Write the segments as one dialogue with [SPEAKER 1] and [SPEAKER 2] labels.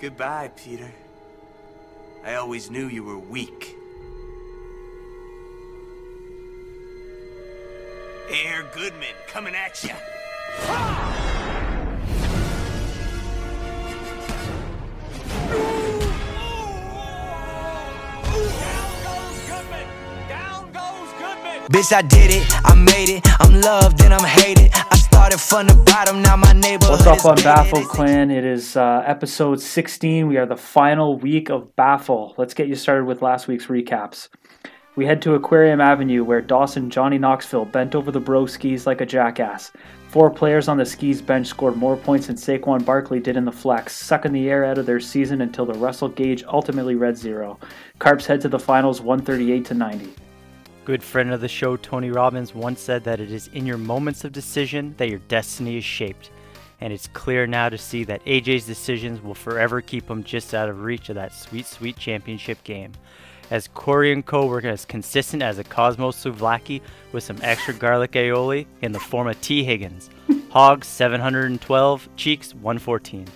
[SPEAKER 1] Goodbye, Peter. I always knew you were weak. Air Goodman coming at ya.
[SPEAKER 2] Bitch, I did it, I made it, I'm loved and I'm hated. I started from the bottom, now my neighborhood
[SPEAKER 3] What's up
[SPEAKER 2] is
[SPEAKER 3] on
[SPEAKER 2] bigger
[SPEAKER 3] Baffle
[SPEAKER 2] than-
[SPEAKER 3] Clan? It is uh, episode 16. We are the final week of Baffle. Let's get you started with last week's recaps. We head to Aquarium Avenue where Dawson Johnny Knoxville bent over the bro skis like a jackass. Four players on the skis bench scored more points than Saquon Barkley did in the flex, sucking the air out of their season until the Russell Gage ultimately read zero. Carps head to the finals 138 to 90.
[SPEAKER 4] Good friend of the show, Tony Robbins, once said that it is in your moments of decision that your destiny is shaped. And it's clear now to see that AJ's decisions will forever keep him just out of reach of that sweet, sweet championship game. As Corey and Co were as consistent as a Cosmo souvlaki with some extra garlic aioli in the form of T. Higgins. Hogs 712, Cheeks 114.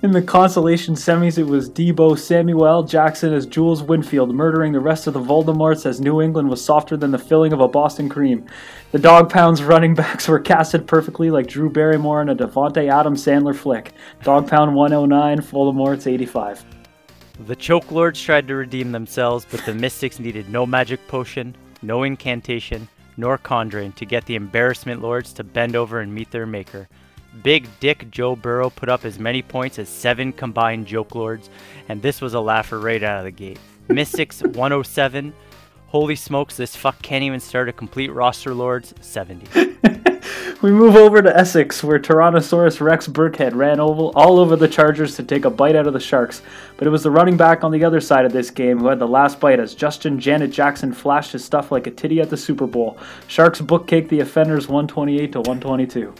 [SPEAKER 3] In the consolation semis, it was Debo Samuel Jackson as Jules Winfield murdering the rest of the Voldemorts as New England was softer than the filling of a Boston cream. The Dog Pound's running backs were casted perfectly like Drew Barrymore in a Devontae Adam Sandler flick. Dog Pound 109, Voldemorts 85.
[SPEAKER 4] The Choke Lords tried to redeem themselves, but the Mystics needed no magic potion, no incantation, nor conjuring to get the Embarrassment Lords to bend over and meet their maker. Big Dick Joe Burrow put up as many points as seven combined Joke Lords, and this was a laugher right out of the gate. Mystics 107. Holy smokes, this fuck can't even start a complete roster, Lords 70.
[SPEAKER 3] We move over to Essex, where Tyrannosaurus Rex Burkhead ran oval all over the Chargers to take a bite out of the Sharks. But it was the running back on the other side of this game who had the last bite as Justin Janet Jackson flashed his stuff like a titty at the Super Bowl. Sharks bookcaked the offenders 128 to 122.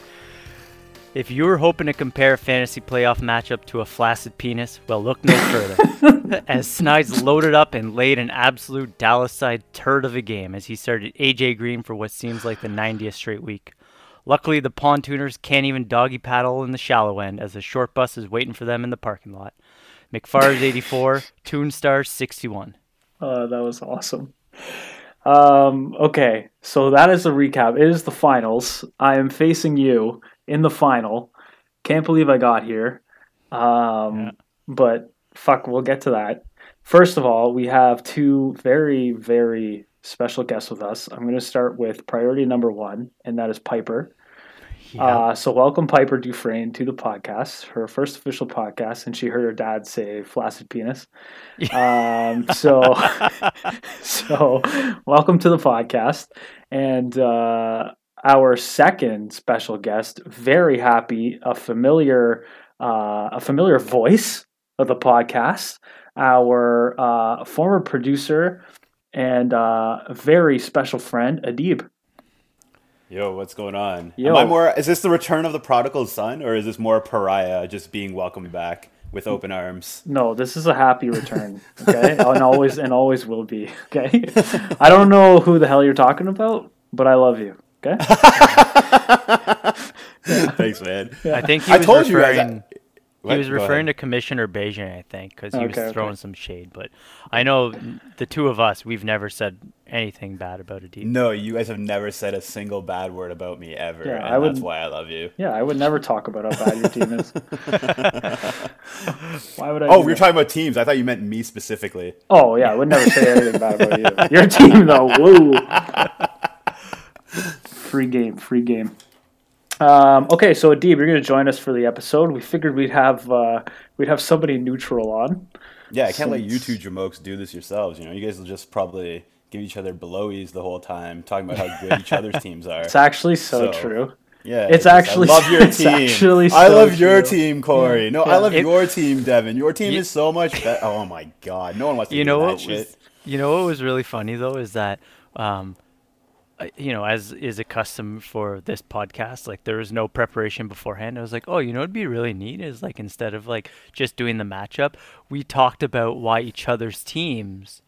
[SPEAKER 4] If you were hoping to compare a fantasy playoff matchup to a flaccid penis, well, look no further. as Snides loaded up and laid an absolute Dallas side turd of a game as he started AJ Green for what seems like the 90th straight week. Luckily, the pontooners can't even doggy paddle in the shallow end as the short bus is waiting for them in the parking lot. McFar's 84, Toonstar 61.
[SPEAKER 3] Uh, that was awesome. Um, okay, so that is the recap. It is the finals. I am facing you in the final. Can't believe I got here. Um, But fuck, we'll get to that. First of all, we have two very, very special guests with us. I'm going to start with priority number one, and that is Piper. Uh, so, welcome Piper Dufresne to the podcast, her first official podcast, and she heard her dad say flaccid penis. um, so, so welcome to the podcast. And uh, our second special guest, very happy, a familiar, uh, a familiar voice of the podcast, our uh, former producer and uh, very special friend, Adib.
[SPEAKER 5] Yo, what's going on?
[SPEAKER 3] Yo.
[SPEAKER 5] Am I more? Is this the return of the prodigal son, or is this more pariah just being welcomed back with open arms?
[SPEAKER 3] No, this is a happy return, okay, and always and always will be, okay. I don't know who the hell you're talking about, but I love you, okay.
[SPEAKER 5] Thanks, man.
[SPEAKER 4] I think he
[SPEAKER 5] I
[SPEAKER 4] was
[SPEAKER 5] told you guys
[SPEAKER 4] referring.
[SPEAKER 5] What?
[SPEAKER 4] He was
[SPEAKER 5] Go
[SPEAKER 4] referring
[SPEAKER 5] ahead.
[SPEAKER 4] to Commissioner Beijing, I think, because he was
[SPEAKER 3] Okay, okay.
[SPEAKER 4] throwing some shade. But I know the two of us, we've never said anything bad about a deep.
[SPEAKER 5] No, you guys have never said a single bad word about me ever,
[SPEAKER 3] Yeah,
[SPEAKER 5] and
[SPEAKER 3] I would-
[SPEAKER 5] that's why I love you.
[SPEAKER 3] Yeah, I would never talk about how bad your team is. Why would I?
[SPEAKER 5] Oh,
[SPEAKER 3] do
[SPEAKER 5] we were
[SPEAKER 3] that?
[SPEAKER 5] talking about teams. I thought you meant me specifically.
[SPEAKER 3] Oh, yeah, I would never say anything bad about you. Your team, though. Whoa. free game, free game. Um, okay, so Adib, you're going to join us for the episode. We figured we'd have uh, we'd have somebody neutral on.
[SPEAKER 5] Yeah, I can't let you two jamokes do this yourselves. You know, you guys will just probably give each other blowies the whole time, talking about how good each other's teams are.
[SPEAKER 3] It's actually so,
[SPEAKER 5] So-
[SPEAKER 3] true.
[SPEAKER 5] Yeah,
[SPEAKER 3] It's
[SPEAKER 5] just-
[SPEAKER 3] actually-
[SPEAKER 5] I love your
[SPEAKER 3] it's
[SPEAKER 5] team.
[SPEAKER 3] actually
[SPEAKER 5] I
[SPEAKER 3] so
[SPEAKER 5] love your
[SPEAKER 3] true.
[SPEAKER 5] team, Corey. No, I love
[SPEAKER 4] It-
[SPEAKER 5] your team, Devin. Your team
[SPEAKER 4] You-
[SPEAKER 5] is so much better. Oh my god, no one wants to
[SPEAKER 4] You
[SPEAKER 5] do
[SPEAKER 4] know
[SPEAKER 5] that
[SPEAKER 4] what?
[SPEAKER 5] shit.
[SPEAKER 4] Was, you know what was really funny though is that, um, I- you know, as is a custom for this podcast, like there was no preparation beforehand. I was like, oh, you know, it'd be really neat is like instead of like just doing the matchup, we talked about why each other's teams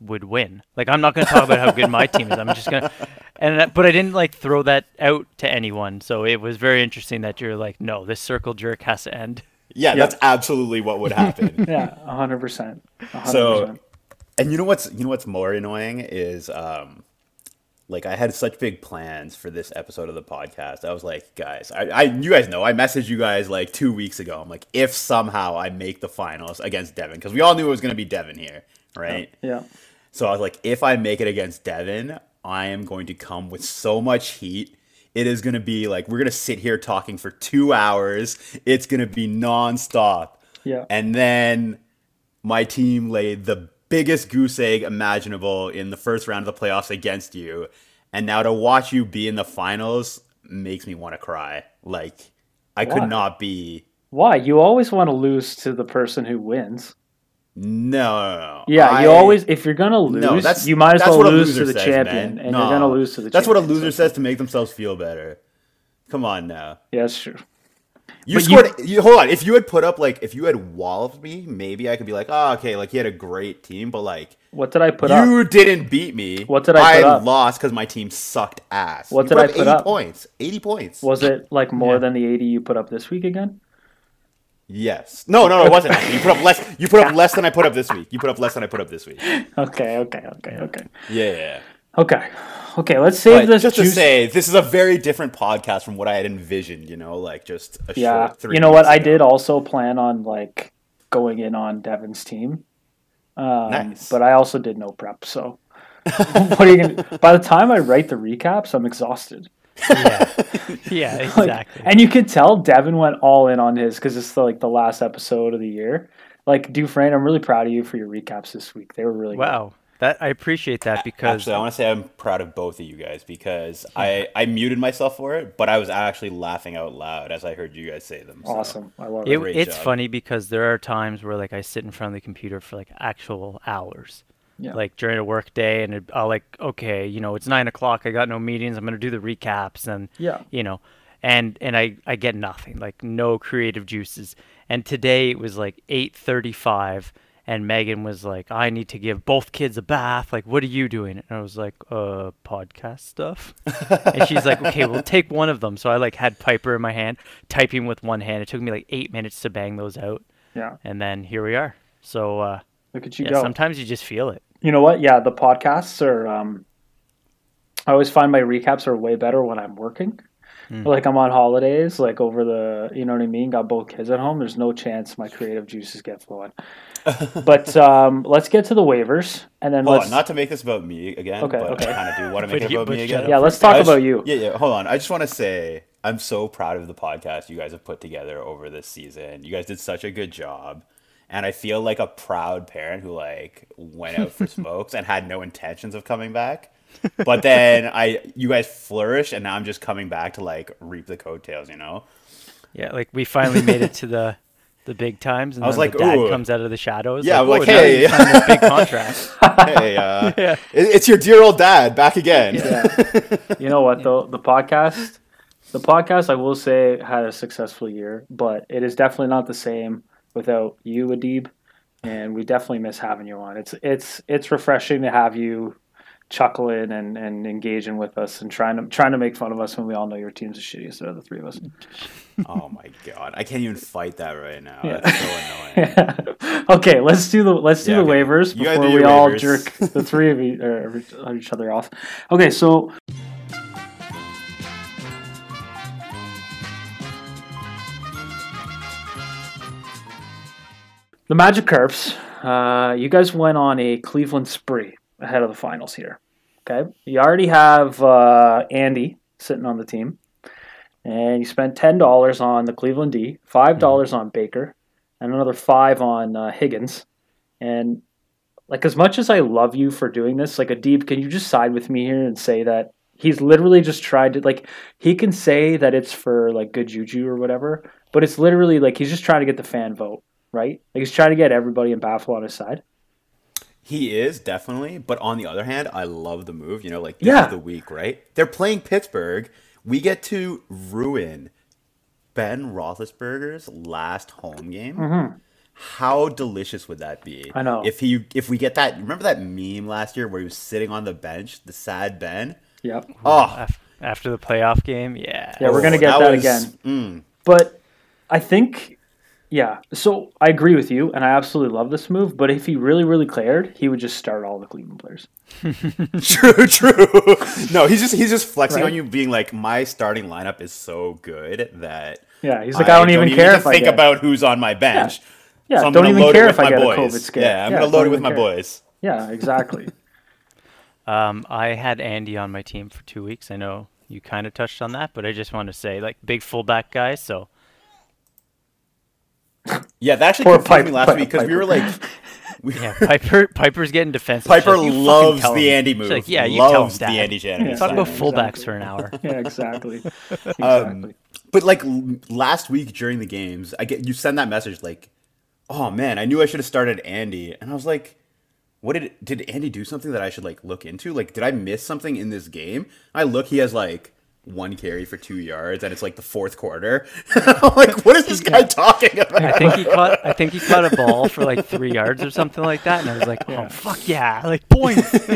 [SPEAKER 4] would win. Like I'm not going to talk about how good my team is. I'm just going to and that- but I didn't like throw that out to anyone. So it was very interesting that you're like, no, this circle jerk has to end.
[SPEAKER 5] Yeah, that's absolutely what would happen.
[SPEAKER 3] Yeah, hundred percent.
[SPEAKER 5] So, and you know what's you know what's more annoying is um, like I had such big plans for this episode of the podcast. I was like, guys, I, I you guys know I messaged you guys like two weeks ago. I'm like, if somehow I make the finals against Devin, because we all knew it was going to be Devin here, right?
[SPEAKER 3] yeah,
[SPEAKER 5] So I was like, if I make it against Devin, I am going to come with so much heat. It is going to be like, we're going to sit here talking for two hours. It's going to be nonstop.
[SPEAKER 3] yeah,
[SPEAKER 5] And then my team laid the biggest goose egg imaginable in the first round of the playoffs against you. And now to watch you be in the finals makes me want to cry. Like, I
[SPEAKER 3] Why?
[SPEAKER 5] could not be.
[SPEAKER 3] Why? You always want to lose to the person who wins.
[SPEAKER 5] No, no, no.
[SPEAKER 3] Yeah, you
[SPEAKER 5] I-
[SPEAKER 3] always if you're gonna lose,
[SPEAKER 5] No, that's
[SPEAKER 3] you might as
[SPEAKER 5] that's
[SPEAKER 3] well
[SPEAKER 5] what a
[SPEAKER 3] lose
[SPEAKER 5] loser
[SPEAKER 3] to the
[SPEAKER 5] says,
[SPEAKER 3] champion,
[SPEAKER 5] man.
[SPEAKER 3] and
[SPEAKER 5] No.
[SPEAKER 3] you're gonna lose to the.
[SPEAKER 5] That's what a
[SPEAKER 3] champion,
[SPEAKER 5] loser
[SPEAKER 3] so-
[SPEAKER 5] says to make themselves feel better. Come on now.
[SPEAKER 3] Yeah, that's true.
[SPEAKER 5] You
[SPEAKER 3] But you-
[SPEAKER 5] scored. You, hold on. If you had put up like, if you had walled me, maybe I could be like, oh, okay, like he had a great team, but like
[SPEAKER 3] What did I put up?
[SPEAKER 5] you didn't beat me.
[SPEAKER 3] What did I put up?
[SPEAKER 5] lost because my team sucked ass.
[SPEAKER 3] What
[SPEAKER 5] You
[SPEAKER 3] did I put
[SPEAKER 5] 80
[SPEAKER 3] up?
[SPEAKER 5] Points. Eighty points.
[SPEAKER 3] Was it like more
[SPEAKER 4] Yeah.
[SPEAKER 3] than the eighty you put up this week again?
[SPEAKER 5] yes. No, no, no. It wasn't. actually. You put up less. You put up less than I put up this week. You put up less than I put up this week. Yeah.
[SPEAKER 3] Okay, okay, okay, okay,
[SPEAKER 5] yeah, yeah.
[SPEAKER 3] okay, okay. Let's save
[SPEAKER 5] But
[SPEAKER 3] this.
[SPEAKER 5] just to
[SPEAKER 3] juice-
[SPEAKER 5] say, this is a very different podcast from what I had envisioned. You know, like just a
[SPEAKER 3] yeah,
[SPEAKER 5] short three.
[SPEAKER 3] you know what?
[SPEAKER 5] weeks
[SPEAKER 3] I
[SPEAKER 5] ago.
[SPEAKER 3] did also plan on like going in on Devin's team, um,
[SPEAKER 5] Nice.
[SPEAKER 3] but I also did no prep. So, what are you gonna, by the time I write the recaps, I'm exhausted.
[SPEAKER 4] Yeah,
[SPEAKER 3] Like,
[SPEAKER 4] exactly.
[SPEAKER 3] And you could tell Devin went all in on his because it's the, like the last episode of the year. Like Dufresne, I'm really proud of you for your recaps this week. They were really
[SPEAKER 4] wow. That I appreciate that because
[SPEAKER 5] Actually, I want to say I'm proud of both of you guys because I, I muted myself for it, but I was actually laughing out loud as I heard you guys say them.
[SPEAKER 3] good. awesome. I love it.
[SPEAKER 4] It,
[SPEAKER 5] Great
[SPEAKER 4] it's
[SPEAKER 5] job.
[SPEAKER 4] funny because there are times where like I sit in front of the computer for like actual hours,
[SPEAKER 3] Yeah.
[SPEAKER 4] like during a work day, and it, I'll like, okay, you know, it's nine o'clock. I got no meetings. I'm gonna do the recaps and
[SPEAKER 3] Yeah.
[SPEAKER 4] you know, and and I I get nothing, like no creative juices. And today it was like eight thirty-five, and Megan was like, I need to give both kids a bath. Like, what are you doing? And I was like, uh, podcast stuff. and she's like, okay, we'll take one of them. So I like had Piper in my hand, typing with one hand. It took me like eight minutes to bang those out,
[SPEAKER 3] Yeah,
[SPEAKER 4] and then here we are. So uh,
[SPEAKER 3] look at you
[SPEAKER 4] yeah,
[SPEAKER 3] go.
[SPEAKER 4] sometimes you just feel it.
[SPEAKER 3] you know what? Yeah, the podcasts are. Um, I always find my recaps are way better when I'm working.
[SPEAKER 4] Hmm.
[SPEAKER 3] Like I'm on holidays, like over the, you know what I mean. Got both kids at home. There's no chance my creative juices get flowing. but um, let's get to the waivers, and
[SPEAKER 4] Oh,
[SPEAKER 3] then
[SPEAKER 5] Hold
[SPEAKER 3] let's
[SPEAKER 5] on, not to make this about me again,
[SPEAKER 3] Okay,
[SPEAKER 5] but
[SPEAKER 3] okay.
[SPEAKER 5] I kind of do want to make
[SPEAKER 4] But
[SPEAKER 5] it
[SPEAKER 4] you-
[SPEAKER 5] about
[SPEAKER 4] but
[SPEAKER 5] me
[SPEAKER 4] shut
[SPEAKER 5] again.
[SPEAKER 4] up.
[SPEAKER 3] yeah, let's
[SPEAKER 5] I
[SPEAKER 3] talk
[SPEAKER 5] just-
[SPEAKER 3] about you.
[SPEAKER 5] Yeah, yeah. Hold on. I just want to say I'm so proud of the podcast you guys have put together over this season. You guys did such a good job. And I feel like a proud parent who like went out for smokes and had no intentions of coming back. But then I you guys flourished and now I'm just coming back to like reap the coattails, you know?
[SPEAKER 4] Yeah, like we finally made it to the the big times, and
[SPEAKER 5] I was
[SPEAKER 4] then
[SPEAKER 5] like,
[SPEAKER 4] the dad
[SPEAKER 5] "Ooh."
[SPEAKER 4] comes out of the shadows.
[SPEAKER 5] Yeah, I'm
[SPEAKER 4] like,
[SPEAKER 5] like,
[SPEAKER 4] "Whoa, now
[SPEAKER 5] hey."
[SPEAKER 4] you signed this big contract.
[SPEAKER 5] Hey, uh, it- it's your dear old dad back again.
[SPEAKER 3] you know what though the podcast the podcast i will say had a successful year but it is definitely not the same without you adib and we definitely miss having you on it's it's it's refreshing to have you chuckling and, and engaging with us and trying to trying to make fun of us when we all know your team's the shittiest out of the three of us
[SPEAKER 5] Oh my god, I can't even fight that right now.
[SPEAKER 3] Yeah.
[SPEAKER 5] That's so annoying.
[SPEAKER 3] okay let's do the let's do
[SPEAKER 5] Yeah,
[SPEAKER 3] the
[SPEAKER 5] okay.
[SPEAKER 3] waivers
[SPEAKER 5] You guys do
[SPEAKER 3] before
[SPEAKER 5] your
[SPEAKER 3] we all
[SPEAKER 5] waivers.
[SPEAKER 3] jerk the three of each, or uh, each other off okay so The Magic Carps, uh, you guys went on a Cleveland spree ahead of the finals here. Okay. You already have uh, Andy sitting on the team, and you spent $10 on the Cleveland D,
[SPEAKER 5] Mm-hmm.
[SPEAKER 3] $5 dollars on Baker, and another 5 on uh, Higgins. And like as much as I love you for doing this, like Adib, can you just side with me here and say that he's literally just tried to like he can say that it's for like good juju or whatever, but it's literally like he's just trying to get the fan vote, right? Like he's trying to get everybody in Baffle on his side.
[SPEAKER 5] He is definitely, but on the other hand, I love the move. You know, like this
[SPEAKER 3] Yeah.
[SPEAKER 5] is the week, right? They're playing Pittsburgh. We get to ruin Ben Roethlisberger's last home game. How delicious would that be?
[SPEAKER 3] Mm-hmm. I know.
[SPEAKER 5] If he, if we get that, remember that meme last year where he was sitting on the bench, the sad Ben.
[SPEAKER 3] Yep.
[SPEAKER 5] Oh,
[SPEAKER 4] Af- After the playoff game, yeah.
[SPEAKER 3] Yeah, Mm-hmm. we're
[SPEAKER 5] Oh,
[SPEAKER 3] gonna get that,
[SPEAKER 5] was-
[SPEAKER 3] again. But I think Yeah. So I agree with you, and I absolutely love this move. But if he really, really cleared, he would just start all the Cleveland players.
[SPEAKER 5] Mm, True, true. No, he's just he's just flexing
[SPEAKER 3] Right?
[SPEAKER 5] on you, being like, my starting lineup is so good that
[SPEAKER 3] Yeah, he's like, I, don't even care
[SPEAKER 5] to
[SPEAKER 3] if I
[SPEAKER 5] think
[SPEAKER 3] get-
[SPEAKER 5] about who's on my bench.
[SPEAKER 3] Yeah,
[SPEAKER 5] so I'm
[SPEAKER 3] don't
[SPEAKER 5] gonna
[SPEAKER 3] even
[SPEAKER 5] load it
[SPEAKER 3] care
[SPEAKER 5] with
[SPEAKER 3] if I
[SPEAKER 5] my
[SPEAKER 3] get a
[SPEAKER 5] boys.
[SPEAKER 3] COVID scare.
[SPEAKER 5] Yeah, I'm
[SPEAKER 3] don't
[SPEAKER 5] gonna load it with
[SPEAKER 3] even
[SPEAKER 5] my
[SPEAKER 3] care.
[SPEAKER 5] boys.
[SPEAKER 3] Yeah, exactly.
[SPEAKER 4] Um, I had Andy on my team for two weeks. I know you kind of touched on that, but I just want to say, like, big fullback guy. So
[SPEAKER 5] Yeah, that actually
[SPEAKER 3] Poor
[SPEAKER 5] confused
[SPEAKER 3] Pipe-
[SPEAKER 5] me last
[SPEAKER 3] Pipe-
[SPEAKER 5] week because we were like, we,
[SPEAKER 4] yeah, Piper. Piper's getting defensive.
[SPEAKER 5] Piper
[SPEAKER 4] She's like, "You fucking
[SPEAKER 5] loves
[SPEAKER 4] tell
[SPEAKER 5] the
[SPEAKER 4] him."
[SPEAKER 5] Andy
[SPEAKER 4] She's
[SPEAKER 5] move.
[SPEAKER 4] Like, yeah, you tell him
[SPEAKER 5] loves
[SPEAKER 4] Dad."
[SPEAKER 5] the Andy Janitor.
[SPEAKER 4] Talk about
[SPEAKER 3] Yeah,
[SPEAKER 4] fullbacks
[SPEAKER 3] exactly.
[SPEAKER 4] for an hour.
[SPEAKER 3] Yeah, exactly. Um, exactly.
[SPEAKER 5] But like l- last week during the games, I get you send that message like, "Oh man, I knew I should have started Andy," and I was like, "What did did Andy do something that I should like look into? Like, did I miss something in this game?" I look, he has like one carry for two yards, and it's like the fourth quarter. I'm like, "What is this guy talking
[SPEAKER 4] I
[SPEAKER 5] about?"
[SPEAKER 4] think he caught. I think he caught a ball for like three yards or something like that, and I was like, "Oh fuck yeah!" Like points.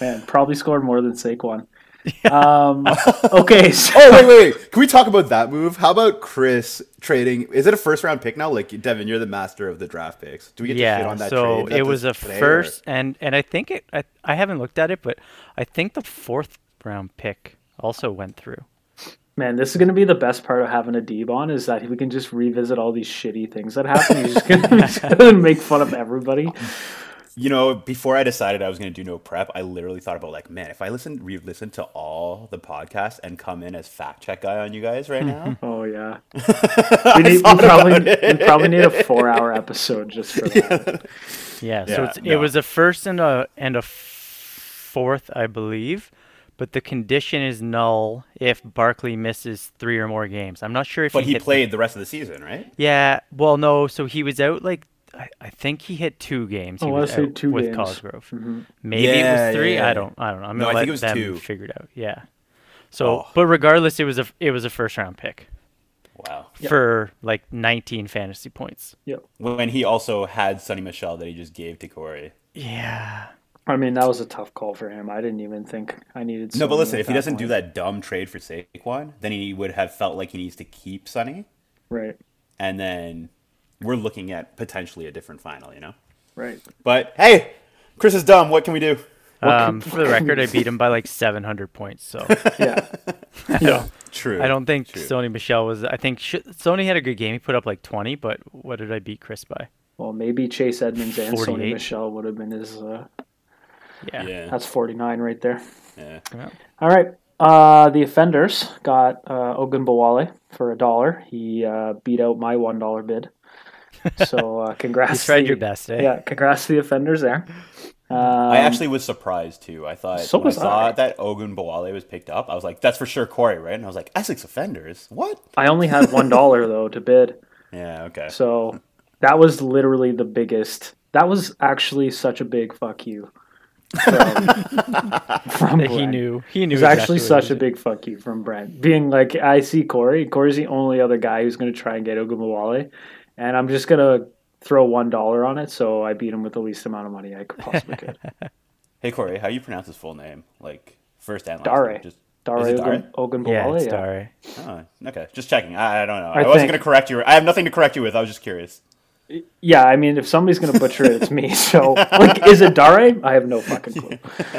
[SPEAKER 3] Man, probably scored more than Saquon. Um, okay, so
[SPEAKER 5] Oh wait, wait, wait! Can we talk about that move? How about Chris trading? Is it a first round pick now? Like Devin, you're the master of the draft picks. Do we get to shit
[SPEAKER 4] yeah.
[SPEAKER 5] on that
[SPEAKER 4] So
[SPEAKER 5] trade? Is that
[SPEAKER 4] it was a
[SPEAKER 5] this today, or-
[SPEAKER 4] first, and and I think it. I, I haven't looked at it, but I think the fourth round pick also went through.
[SPEAKER 3] man, this is gonna be the best part of having a Deeb on is that we can just revisit all these shitty things that happen. He's just gonna, he's gonna make fun of everybody.
[SPEAKER 5] You know, before I decided I was going to do no prep, I literally thought about like, man, if I listen, re-listen to all the podcasts and come in as fact check guy on you guys right now,
[SPEAKER 3] Oh yeah, we, need, we probably we probably need a four hour episode just for that.
[SPEAKER 4] Yeah, so
[SPEAKER 5] Yeah,
[SPEAKER 4] it's, it
[SPEAKER 5] no.
[SPEAKER 4] was a first and a and a f- fourth, I believe, but the condition is null if Barkley misses three or more games. I'm not sure if
[SPEAKER 5] but he
[SPEAKER 4] hit the-
[SPEAKER 5] played the rest of the season, right?
[SPEAKER 4] yeah, well, no, so he was out like I, I think he hit two games. he
[SPEAKER 3] Oh, I
[SPEAKER 4] was
[SPEAKER 3] see,
[SPEAKER 4] out
[SPEAKER 3] two
[SPEAKER 4] with
[SPEAKER 3] games. Mm-hmm.
[SPEAKER 4] Cosgrove. Maybe it
[SPEAKER 5] Yeah,
[SPEAKER 4] was three.
[SPEAKER 5] yeah.
[SPEAKER 4] I don't. I don't know. I'm
[SPEAKER 5] No,
[SPEAKER 4] gonna
[SPEAKER 5] I
[SPEAKER 4] let
[SPEAKER 5] think it was
[SPEAKER 4] them
[SPEAKER 5] two.
[SPEAKER 4] figure it out. Yeah. So,
[SPEAKER 5] Oh.
[SPEAKER 4] but regardless, it was a it was a first round pick
[SPEAKER 5] Wow.
[SPEAKER 4] for like 19 fantasy points.
[SPEAKER 3] Yep.
[SPEAKER 5] When he also had Sonny Michelle that he just gave to Corey.
[SPEAKER 4] Yeah.
[SPEAKER 3] I mean, that was a tough call for him. I didn't even think I needed.
[SPEAKER 5] No, but
[SPEAKER 3] Sony
[SPEAKER 5] listen,
[SPEAKER 3] at
[SPEAKER 5] if he doesn't do
[SPEAKER 3] point.
[SPEAKER 5] that dumb trade for Saquon, then he would have felt like he needs to keep Sonny,
[SPEAKER 3] right,
[SPEAKER 5] and then we're looking at potentially a different final, you know.
[SPEAKER 3] right.
[SPEAKER 5] But hey, Chris is dumb. What can we do?
[SPEAKER 4] Um, for the record, I beat him by like 700 points. So.
[SPEAKER 3] Yeah, yeah.
[SPEAKER 5] True.
[SPEAKER 4] I don't think Sony Michelle was. I think sh- Sony had a good game. He put up like 20, but what did I beat Chris by?
[SPEAKER 3] Well, maybe Chase Edmonds and Sony
[SPEAKER 4] 48.
[SPEAKER 3] Michelle would have been his. Uh,
[SPEAKER 4] Yeah.
[SPEAKER 5] Yeah.
[SPEAKER 3] that's forty nine right there.
[SPEAKER 5] yeah.
[SPEAKER 3] All right. Uh, the offenders got uh, Ogunbowale for a dollar. He uh, beat out my one dollar bid. So uh, congrats.
[SPEAKER 4] tried
[SPEAKER 3] to-
[SPEAKER 4] your best, eh?
[SPEAKER 3] Yeah, congrats to the offenders there.
[SPEAKER 5] I actually was surprised too. I thought
[SPEAKER 3] Um, So
[SPEAKER 5] when I
[SPEAKER 3] was
[SPEAKER 5] saw
[SPEAKER 3] I.
[SPEAKER 5] that Ogun Bowale was picked up, I was like, "That's for sure Corey, right?" And I was like, "Essex offenders? What?"
[SPEAKER 3] I only had one dollar though to bid,
[SPEAKER 5] Yeah, okay.
[SPEAKER 3] so that was literally the biggest. That was actually such a big fuck you. From, from
[SPEAKER 4] That he
[SPEAKER 3] Brent.
[SPEAKER 4] knew. He knew.
[SPEAKER 3] It was actually
[SPEAKER 4] exactly
[SPEAKER 3] such a big fuck you from Brent. Being like, I see Corey. Corey's the only other guy who's going to try and get Ogumawale. And I'm just going to throw $1 on it. So I beat him with the least amount of money I could possibly could.
[SPEAKER 5] Hey Corey, how do you pronounce his full name? Like first and last.
[SPEAKER 3] Dare.
[SPEAKER 5] name? Just Is
[SPEAKER 3] Dare
[SPEAKER 5] it Dare?
[SPEAKER 3] Ogum- Ogumawale.
[SPEAKER 4] what he was doing. Yeah, it's
[SPEAKER 3] yeah.
[SPEAKER 4] Dare.
[SPEAKER 5] Oh, okay. Just checking. I, I don't know. I,
[SPEAKER 3] I
[SPEAKER 5] wasn't
[SPEAKER 3] think-
[SPEAKER 5] gonna correct you. I have nothing to correct you with. I was just curious.
[SPEAKER 3] Yeah, I mean, if somebody's going to butcher it, it's me. So, like, is it Dare? I have no fucking clue.
[SPEAKER 5] That's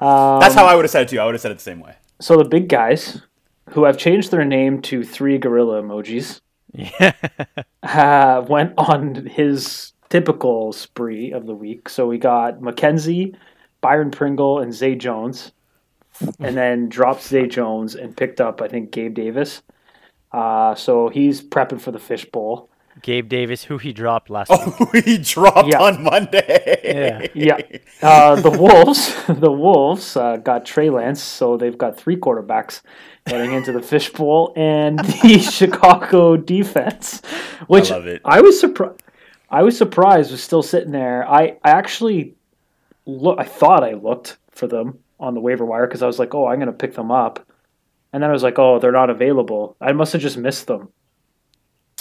[SPEAKER 3] Um,
[SPEAKER 5] how I would have said it too. I would have said it the same way.
[SPEAKER 3] So the big guys, who have changed their name to three gorilla emojis, uh, went on his typical spree of the week. So we got Mackenzie, Byron Pringle, and Zay Jones, and then dropped Zay Jones and picked up I think Gabe Davis. Uh, so he's prepping for the fishbowl.
[SPEAKER 4] Gabe Davis, who he dropped last
[SPEAKER 5] Oh,
[SPEAKER 4] week.
[SPEAKER 5] we dropped
[SPEAKER 3] Yeah.
[SPEAKER 5] on Monday.
[SPEAKER 4] Yeah.
[SPEAKER 3] Yeah, uh, the Wolves, the Wolves uh, got Trey Lance, so they've got three quarterbacks heading into the fishbowl, and the Chicago defense, which
[SPEAKER 5] love it.
[SPEAKER 3] I was surprised. I was surprised was still sitting there. I, I actually look. I thought I looked for them on the waiver wire because I was like, oh, I'm going to pick them up, and then I was like, oh, they're not available. I must have just missed them.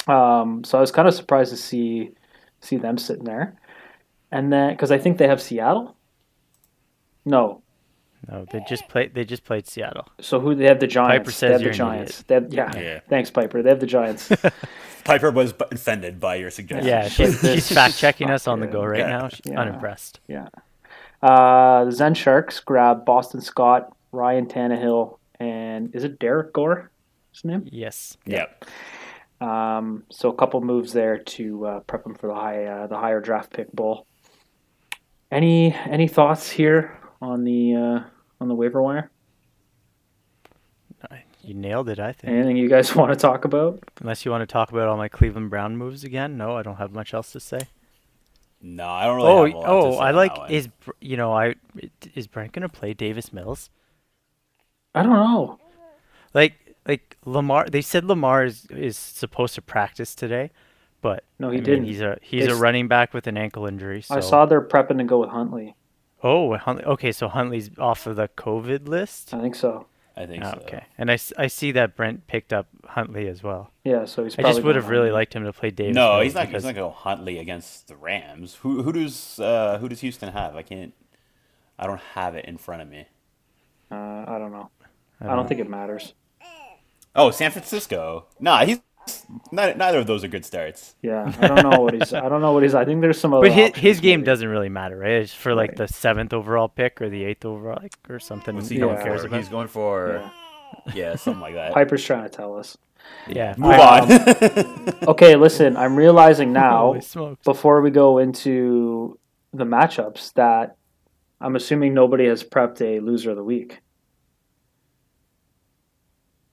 [SPEAKER 3] Um, so I was kind of surprised to see see them sitting there, and then because I think they have Seattle. No,
[SPEAKER 4] No, they just played. They just played Seattle.
[SPEAKER 3] So who they have the Giants?
[SPEAKER 4] Piper
[SPEAKER 3] they
[SPEAKER 4] says
[SPEAKER 3] have
[SPEAKER 4] you're
[SPEAKER 3] the
[SPEAKER 4] an
[SPEAKER 3] Giants. They have, yeah.
[SPEAKER 5] Yeah.
[SPEAKER 3] Thanks, Piper. They have the Giants.
[SPEAKER 5] Piper was b- offended by your suggestion.
[SPEAKER 4] Yeah,
[SPEAKER 3] she's
[SPEAKER 4] she's,
[SPEAKER 3] like
[SPEAKER 4] she's
[SPEAKER 3] this.
[SPEAKER 4] fact checking us on the go right
[SPEAKER 5] Yeah.
[SPEAKER 4] now. She's
[SPEAKER 3] Yeah.
[SPEAKER 4] unimpressed.
[SPEAKER 3] yeah. Uh, the Zen Sharks grab Boston Scott, Ryan Tannehill, and is it Derek Gore? Is his name?
[SPEAKER 4] Yes.
[SPEAKER 5] Yep.
[SPEAKER 3] Um, so a couple moves there to uh, prep him for the high, uh, the higher draft pick bowl. Any any thoughts here on the uh, on the waiver wire?
[SPEAKER 4] You nailed it, I think.
[SPEAKER 3] Anything you guys want to talk about?
[SPEAKER 4] Unless you want to talk about all my Cleveland Brown moves again. No, I don't have much else to say.
[SPEAKER 5] No, I don't really.
[SPEAKER 4] Oh,
[SPEAKER 5] have a lot to
[SPEAKER 4] oh,
[SPEAKER 5] say
[SPEAKER 4] I
[SPEAKER 5] on
[SPEAKER 4] like
[SPEAKER 5] that one.
[SPEAKER 4] is Br- you know I is Brent gonna play Davis Mills?
[SPEAKER 3] I don't know.
[SPEAKER 4] Like like Lamar, they said Lamar is is supposed to practice today, but
[SPEAKER 3] No, he
[SPEAKER 4] I mean,
[SPEAKER 3] didn't.
[SPEAKER 4] he's a he's
[SPEAKER 3] They
[SPEAKER 4] a
[SPEAKER 3] s-
[SPEAKER 4] running back with an ankle injury. So.
[SPEAKER 3] I saw they're prepping to go with Huntley.
[SPEAKER 4] Oh, Huntley. Okay, so Huntley's off of the COVID list.
[SPEAKER 3] I think so.
[SPEAKER 5] I think
[SPEAKER 4] Ah,
[SPEAKER 5] so.
[SPEAKER 4] okay, and I, s- I see that Brent picked up Huntley as well.
[SPEAKER 3] Yeah, so he's.
[SPEAKER 4] I just
[SPEAKER 3] probably
[SPEAKER 4] would
[SPEAKER 3] going
[SPEAKER 4] have really
[SPEAKER 3] Huntley.
[SPEAKER 4] liked him to play Davis.
[SPEAKER 5] No,
[SPEAKER 4] Mills
[SPEAKER 5] he's not.
[SPEAKER 4] because-
[SPEAKER 5] He's not going to Huntley against the Rams. Who who does uh, who does Houston have? I can't. I don't have it in front of me.
[SPEAKER 3] Uh, I don't know. I don't, think it matters.
[SPEAKER 5] Oh, San Francisco. Nah, he's not, neither of those are good starts.
[SPEAKER 3] Yeah, I don't know what he's. I don't know what he's. I think there's some other.
[SPEAKER 4] But his,
[SPEAKER 3] options
[SPEAKER 4] his game
[SPEAKER 3] maybe.
[SPEAKER 4] doesn't really matter, right? It's for like the seventh overall pick or the eighth overall like, or something.
[SPEAKER 5] What's he
[SPEAKER 4] no
[SPEAKER 5] going
[SPEAKER 4] one cares
[SPEAKER 5] for?
[SPEAKER 4] about.
[SPEAKER 5] He's going for yeah, something like that.
[SPEAKER 3] Piper's trying to tell us.
[SPEAKER 4] yeah.
[SPEAKER 5] Move on.
[SPEAKER 3] Okay, listen. I'm realizing now.
[SPEAKER 4] Holy smokes.
[SPEAKER 3] before we go into the matchups, that I'm assuming nobody has prepped a loser of the week.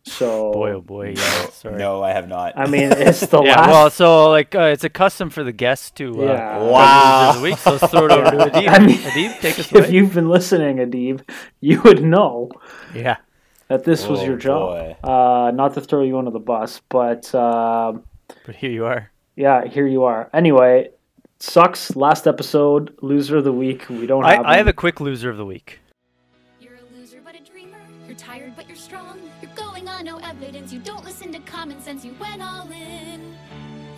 [SPEAKER 3] So
[SPEAKER 4] Boy, oh boy. Yeah. Sorry.
[SPEAKER 5] no, I have not.
[SPEAKER 3] I mean,
[SPEAKER 4] uh,
[SPEAKER 3] it's the
[SPEAKER 4] Yeah,
[SPEAKER 3] last.
[SPEAKER 4] well, so like uh, it's a custom for the guests to uh,
[SPEAKER 3] Yeah.
[SPEAKER 4] go
[SPEAKER 5] Wow.
[SPEAKER 4] losers of the week. So let's throw it over to Adib.
[SPEAKER 3] I mean,
[SPEAKER 4] Adib, take us away.
[SPEAKER 3] if you've been listening, Adib, you would know
[SPEAKER 4] Yeah,
[SPEAKER 3] that this was
[SPEAKER 5] Oh,
[SPEAKER 3] your job.
[SPEAKER 5] boy.
[SPEAKER 3] Uh, not to throw you under the bus, but um,
[SPEAKER 4] but here you are.
[SPEAKER 3] yeah, here you are. Anyway, sucks. Last episode, loser of the week. We don't.
[SPEAKER 4] I,
[SPEAKER 3] have
[SPEAKER 4] I have
[SPEAKER 3] one.
[SPEAKER 4] a quick loser of the week.
[SPEAKER 6] You're a loser but a dreamer. You're tired but you're strong. You're going on no evidence. You don't listen to common sense. You went all in.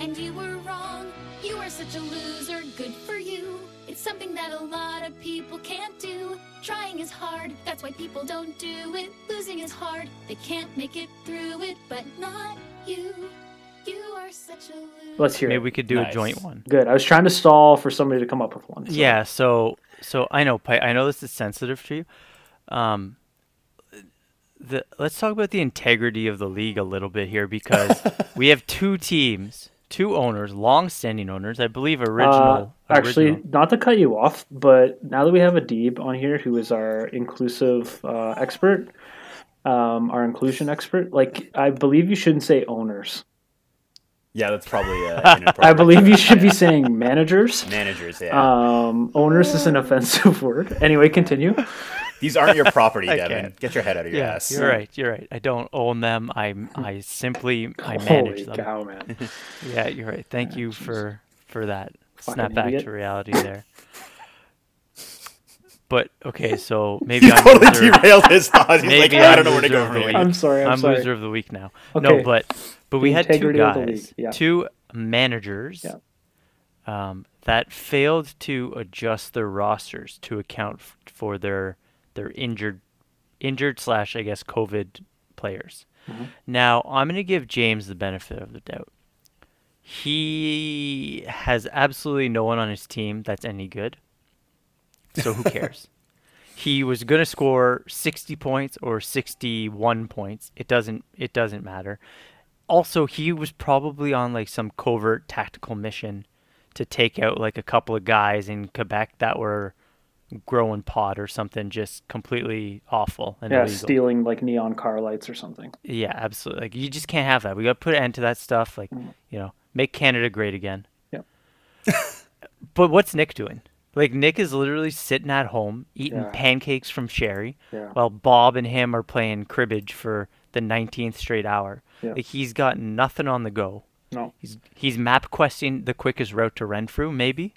[SPEAKER 6] And you were wrong. You are such a loser. Good for you. It's something that a lot of people can't do. Trying is hard. That's why people don't do it. Losing is hard. They can't make it through it. But not you. You are such a loser.
[SPEAKER 3] Let's hear
[SPEAKER 4] Maybe
[SPEAKER 3] it.
[SPEAKER 4] we could do a
[SPEAKER 5] Nice.
[SPEAKER 4] joint one.
[SPEAKER 3] Good. I was trying to stall for somebody to come up with one. so-
[SPEAKER 4] Yeah, so so I know Pi- I know this is sensitive to you. Um the let's talk about the integrity of the league a little bit here because we have two teams, two owners, long-standing owners, I believe original.
[SPEAKER 3] Uh, actually,
[SPEAKER 4] original.
[SPEAKER 3] not to cut you off, but now that we have Adib on here, who is our inclusive uh, expert, um, our inclusion expert, like I believe you shouldn't say owners.
[SPEAKER 5] yeah, that's probably uh, inappropriate.
[SPEAKER 3] I believe you should be saying managers.
[SPEAKER 5] managers.
[SPEAKER 4] Uh,
[SPEAKER 5] Yeah,
[SPEAKER 3] Um, owners is an offensive word. Anyway, continue.
[SPEAKER 5] these aren't your property, Devin.
[SPEAKER 4] can't.
[SPEAKER 5] Get your head out of your
[SPEAKER 4] yeah,
[SPEAKER 5] ass.
[SPEAKER 4] you're right. You're right. I don't own them. I I simply I
[SPEAKER 3] Holy
[SPEAKER 4] manage them.
[SPEAKER 3] cow, man!
[SPEAKER 4] Yeah, you're right. Thank you for for that snap back
[SPEAKER 3] idiot.
[SPEAKER 4] to reality there. But okay, so maybe I'm
[SPEAKER 5] Totally
[SPEAKER 4] loser-
[SPEAKER 5] derailed his thoughts. He's
[SPEAKER 4] Maybe
[SPEAKER 5] like, I
[SPEAKER 4] I'm
[SPEAKER 5] don't know where to go
[SPEAKER 4] loser
[SPEAKER 5] from
[SPEAKER 4] of the
[SPEAKER 5] here.
[SPEAKER 4] week.
[SPEAKER 3] I'm sorry. I'm,
[SPEAKER 4] I'm
[SPEAKER 3] sorry.
[SPEAKER 4] loser of the week now.
[SPEAKER 3] Okay.
[SPEAKER 4] No, but but we had two
[SPEAKER 3] Integrity of the league,
[SPEAKER 4] guys,
[SPEAKER 3] yeah.
[SPEAKER 4] two managers,
[SPEAKER 3] Yeah.
[SPEAKER 4] um, that failed to adjust their rosters to account f- for their their injured injured slash I guess COVID players.
[SPEAKER 3] Mm-hmm.
[SPEAKER 4] Now I'm going to give James the benefit of the doubt. He has absolutely no one on his team that's any good. So who cares? he was going to score 60 points or 61 points. It doesn't it doesn't matter. Also, he was probably on like some covert tactical mission to take out like a couple of guys in Quebec that were growing pot or something just completely awful and
[SPEAKER 3] Yeah,
[SPEAKER 4] illegal.
[SPEAKER 3] stealing like neon car lights or something.
[SPEAKER 4] Yeah, absolutely. Like you just can't have that. We got to put an end to that stuff. Like, you know, make Canada great again.
[SPEAKER 3] Mm. Yep.
[SPEAKER 4] but what's Nick doing? Like Nick is literally sitting at home eating
[SPEAKER 3] Yeah.
[SPEAKER 4] pancakes from Sherry,
[SPEAKER 3] Yeah.
[SPEAKER 4] while Bob and him are playing cribbage for the 19th straight hour.
[SPEAKER 3] Yeah.
[SPEAKER 4] Like he's got nothing on the go.
[SPEAKER 3] No,
[SPEAKER 4] He's he's map questing the quickest route to Renfrew, maybe.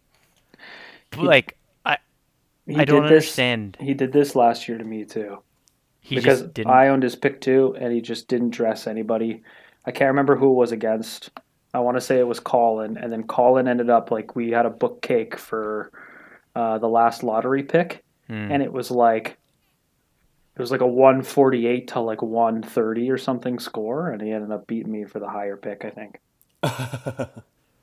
[SPEAKER 4] But, like I
[SPEAKER 3] He
[SPEAKER 4] I don't
[SPEAKER 3] did this-
[SPEAKER 4] understand.
[SPEAKER 3] He did this last year to me too.
[SPEAKER 4] He
[SPEAKER 3] because
[SPEAKER 4] just didn't.
[SPEAKER 3] I owned his pick too, and he just didn't dress anybody. I can't remember who it was against. I want to say it was Colin, and then Colin ended up like we had a book
[SPEAKER 4] Hmm.
[SPEAKER 3] cake for uh, the last lottery pick, and it was like It was like a 148 to like 130 or something score, and he ended up beating me for the higher pick, I think.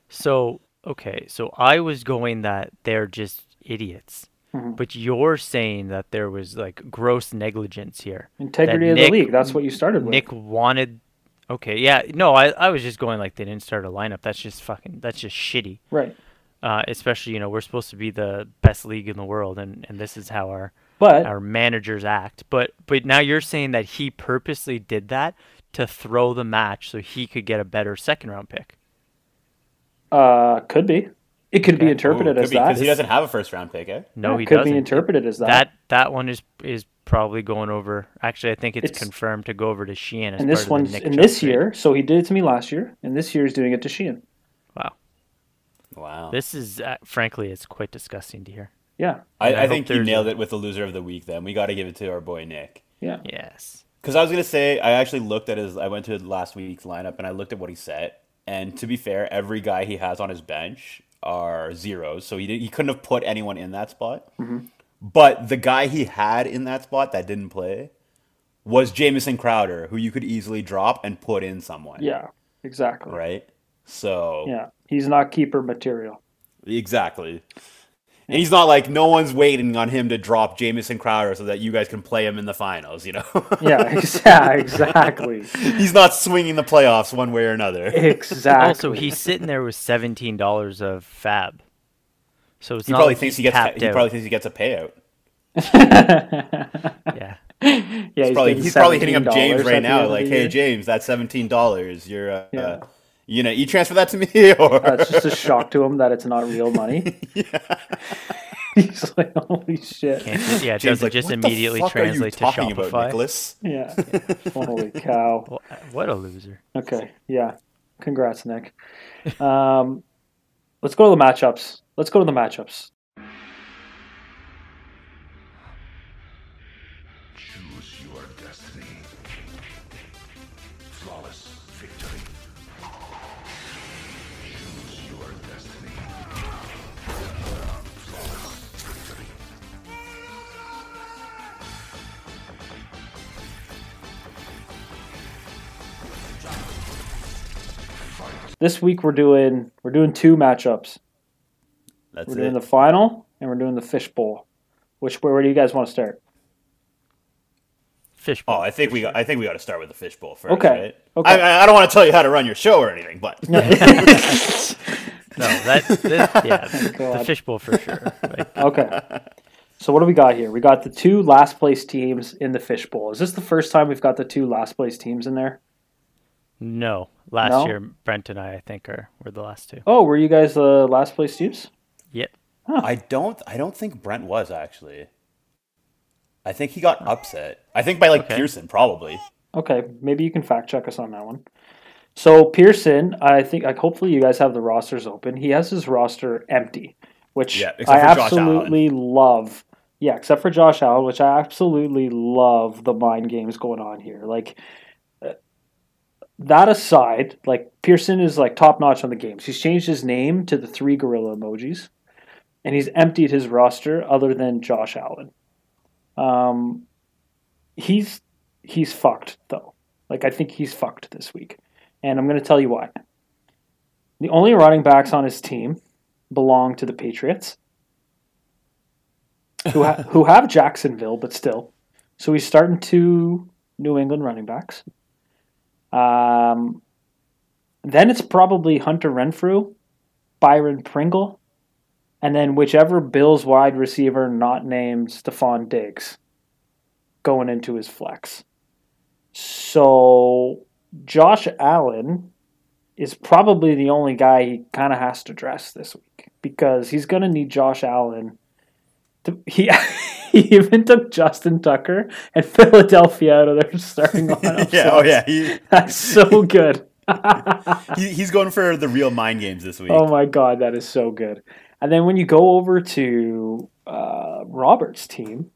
[SPEAKER 4] So, okay, so I was going that they're just idiots,
[SPEAKER 3] Mhm.
[SPEAKER 4] but you're saying that there was like gross negligence here.
[SPEAKER 3] Integrity of
[SPEAKER 4] Nick-
[SPEAKER 3] the league. That's what you started with.
[SPEAKER 4] Nick wanted. Okay, yeah, no, I, I was just going like they didn't start a lineup. That's just fucking. That's just shitty.
[SPEAKER 3] Right.
[SPEAKER 4] Uh, especially you know we're supposed to be the best league in the world, and and this is how our
[SPEAKER 3] But
[SPEAKER 4] our managers act. But but now you're saying that he purposely did that to throw the match so he could get a better second round pick.
[SPEAKER 3] uh, could be. It could be
[SPEAKER 4] Okay.
[SPEAKER 3] interpreted as
[SPEAKER 5] because
[SPEAKER 3] that.
[SPEAKER 5] he doesn't have a first round pick. Eh?
[SPEAKER 4] No,
[SPEAKER 3] Yeah,
[SPEAKER 4] he
[SPEAKER 3] could
[SPEAKER 4] doesn't.
[SPEAKER 3] be interpreted as that.
[SPEAKER 4] that that one is is probably going over. Actually, I think it's,
[SPEAKER 3] It's-
[SPEAKER 4] confirmed to go over to Sheehan. As
[SPEAKER 3] and
[SPEAKER 4] part
[SPEAKER 3] this
[SPEAKER 4] of the
[SPEAKER 3] one's
[SPEAKER 4] Nick
[SPEAKER 3] in
[SPEAKER 4] Chubb
[SPEAKER 3] this
[SPEAKER 4] trade.
[SPEAKER 3] year. So he did it to me last year, and this year he's doing it to Sheehan.
[SPEAKER 4] Wow,
[SPEAKER 5] Wow.
[SPEAKER 4] this is uh, frankly it's quite disgusting to hear.
[SPEAKER 3] Yeah.
[SPEAKER 5] I,
[SPEAKER 4] I
[SPEAKER 5] I,
[SPEAKER 4] hope
[SPEAKER 5] think you
[SPEAKER 4] there's
[SPEAKER 5] nailed it with the loser of the week. Then we got to give it to our boy Nick.
[SPEAKER 3] Yeah.
[SPEAKER 4] Yes.
[SPEAKER 5] Because I was gonna say, I actually looked at his. I went to last week's lineup and I looked at what he set. And to be fair, every guy he has on his bench are zeros, so he did, he couldn't have put anyone in that spot.
[SPEAKER 3] Mm-hmm.
[SPEAKER 5] But the guy he had in that spot that didn't play was Jamison Crowder, who you could easily drop and put in someone.
[SPEAKER 3] Yeah. Exactly.
[SPEAKER 5] Right. So
[SPEAKER 3] Yeah. He's not keeper material.
[SPEAKER 5] exactly. And he's not like no one's waiting on him to drop Jamison Crowder so that you guys can play him in the finals. You know.
[SPEAKER 3] Yeah. ex- yeah. Exactly.
[SPEAKER 5] He's not swinging the playoffs one way or another.
[SPEAKER 3] Exactly.
[SPEAKER 4] Also, he's sitting there with seventeen dollars of fab. So it's
[SPEAKER 5] He
[SPEAKER 4] not
[SPEAKER 5] probably
[SPEAKER 4] like
[SPEAKER 5] thinks
[SPEAKER 4] he's
[SPEAKER 5] he gets
[SPEAKER 4] tapped
[SPEAKER 5] he
[SPEAKER 4] out.
[SPEAKER 5] probably thinks he gets a payout.
[SPEAKER 4] yeah.
[SPEAKER 3] yeah,
[SPEAKER 5] He's probably
[SPEAKER 3] getting
[SPEAKER 5] he's probably hitting up
[SPEAKER 3] $17
[SPEAKER 5] James
[SPEAKER 3] at
[SPEAKER 5] right
[SPEAKER 3] the
[SPEAKER 5] now,
[SPEAKER 3] end of
[SPEAKER 5] like,
[SPEAKER 3] the
[SPEAKER 5] "Hey
[SPEAKER 3] year.
[SPEAKER 5] James, that's seventeen dollars. You're, uh,
[SPEAKER 3] Yeah.
[SPEAKER 5] you know, you transfer that to me, or
[SPEAKER 3] That's just a shock to him that it's not real money. he's like, holy shit.
[SPEAKER 4] Can't just- yeah, it
[SPEAKER 5] James
[SPEAKER 4] doesn't just
[SPEAKER 5] "What the
[SPEAKER 4] immediately
[SPEAKER 5] fuck are you
[SPEAKER 4] translate to
[SPEAKER 5] talking
[SPEAKER 4] Shopify.
[SPEAKER 5] About, Nicholas?
[SPEAKER 3] Yeah. holy cow.
[SPEAKER 4] Well, uh, what a loser.
[SPEAKER 3] Okay. Yeah. Congrats, Nick. Um, let's go to the matchups. Let's go to the matchups.
[SPEAKER 7] Choose your destiny. Flawless victory. Choose your destiny. Flawless victory.
[SPEAKER 3] This week we're doing we're doing two matchups.
[SPEAKER 5] That's
[SPEAKER 3] We're doing
[SPEAKER 5] it.
[SPEAKER 3] the final and we're doing the fishbowl. Which where, where do you guys want to start?
[SPEAKER 4] Fish.
[SPEAKER 5] oh, I think we got, I think we got to start with the fishbowl first.
[SPEAKER 3] Okay.
[SPEAKER 5] right?
[SPEAKER 3] Okay.
[SPEAKER 5] I- I, I don't want to tell you how to run your show or anything, but
[SPEAKER 4] No, that, that
[SPEAKER 5] Oh,
[SPEAKER 4] yeah, the
[SPEAKER 3] God.
[SPEAKER 4] fishbowl for sure. Like,
[SPEAKER 3] Okay. So what do we got here? We got the two last place teams in the fishbowl. Is this the first time we've got the two last place teams in there?
[SPEAKER 4] no, last
[SPEAKER 3] No?
[SPEAKER 4] year Brent and I, I think, are were the last two.
[SPEAKER 3] Oh, were you guys the last place teams?
[SPEAKER 4] Yep.
[SPEAKER 5] I don't I don't think Brent was actually. I think he got upset. I think by like
[SPEAKER 4] Okay.
[SPEAKER 5] Pearson probably.
[SPEAKER 3] Okay, maybe you can fact check us on that one. So Pearson, I think like hopefully you guys have the rosters open. He has his roster empty, which
[SPEAKER 5] Yeah, except
[SPEAKER 3] I
[SPEAKER 5] for Josh
[SPEAKER 3] absolutely love. Yeah, except for Josh Allen, which I absolutely love the mind games going on here. Like uh, that aside, like Pearson is like top notch on the games. He's changed his name to the three gorilla emojis, and he's emptied his roster other than Josh Allen. Um, he's he's fucked though. Like I think he's fucked this week, and I'm going to tell you why. The only running backs on his team belong to the Patriots, who ha- who have Jacksonville, but still. So he's starting two New England running backs. Um, then it's probably Hunter Renfrew, Byron Pringle, and then whichever Bills wide receiver not named Stephon Diggs going into his flex. So Josh Allen is probably the only guy he kind of has to dress this week because he's going to need Josh Allen. To, he he even took Justin Tucker and Philadelphia out of their starting lineup.
[SPEAKER 5] yeah,
[SPEAKER 3] so
[SPEAKER 5] oh yeah, he,
[SPEAKER 3] that's so good.
[SPEAKER 5] he he's going for the real mind games this week.
[SPEAKER 3] Oh my god, that is so good. And then when you go over to uh, Robert's team,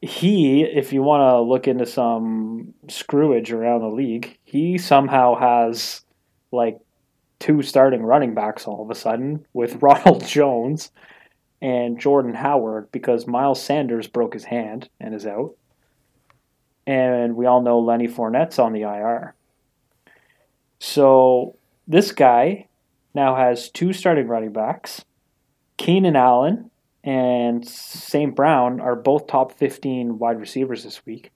[SPEAKER 3] he, if you want to look into some screwage around the league, he somehow has like two starting running backs all of a sudden with Ronald Jones and Jordan Howard because Miles Sanders broke his hand and is out. and we all know Lenny Fournette's on the IR. So this guy now has two starting running backs. Keenan Allen and St. Brown are both top 15 wide receivers this week.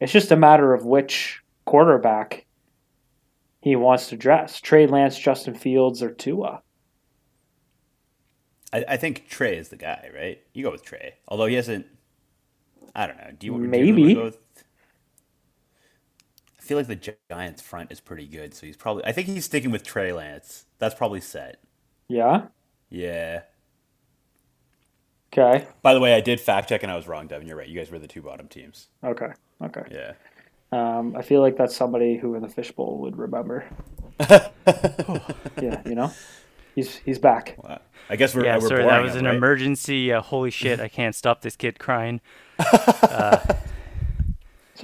[SPEAKER 3] It's just a matter of which quarterback he wants to dress. Trey Lance, Justin Fields, or Tua.
[SPEAKER 5] I, I think Trey is the guy, right? You go with Trey, although he hasn't. I don't know. Do you do you
[SPEAKER 3] Maybe.
[SPEAKER 5] wanna go with- I feel like the Gi- Giants front is pretty good, so he's probably. I think he's sticking with Trey Lance. That's probably set.
[SPEAKER 3] Yeah.
[SPEAKER 5] Yeah.
[SPEAKER 3] Okay.
[SPEAKER 5] By the way, I did fact check and I was wrong, Devin. You're right. You guys were the two bottom teams.
[SPEAKER 3] Okay. Okay.
[SPEAKER 5] Yeah.
[SPEAKER 3] Um, I feel like that's somebody who in the fishbowl would remember. yeah, you know, he's he's back.
[SPEAKER 5] Wow. I guess we're
[SPEAKER 4] Yeah,
[SPEAKER 5] we're
[SPEAKER 4] sorry,
[SPEAKER 5] boring
[SPEAKER 4] that was
[SPEAKER 5] him,
[SPEAKER 4] an
[SPEAKER 5] right?
[SPEAKER 4] emergency. Uh, holy shit, I can't stop this kid crying.
[SPEAKER 3] It's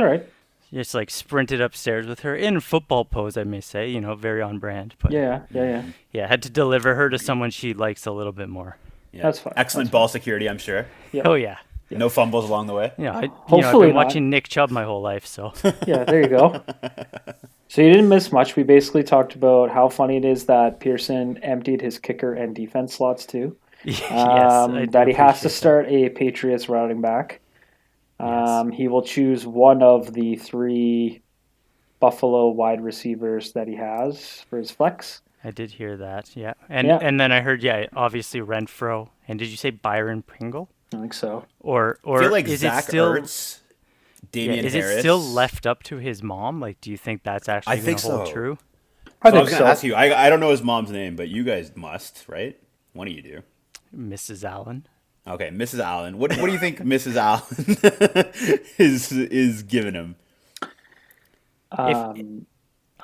[SPEAKER 3] all right.
[SPEAKER 4] Just like sprinted upstairs with her in football pose, I may say, you know, very on brand. But
[SPEAKER 3] Yeah, yeah, yeah.
[SPEAKER 4] yeah, had to deliver her to someone she likes a little bit more.
[SPEAKER 5] Yeah.
[SPEAKER 3] That's fine,
[SPEAKER 5] Excellent
[SPEAKER 3] that's
[SPEAKER 5] ball security, I'm sure.
[SPEAKER 4] Oh yeah,
[SPEAKER 5] No fumbles along the way.
[SPEAKER 4] you know, I, you know, I've
[SPEAKER 3] Hopefully
[SPEAKER 4] been
[SPEAKER 3] not.
[SPEAKER 4] watching Nick Chubb my whole life, so
[SPEAKER 3] Yeah, there you go. So you didn't miss much. We basically talked about how funny it is that Pearson emptied his kicker and defense slots too.
[SPEAKER 4] yes,
[SPEAKER 3] Um,
[SPEAKER 4] I do
[SPEAKER 3] that he has
[SPEAKER 4] appreciate
[SPEAKER 3] to start a Patriots running back. Um, He will choose one of the three Buffalo wide receivers that he has for his flex.
[SPEAKER 4] I did hear that. Yeah, and
[SPEAKER 3] Yeah.
[SPEAKER 4] and then I heard yeah, obviously Renfro, and did you say Byron Pringle?
[SPEAKER 3] I think so.
[SPEAKER 4] Or
[SPEAKER 5] I
[SPEAKER 4] or
[SPEAKER 5] feel like
[SPEAKER 4] is
[SPEAKER 5] Zach
[SPEAKER 4] it still
[SPEAKER 5] Ertz,
[SPEAKER 4] yeah,
[SPEAKER 5] Damian
[SPEAKER 4] is
[SPEAKER 5] Harris.
[SPEAKER 4] it still left up to his mom? Like, do you think that's actually going
[SPEAKER 5] think
[SPEAKER 4] to hold
[SPEAKER 5] so.
[SPEAKER 4] true?
[SPEAKER 5] So I
[SPEAKER 3] I think
[SPEAKER 5] was gonna
[SPEAKER 3] so.
[SPEAKER 5] ask you. I, I don't know his mom's name, but you guys must, right? One of you do.
[SPEAKER 4] Mrs. Allen.
[SPEAKER 5] Okay, Mrs. Allen. What what do you think Mrs. Allen is is giving him?
[SPEAKER 3] Um,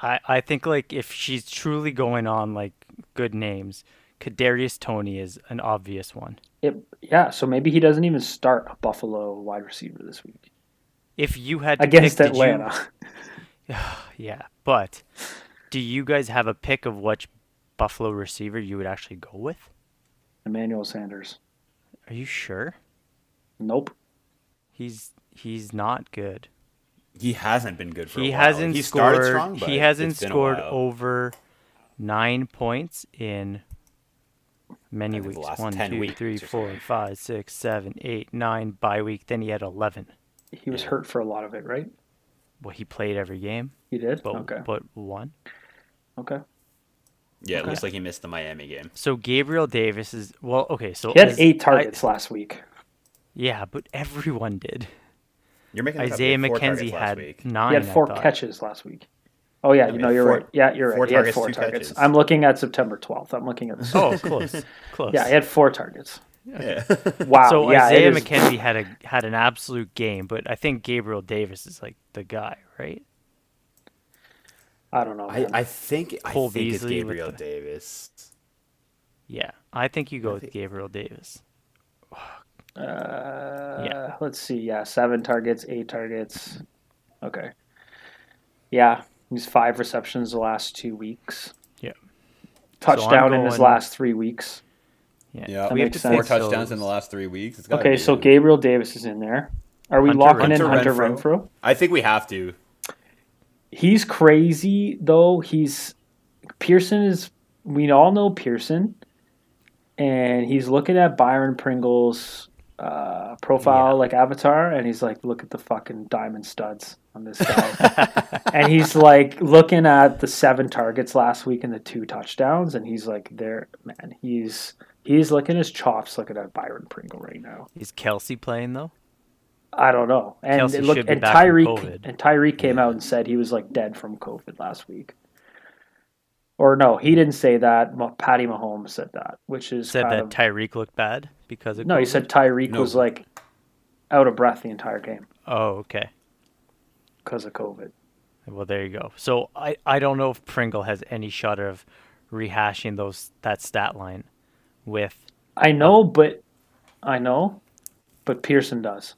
[SPEAKER 4] I, I think like if she's truly going on like good names, Kadarius Tony is an obvious one.
[SPEAKER 3] it, yeah, so maybe he doesn't even start a Buffalo wide receiver this week
[SPEAKER 4] If you had to
[SPEAKER 3] against
[SPEAKER 4] pick, did you-
[SPEAKER 3] Atlanta.
[SPEAKER 4] yeah, but do you guys have a pick of which Buffalo receiver you would actually go with?
[SPEAKER 3] Emmanuel Sanders.
[SPEAKER 4] Are you sure?
[SPEAKER 3] Nope.
[SPEAKER 4] He's he's not good.
[SPEAKER 5] He hasn't been good for.
[SPEAKER 4] he
[SPEAKER 5] a while.
[SPEAKER 4] hasn't
[SPEAKER 5] he
[SPEAKER 4] scored.
[SPEAKER 5] Started strong, but
[SPEAKER 4] he hasn't
[SPEAKER 5] it's been a
[SPEAKER 4] scored
[SPEAKER 5] while.
[SPEAKER 4] over nine points in many
[SPEAKER 5] think the
[SPEAKER 4] weeks.
[SPEAKER 5] last
[SPEAKER 4] One,
[SPEAKER 5] 10
[SPEAKER 4] two,
[SPEAKER 5] weeks
[SPEAKER 4] three,
[SPEAKER 5] or
[SPEAKER 4] four,
[SPEAKER 5] something.
[SPEAKER 4] five, six, seven, eight, nine bye week. Then he had eleven.
[SPEAKER 3] He was hurt for a lot of it, right?
[SPEAKER 4] Well, he played every game,
[SPEAKER 3] He did?
[SPEAKER 4] but
[SPEAKER 3] okay.
[SPEAKER 4] but one.
[SPEAKER 3] okay.
[SPEAKER 5] Yeah, it looks like he missed the Miami game.
[SPEAKER 4] So Gabriel Davis is well. Okay, so
[SPEAKER 3] He had
[SPEAKER 4] is- I-
[SPEAKER 3] eight targets last week.
[SPEAKER 4] yeah, but everyone did.
[SPEAKER 5] You're making that up. He
[SPEAKER 4] Isaiah
[SPEAKER 5] had four targets
[SPEAKER 4] McKenzie
[SPEAKER 5] last
[SPEAKER 4] had Mm.
[SPEAKER 5] week.
[SPEAKER 4] nine.
[SPEAKER 3] He had
[SPEAKER 4] I
[SPEAKER 3] four
[SPEAKER 4] thought.
[SPEAKER 3] catches last week. Oh yeah, you
[SPEAKER 5] he
[SPEAKER 3] know
[SPEAKER 5] had
[SPEAKER 3] you're
[SPEAKER 5] four-
[SPEAKER 3] right. Yeah, you're
[SPEAKER 5] four
[SPEAKER 3] right. He had
[SPEAKER 5] targets,
[SPEAKER 3] four
[SPEAKER 5] two
[SPEAKER 3] targets.
[SPEAKER 5] catches.
[SPEAKER 3] I'm looking at September 12th. I'm looking at this.
[SPEAKER 4] Oh, close, close.
[SPEAKER 3] yeah, he had four targets.
[SPEAKER 5] Yeah.
[SPEAKER 3] Wow.
[SPEAKER 4] So
[SPEAKER 3] yeah, it
[SPEAKER 4] Isaiah
[SPEAKER 3] is-
[SPEAKER 4] McKenzie had a had an absolute game, but I think Gabriel Davis is like the guy, right?
[SPEAKER 3] I don't know.
[SPEAKER 5] I,
[SPEAKER 3] man.
[SPEAKER 5] I think I
[SPEAKER 4] Cole
[SPEAKER 5] think it's
[SPEAKER 4] Beasley with
[SPEAKER 5] Gabriel
[SPEAKER 4] the-
[SPEAKER 5] Davis.
[SPEAKER 4] Yeah, I think you go with Gabriel Davis. yeah.
[SPEAKER 3] Uh, let's see. Yeah, seven targets, eight targets. Okay. Yeah, he's five receptions the last two weeks.
[SPEAKER 4] Yeah.
[SPEAKER 3] Touchdown in his
[SPEAKER 4] going-
[SPEAKER 3] last three weeks.
[SPEAKER 4] Yeah.
[SPEAKER 5] Yeah,
[SPEAKER 3] That
[SPEAKER 5] we have
[SPEAKER 3] makes
[SPEAKER 5] four
[SPEAKER 3] sense.
[SPEAKER 5] touchdowns in the last three weeks. It's gotta
[SPEAKER 3] Okay,
[SPEAKER 5] be
[SPEAKER 3] so
[SPEAKER 5] him.
[SPEAKER 3] Gabriel Davis is in there. Are we
[SPEAKER 4] Hunter
[SPEAKER 3] locking in
[SPEAKER 5] Renfro.
[SPEAKER 3] Hunter
[SPEAKER 5] Renfro.
[SPEAKER 3] Renfro?
[SPEAKER 5] I think we have to.
[SPEAKER 3] He's crazy though. He's Pearson is we all know Pearson, and he's looking at Byron Pringle's uh, profile like avatar, and he's like, look at the fucking diamond studs on this guy, and he's like looking at the seven targets last week and the two touchdowns, and he's like, there, man, he's he's looking his chops looking at Byron Pringle right now.
[SPEAKER 4] Is Kelsey playing though?
[SPEAKER 3] I don't know. And
[SPEAKER 4] Kelsey
[SPEAKER 3] look,
[SPEAKER 4] should be
[SPEAKER 3] and
[SPEAKER 4] back from
[SPEAKER 3] Tyreek
[SPEAKER 4] COVID.
[SPEAKER 3] and Tyreek came out and said he was like dead from COVID last week. Or no, he didn't say that. Ma- Patty Mahomes said that, which is
[SPEAKER 4] Said
[SPEAKER 3] kind
[SPEAKER 4] that
[SPEAKER 3] of-
[SPEAKER 4] Tyreek looked bad because of
[SPEAKER 3] no, he
[SPEAKER 4] COVID?
[SPEAKER 3] said Tyreek
[SPEAKER 5] No.
[SPEAKER 3] was like out of breath the entire game
[SPEAKER 4] Oh, okay.
[SPEAKER 3] because of COVID.
[SPEAKER 4] Well, there you go. So I, I don't know if Pringle has any shot of rehashing those that stat line with
[SPEAKER 3] I know, but I know, but Pearson does.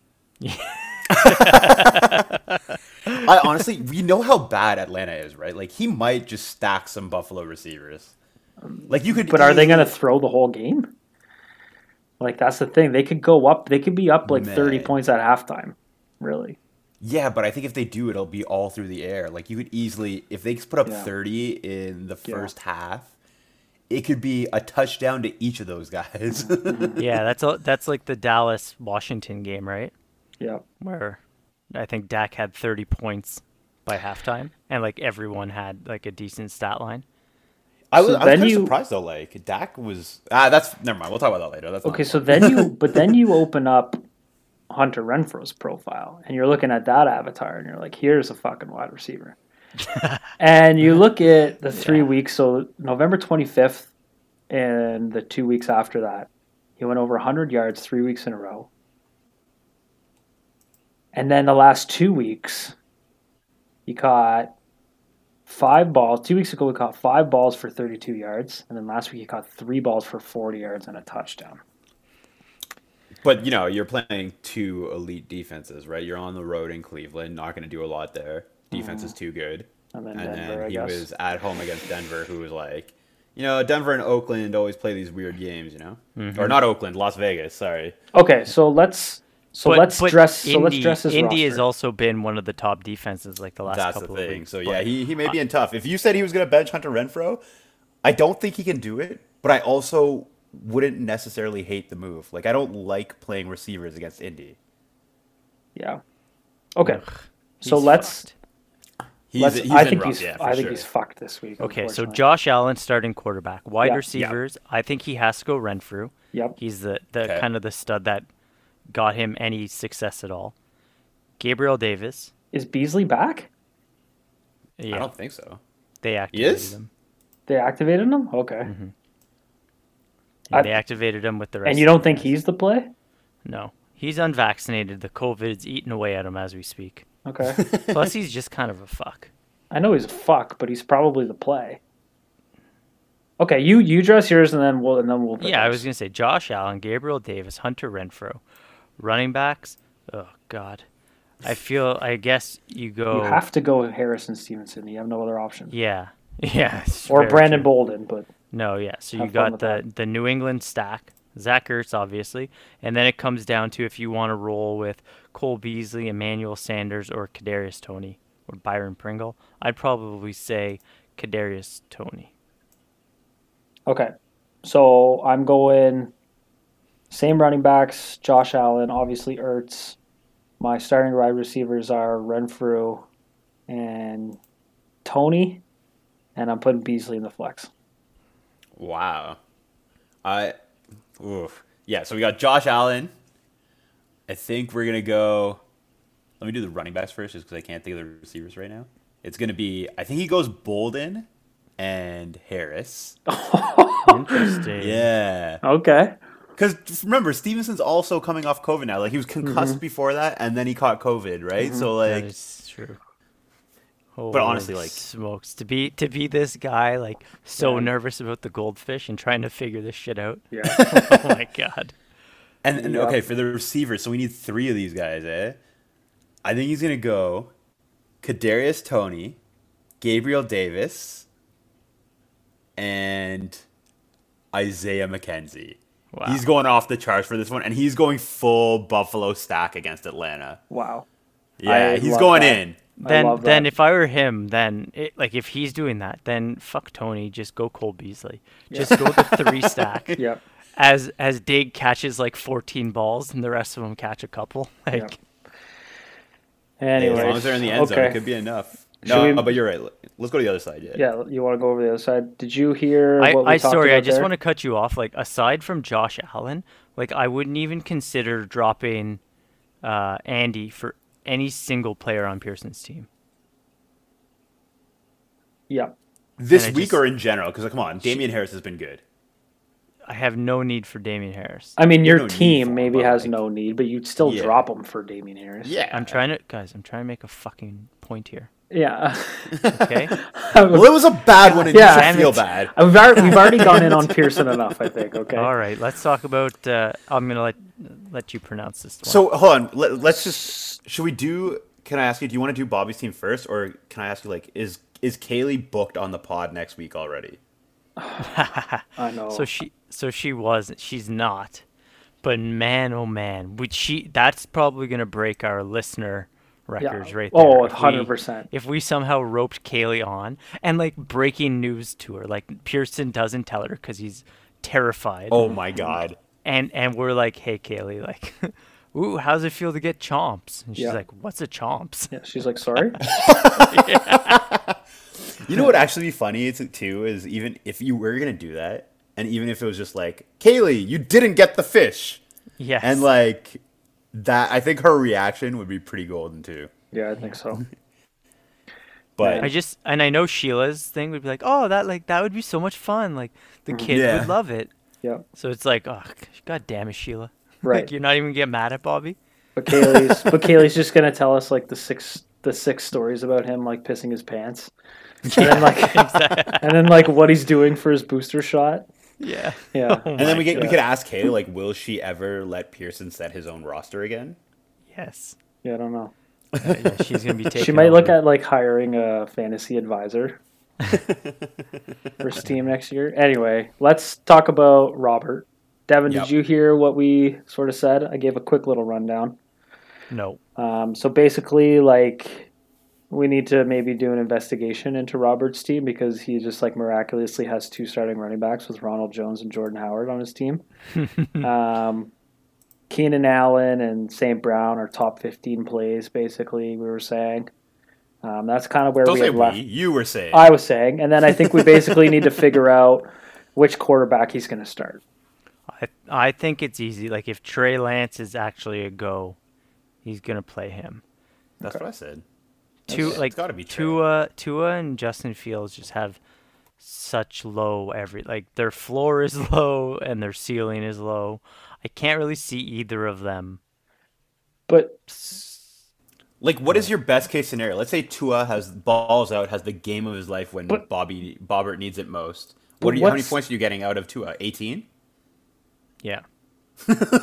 [SPEAKER 5] I honestly, we know how bad Atlanta is, right? Like he might just stack some Buffalo receivers. Like you could,
[SPEAKER 3] But are they
[SPEAKER 5] easily-
[SPEAKER 3] going to throw the whole game? Like that's the thing. They could go up. They could be up like thirty
[SPEAKER 5] Man.
[SPEAKER 3] points at halftime. Really?
[SPEAKER 5] Yeah, but I think if they do, it'll be all through the air. Like you could easily, if they put up
[SPEAKER 3] Yeah.
[SPEAKER 5] 30 in the first half, it could be a touchdown to each of those guys.
[SPEAKER 4] yeah, that's all. That's like the Dallas Washington game, right?
[SPEAKER 3] Yeah.
[SPEAKER 4] Where I think Dak had 30 points by halftime, and like everyone had like a decent stat line.
[SPEAKER 5] I was,
[SPEAKER 3] So
[SPEAKER 5] I was
[SPEAKER 3] then
[SPEAKER 5] kind of
[SPEAKER 3] you-
[SPEAKER 5] surprised though. Like Dak was. Ah, that's never mind. We'll talk about that later. That's not
[SPEAKER 3] Okay, so then you but then you open up Hunter Renfro's profile and you're looking at that avatar and you're like, here's a fucking wide receiver. and you look at the three weeks, so November 25th and the two weeks after that, he went over 100 yards three weeks in a row. And then the last two weeks, he caught five balls. Two weeks ago, he caught five balls for 32 yards. And then last week, he caught three balls for 40 yards and a touchdown.
[SPEAKER 5] But you know, you're playing two elite defenses, right? You're on the road in Cleveland, not going to do a lot there. Defense is too good.
[SPEAKER 3] And then
[SPEAKER 5] and
[SPEAKER 3] Denver,
[SPEAKER 5] then
[SPEAKER 3] I
[SPEAKER 5] he
[SPEAKER 3] guess.
[SPEAKER 5] was at home against Denver, who was like, you know, Denver and Oakland always play these weird games, you know, or not Oakland, Las Vegas. Sorry,
[SPEAKER 3] Okay, so let's so let's dress so let's dress his
[SPEAKER 4] Indy has
[SPEAKER 3] roster.
[SPEAKER 4] also been one of the top defenses like the last
[SPEAKER 5] that's the
[SPEAKER 4] couple of
[SPEAKER 5] thing.
[SPEAKER 4] weeks.
[SPEAKER 5] so yeah, he he may be in tough. If you said he was going to bench Hunter Renfro, I don't think he can do it. But I also wouldn't necessarily hate the move. Like I don't like playing receivers against Indy.
[SPEAKER 3] yeah. Okay. so
[SPEAKER 4] He's
[SPEAKER 3] let's
[SPEAKER 4] fucked.
[SPEAKER 5] He's,
[SPEAKER 3] let's
[SPEAKER 5] he's
[SPEAKER 3] I
[SPEAKER 5] in
[SPEAKER 3] think
[SPEAKER 5] rough,
[SPEAKER 3] he's
[SPEAKER 5] yeah, for
[SPEAKER 3] I think
[SPEAKER 5] sure.
[SPEAKER 3] he's fucked this week.
[SPEAKER 4] Okay, so
[SPEAKER 3] unfortunately.
[SPEAKER 4] Josh Allen starting quarterback, wide
[SPEAKER 3] Yeah. Yeah.
[SPEAKER 4] receivers. I think he has to go Renfrew.
[SPEAKER 3] Yep.
[SPEAKER 4] He's the, the
[SPEAKER 5] Okay.
[SPEAKER 4] kind of the stud that got him any success at all. Gabriel Davis.
[SPEAKER 3] Is Beasley back?
[SPEAKER 5] I
[SPEAKER 4] Yeah,
[SPEAKER 5] don't think so.
[SPEAKER 4] they activated
[SPEAKER 5] is?
[SPEAKER 4] him.
[SPEAKER 3] They activated him? Okay.
[SPEAKER 5] Mm-hmm.
[SPEAKER 4] And
[SPEAKER 3] I-
[SPEAKER 4] they activated him with the rest.
[SPEAKER 3] And you
[SPEAKER 4] of
[SPEAKER 3] don't
[SPEAKER 4] the
[SPEAKER 3] think
[SPEAKER 4] guys.
[SPEAKER 3] he's the play?
[SPEAKER 4] No, he's unvaccinated. The COVID's eating away at him as we speak.
[SPEAKER 3] Okay.
[SPEAKER 4] Plus, he's just kind of a fuck.
[SPEAKER 3] I know he's a fuck, but he's probably the play. Okay, you you dress yours and then we'll and then we'll pick
[SPEAKER 4] Yeah, I
[SPEAKER 3] ours.
[SPEAKER 4] was gonna say Josh Allen, Gabriel Davis, Hunter Renfro, running backs. Oh God, I feel. I guess you go.
[SPEAKER 3] you have to go with Harrison Stevenson. You have no other option.
[SPEAKER 4] oh. Yeah, yeah. it's
[SPEAKER 3] or
[SPEAKER 4] very
[SPEAKER 3] Brandon
[SPEAKER 4] true.
[SPEAKER 3] Bolden, but
[SPEAKER 4] No, yeah. So you
[SPEAKER 3] Have fun
[SPEAKER 4] got
[SPEAKER 3] with
[SPEAKER 4] the the New England stack, Zach Ertz, obviously, and then it comes down to if you want to roll with Cole Beasley, Emmanuel Sanders, or Kadarius Tony or Byron Pringle. I'd probably say Kadarius Tony.
[SPEAKER 3] Okay. So I'm going same running backs, Josh Allen, obviously Ertz. My starting wide receivers are Renfrew and Tony. And I'm putting Beasley in the flex.
[SPEAKER 5] Wow. I oof. Yeah, so we got Josh Allen. I think we're gonna go let me do the running backs first just because I can't think of the receivers right now. It's gonna be I think he goes Bolden and Harris.
[SPEAKER 4] Interesting.
[SPEAKER 5] Yeah.
[SPEAKER 3] Okay.
[SPEAKER 5] Cause just remember, Stevenson's also coming off COVID now. Like he was concussed before that and then he caught COVID, right? So
[SPEAKER 4] That
[SPEAKER 5] like
[SPEAKER 4] is true.
[SPEAKER 5] But honestly,
[SPEAKER 4] Holy
[SPEAKER 5] like-
[SPEAKER 4] smokes to be to be this guy like so nervous about the goldfish and trying to figure this shit out.
[SPEAKER 3] Yeah.
[SPEAKER 4] oh my god.
[SPEAKER 5] And, and okay, for the receivers, so we need three of these guys, eh? I think he's gonna go Kadarius Tony, Gabriel Davis, and Isaiah McKenzie.
[SPEAKER 4] Wow.
[SPEAKER 5] He's going off the charts for this one, and he's going full Buffalo stack against Atlanta.
[SPEAKER 3] Wow.
[SPEAKER 5] Yeah,
[SPEAKER 3] I
[SPEAKER 5] he's
[SPEAKER 3] love
[SPEAKER 5] going
[SPEAKER 3] that.
[SPEAKER 5] in.
[SPEAKER 3] I
[SPEAKER 4] Then
[SPEAKER 3] love
[SPEAKER 4] then
[SPEAKER 3] that.
[SPEAKER 4] if I were him, then it, like if he's doing that, then fuck Tony, just go Cole Beasley. Just go the three stack.
[SPEAKER 3] Yep.
[SPEAKER 4] As as Dig catches like 14 balls and the rest of them catch a couple. Like
[SPEAKER 5] Hey,
[SPEAKER 3] Anyway.
[SPEAKER 5] as long as they're in the end zone, it could be enough. No, uh,
[SPEAKER 3] Should we-
[SPEAKER 5] but you're right. Let's go to the other side. Yeah.
[SPEAKER 3] yeah, you want to go over the other side. Did you hear
[SPEAKER 4] I,
[SPEAKER 3] what we
[SPEAKER 4] I
[SPEAKER 3] talked
[SPEAKER 4] sorry,
[SPEAKER 3] about
[SPEAKER 4] I just
[SPEAKER 3] there?
[SPEAKER 4] want to cut you off. Like aside from Josh Allen, like I wouldn't even consider dropping uh, Andy for any single player on Pearson's team.
[SPEAKER 3] Yeah.
[SPEAKER 5] This
[SPEAKER 4] And I
[SPEAKER 5] week
[SPEAKER 4] just-
[SPEAKER 5] or in general, because come on, Damian Harris has been good.
[SPEAKER 4] I have no need for Damian Harris.
[SPEAKER 3] I mean, your
[SPEAKER 5] no need for
[SPEAKER 3] team
[SPEAKER 5] him,
[SPEAKER 3] maybe
[SPEAKER 5] but,
[SPEAKER 3] has
[SPEAKER 5] like-
[SPEAKER 3] no need, but you'd still
[SPEAKER 5] Yeah.
[SPEAKER 3] drop him for Damien Harris.
[SPEAKER 5] Yeah.
[SPEAKER 4] I'm trying to guys, I'm trying to make a fucking point here.
[SPEAKER 3] Yeah.
[SPEAKER 4] Okay?
[SPEAKER 5] Well, it was a bad one, and
[SPEAKER 3] Yeah.
[SPEAKER 5] you should feel bad.
[SPEAKER 3] We've already, we've already gone in on Pearson enough, I think. Okay.
[SPEAKER 4] All right, let's talk about uh, I'm going to let let you pronounce this one.
[SPEAKER 5] So hold on. Let, let's just. Should we do? Can I ask you? Do you want to do Bobby's team first, or can I ask you? Like, is is Kaylee booked on the pod next week already?
[SPEAKER 3] I know.
[SPEAKER 4] So she so she was she's not. But man oh man, would she that's probably gonna break our listener records right there.
[SPEAKER 3] Oh,
[SPEAKER 4] If we-
[SPEAKER 3] 100%.
[SPEAKER 4] If we somehow roped Kaylee on and like breaking news to her, like Pearson doesn't tell her because he's terrified.
[SPEAKER 5] Oh my god.
[SPEAKER 4] And and we're like, hey Kaylee, like, ooh, how's it feel to get chomps? And she's
[SPEAKER 3] Yeah.
[SPEAKER 4] like, what's a chomps?
[SPEAKER 3] Yeah, she's like, sorry.
[SPEAKER 5] You know what actually be funny is- too is even if you were gonna do that, and even if it was just like Kaylee, you didn't get the fish,
[SPEAKER 4] Yes.
[SPEAKER 5] and like that, I think her reaction would be pretty golden too.
[SPEAKER 3] yeah, I think so.
[SPEAKER 5] But
[SPEAKER 4] I just and I know Sheila's thing would be like, oh, that like that would be so much fun. Like the kid
[SPEAKER 5] Yeah.
[SPEAKER 4] would love it.
[SPEAKER 3] Mm-hmm. Yeah,
[SPEAKER 4] So it's like, oh, gosh, god damn it, Sheila.
[SPEAKER 3] Right.
[SPEAKER 4] like you're not even gonna get mad at Bobby.
[SPEAKER 3] but Kaylee's but Kaylee's just gonna tell us like the six the six stories about him like pissing his pants, and then like and then like what he's doing for his booster shot.
[SPEAKER 4] Yeah.
[SPEAKER 3] Yeah,
[SPEAKER 5] and then we get we could ask Kaylee like, will she ever let Pearson set his own roster again?
[SPEAKER 4] Yes.
[SPEAKER 3] yeah, I don't know.
[SPEAKER 4] Uh, yeah, she's gonna be taking.
[SPEAKER 3] She might look
[SPEAKER 4] over.
[SPEAKER 3] at like hiring a fantasy advisor for Steam next year. Anyway, let's talk about Robert. Devin,
[SPEAKER 5] Yep.
[SPEAKER 3] did you hear what we sort of said? I gave a quick little rundown.
[SPEAKER 4] no.
[SPEAKER 3] Um, so basically, like, we need to maybe do an investigation into Robert's team because he just like miraculously has two starting running backs with Ronald Jones and Jordan Howard on his team. um, Keenan Allen and St. Brown are top 15 plays, basically, we were saying. Um, that's kind of where
[SPEAKER 5] Don't
[SPEAKER 3] we
[SPEAKER 5] say
[SPEAKER 3] had
[SPEAKER 5] we.
[SPEAKER 3] left.
[SPEAKER 5] You were saying.
[SPEAKER 3] I was saying. And then I think we basically need to figure out which quarterback he's going to start.
[SPEAKER 4] I I think it's easy. Like if Trey Lance is actually a go, he's gonna play him.
[SPEAKER 5] That's what I said.
[SPEAKER 4] Two
[SPEAKER 5] It's
[SPEAKER 4] like
[SPEAKER 5] gotta be Trey.
[SPEAKER 4] Tua Tua and Justin Fields just have such low every like their floor is low and their ceiling is low. I can't really see either of them.
[SPEAKER 3] But
[SPEAKER 5] Like, what is your best case scenario? Let's say Tua has balls out, has the game of his life when
[SPEAKER 3] But-
[SPEAKER 5] Bobby Bobbert needs it most. What are you, how many
[SPEAKER 3] what's-
[SPEAKER 5] points are you getting out of Tua? Eighteen.
[SPEAKER 4] Yeah.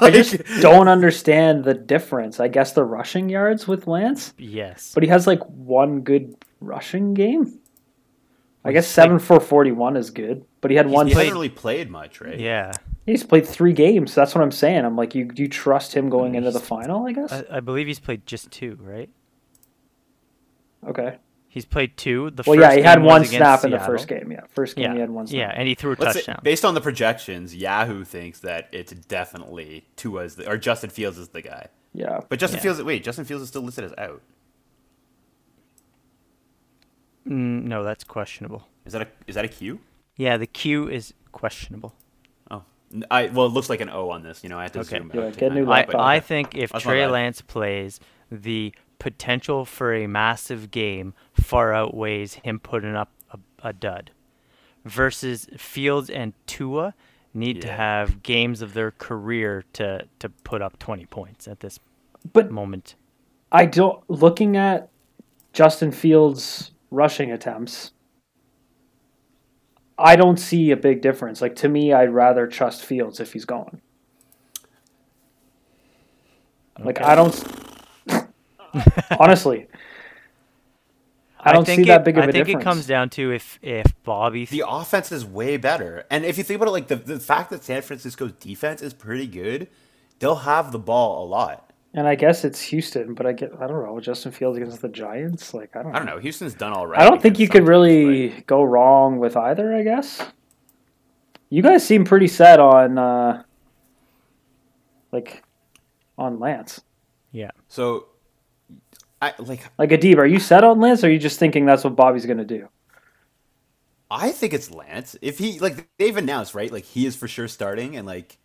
[SPEAKER 3] I just don't understand the difference. I guess the rushing yards with Lance.
[SPEAKER 4] Yes.
[SPEAKER 3] But he has like one good rushing game. I guess seven for forty-one is good, but he had one.
[SPEAKER 5] He
[SPEAKER 3] Play,
[SPEAKER 5] hasn't really played much, right?
[SPEAKER 4] Yeah.
[SPEAKER 3] he's played three games. That's what I'm saying. I'm like, you do you trust him going into the final? I guess.
[SPEAKER 4] I, I believe he's played just two, right?
[SPEAKER 3] okay.
[SPEAKER 4] He's played two. The
[SPEAKER 3] Well,
[SPEAKER 4] first
[SPEAKER 3] yeah, he had
[SPEAKER 4] game was
[SPEAKER 3] one
[SPEAKER 4] against
[SPEAKER 3] snap in the
[SPEAKER 4] Seattle.
[SPEAKER 3] first game. Yeah, first game
[SPEAKER 4] Yeah,
[SPEAKER 3] he had one. Snap.
[SPEAKER 4] yeah, and he threw a
[SPEAKER 5] Let's say,
[SPEAKER 4] touchdown.
[SPEAKER 5] based on the projections, Yahoo thinks that it's definitely Tua's the, or Justin Fields is the guy.
[SPEAKER 3] yeah.
[SPEAKER 5] But Justin
[SPEAKER 4] Yeah.
[SPEAKER 5] Fields, wait, Justin Fields is still listed as out.
[SPEAKER 4] Mm, no, that's questionable.
[SPEAKER 5] Is that a is that a Q?
[SPEAKER 4] Yeah, the Q is questionable.
[SPEAKER 5] Oh, N- I well, it looks like an O on this. You know, I have to
[SPEAKER 4] Okay.
[SPEAKER 5] zoom
[SPEAKER 3] Yeah,
[SPEAKER 5] out. to
[SPEAKER 3] get a new
[SPEAKER 5] kinda-
[SPEAKER 4] I,
[SPEAKER 3] laptop.
[SPEAKER 4] I think if
[SPEAKER 5] That's my
[SPEAKER 4] Trey
[SPEAKER 5] bad.
[SPEAKER 4] Lance plays, the potential for a massive game far outweighs him putting up a, a dud. Versus Fields and Tua need to
[SPEAKER 5] Yeah.
[SPEAKER 4] have games of their career to, to put up 20 points at this
[SPEAKER 3] But
[SPEAKER 4] moment.
[SPEAKER 3] I don't. Looking at Justin Fields' rushing attempts, I don't see a big difference. Like to me, I'd rather trust Fields if he's going. Like I don't. honestly, I don't see
[SPEAKER 4] think
[SPEAKER 3] that
[SPEAKER 4] it-
[SPEAKER 3] big of
[SPEAKER 4] I
[SPEAKER 3] a
[SPEAKER 4] think
[SPEAKER 3] difference.
[SPEAKER 4] it comes down to if, if Bobby
[SPEAKER 5] the offense is way better. And if you think about it, like the, the fact that San Francisco's defense is pretty good, they'll have the ball a lot.
[SPEAKER 3] and I guess it's Houston, but I get I don't know Justin Fields against the Giants. Like I don't.
[SPEAKER 5] I don't know. Houston's done all right.
[SPEAKER 3] I don't think you
[SPEAKER 5] against
[SPEAKER 3] could
[SPEAKER 5] some
[SPEAKER 3] really
[SPEAKER 5] teams,
[SPEAKER 3] go wrong with either, I guess. You guys seem pretty set on uh like on Lance.
[SPEAKER 4] Yeah.
[SPEAKER 5] but- So, I like.
[SPEAKER 3] Like Adib, are you set on Lance or are you just thinking that's what Bobby's gonna do?
[SPEAKER 5] I think it's Lance. If he like they've announced right, like he is for sure starting, and like,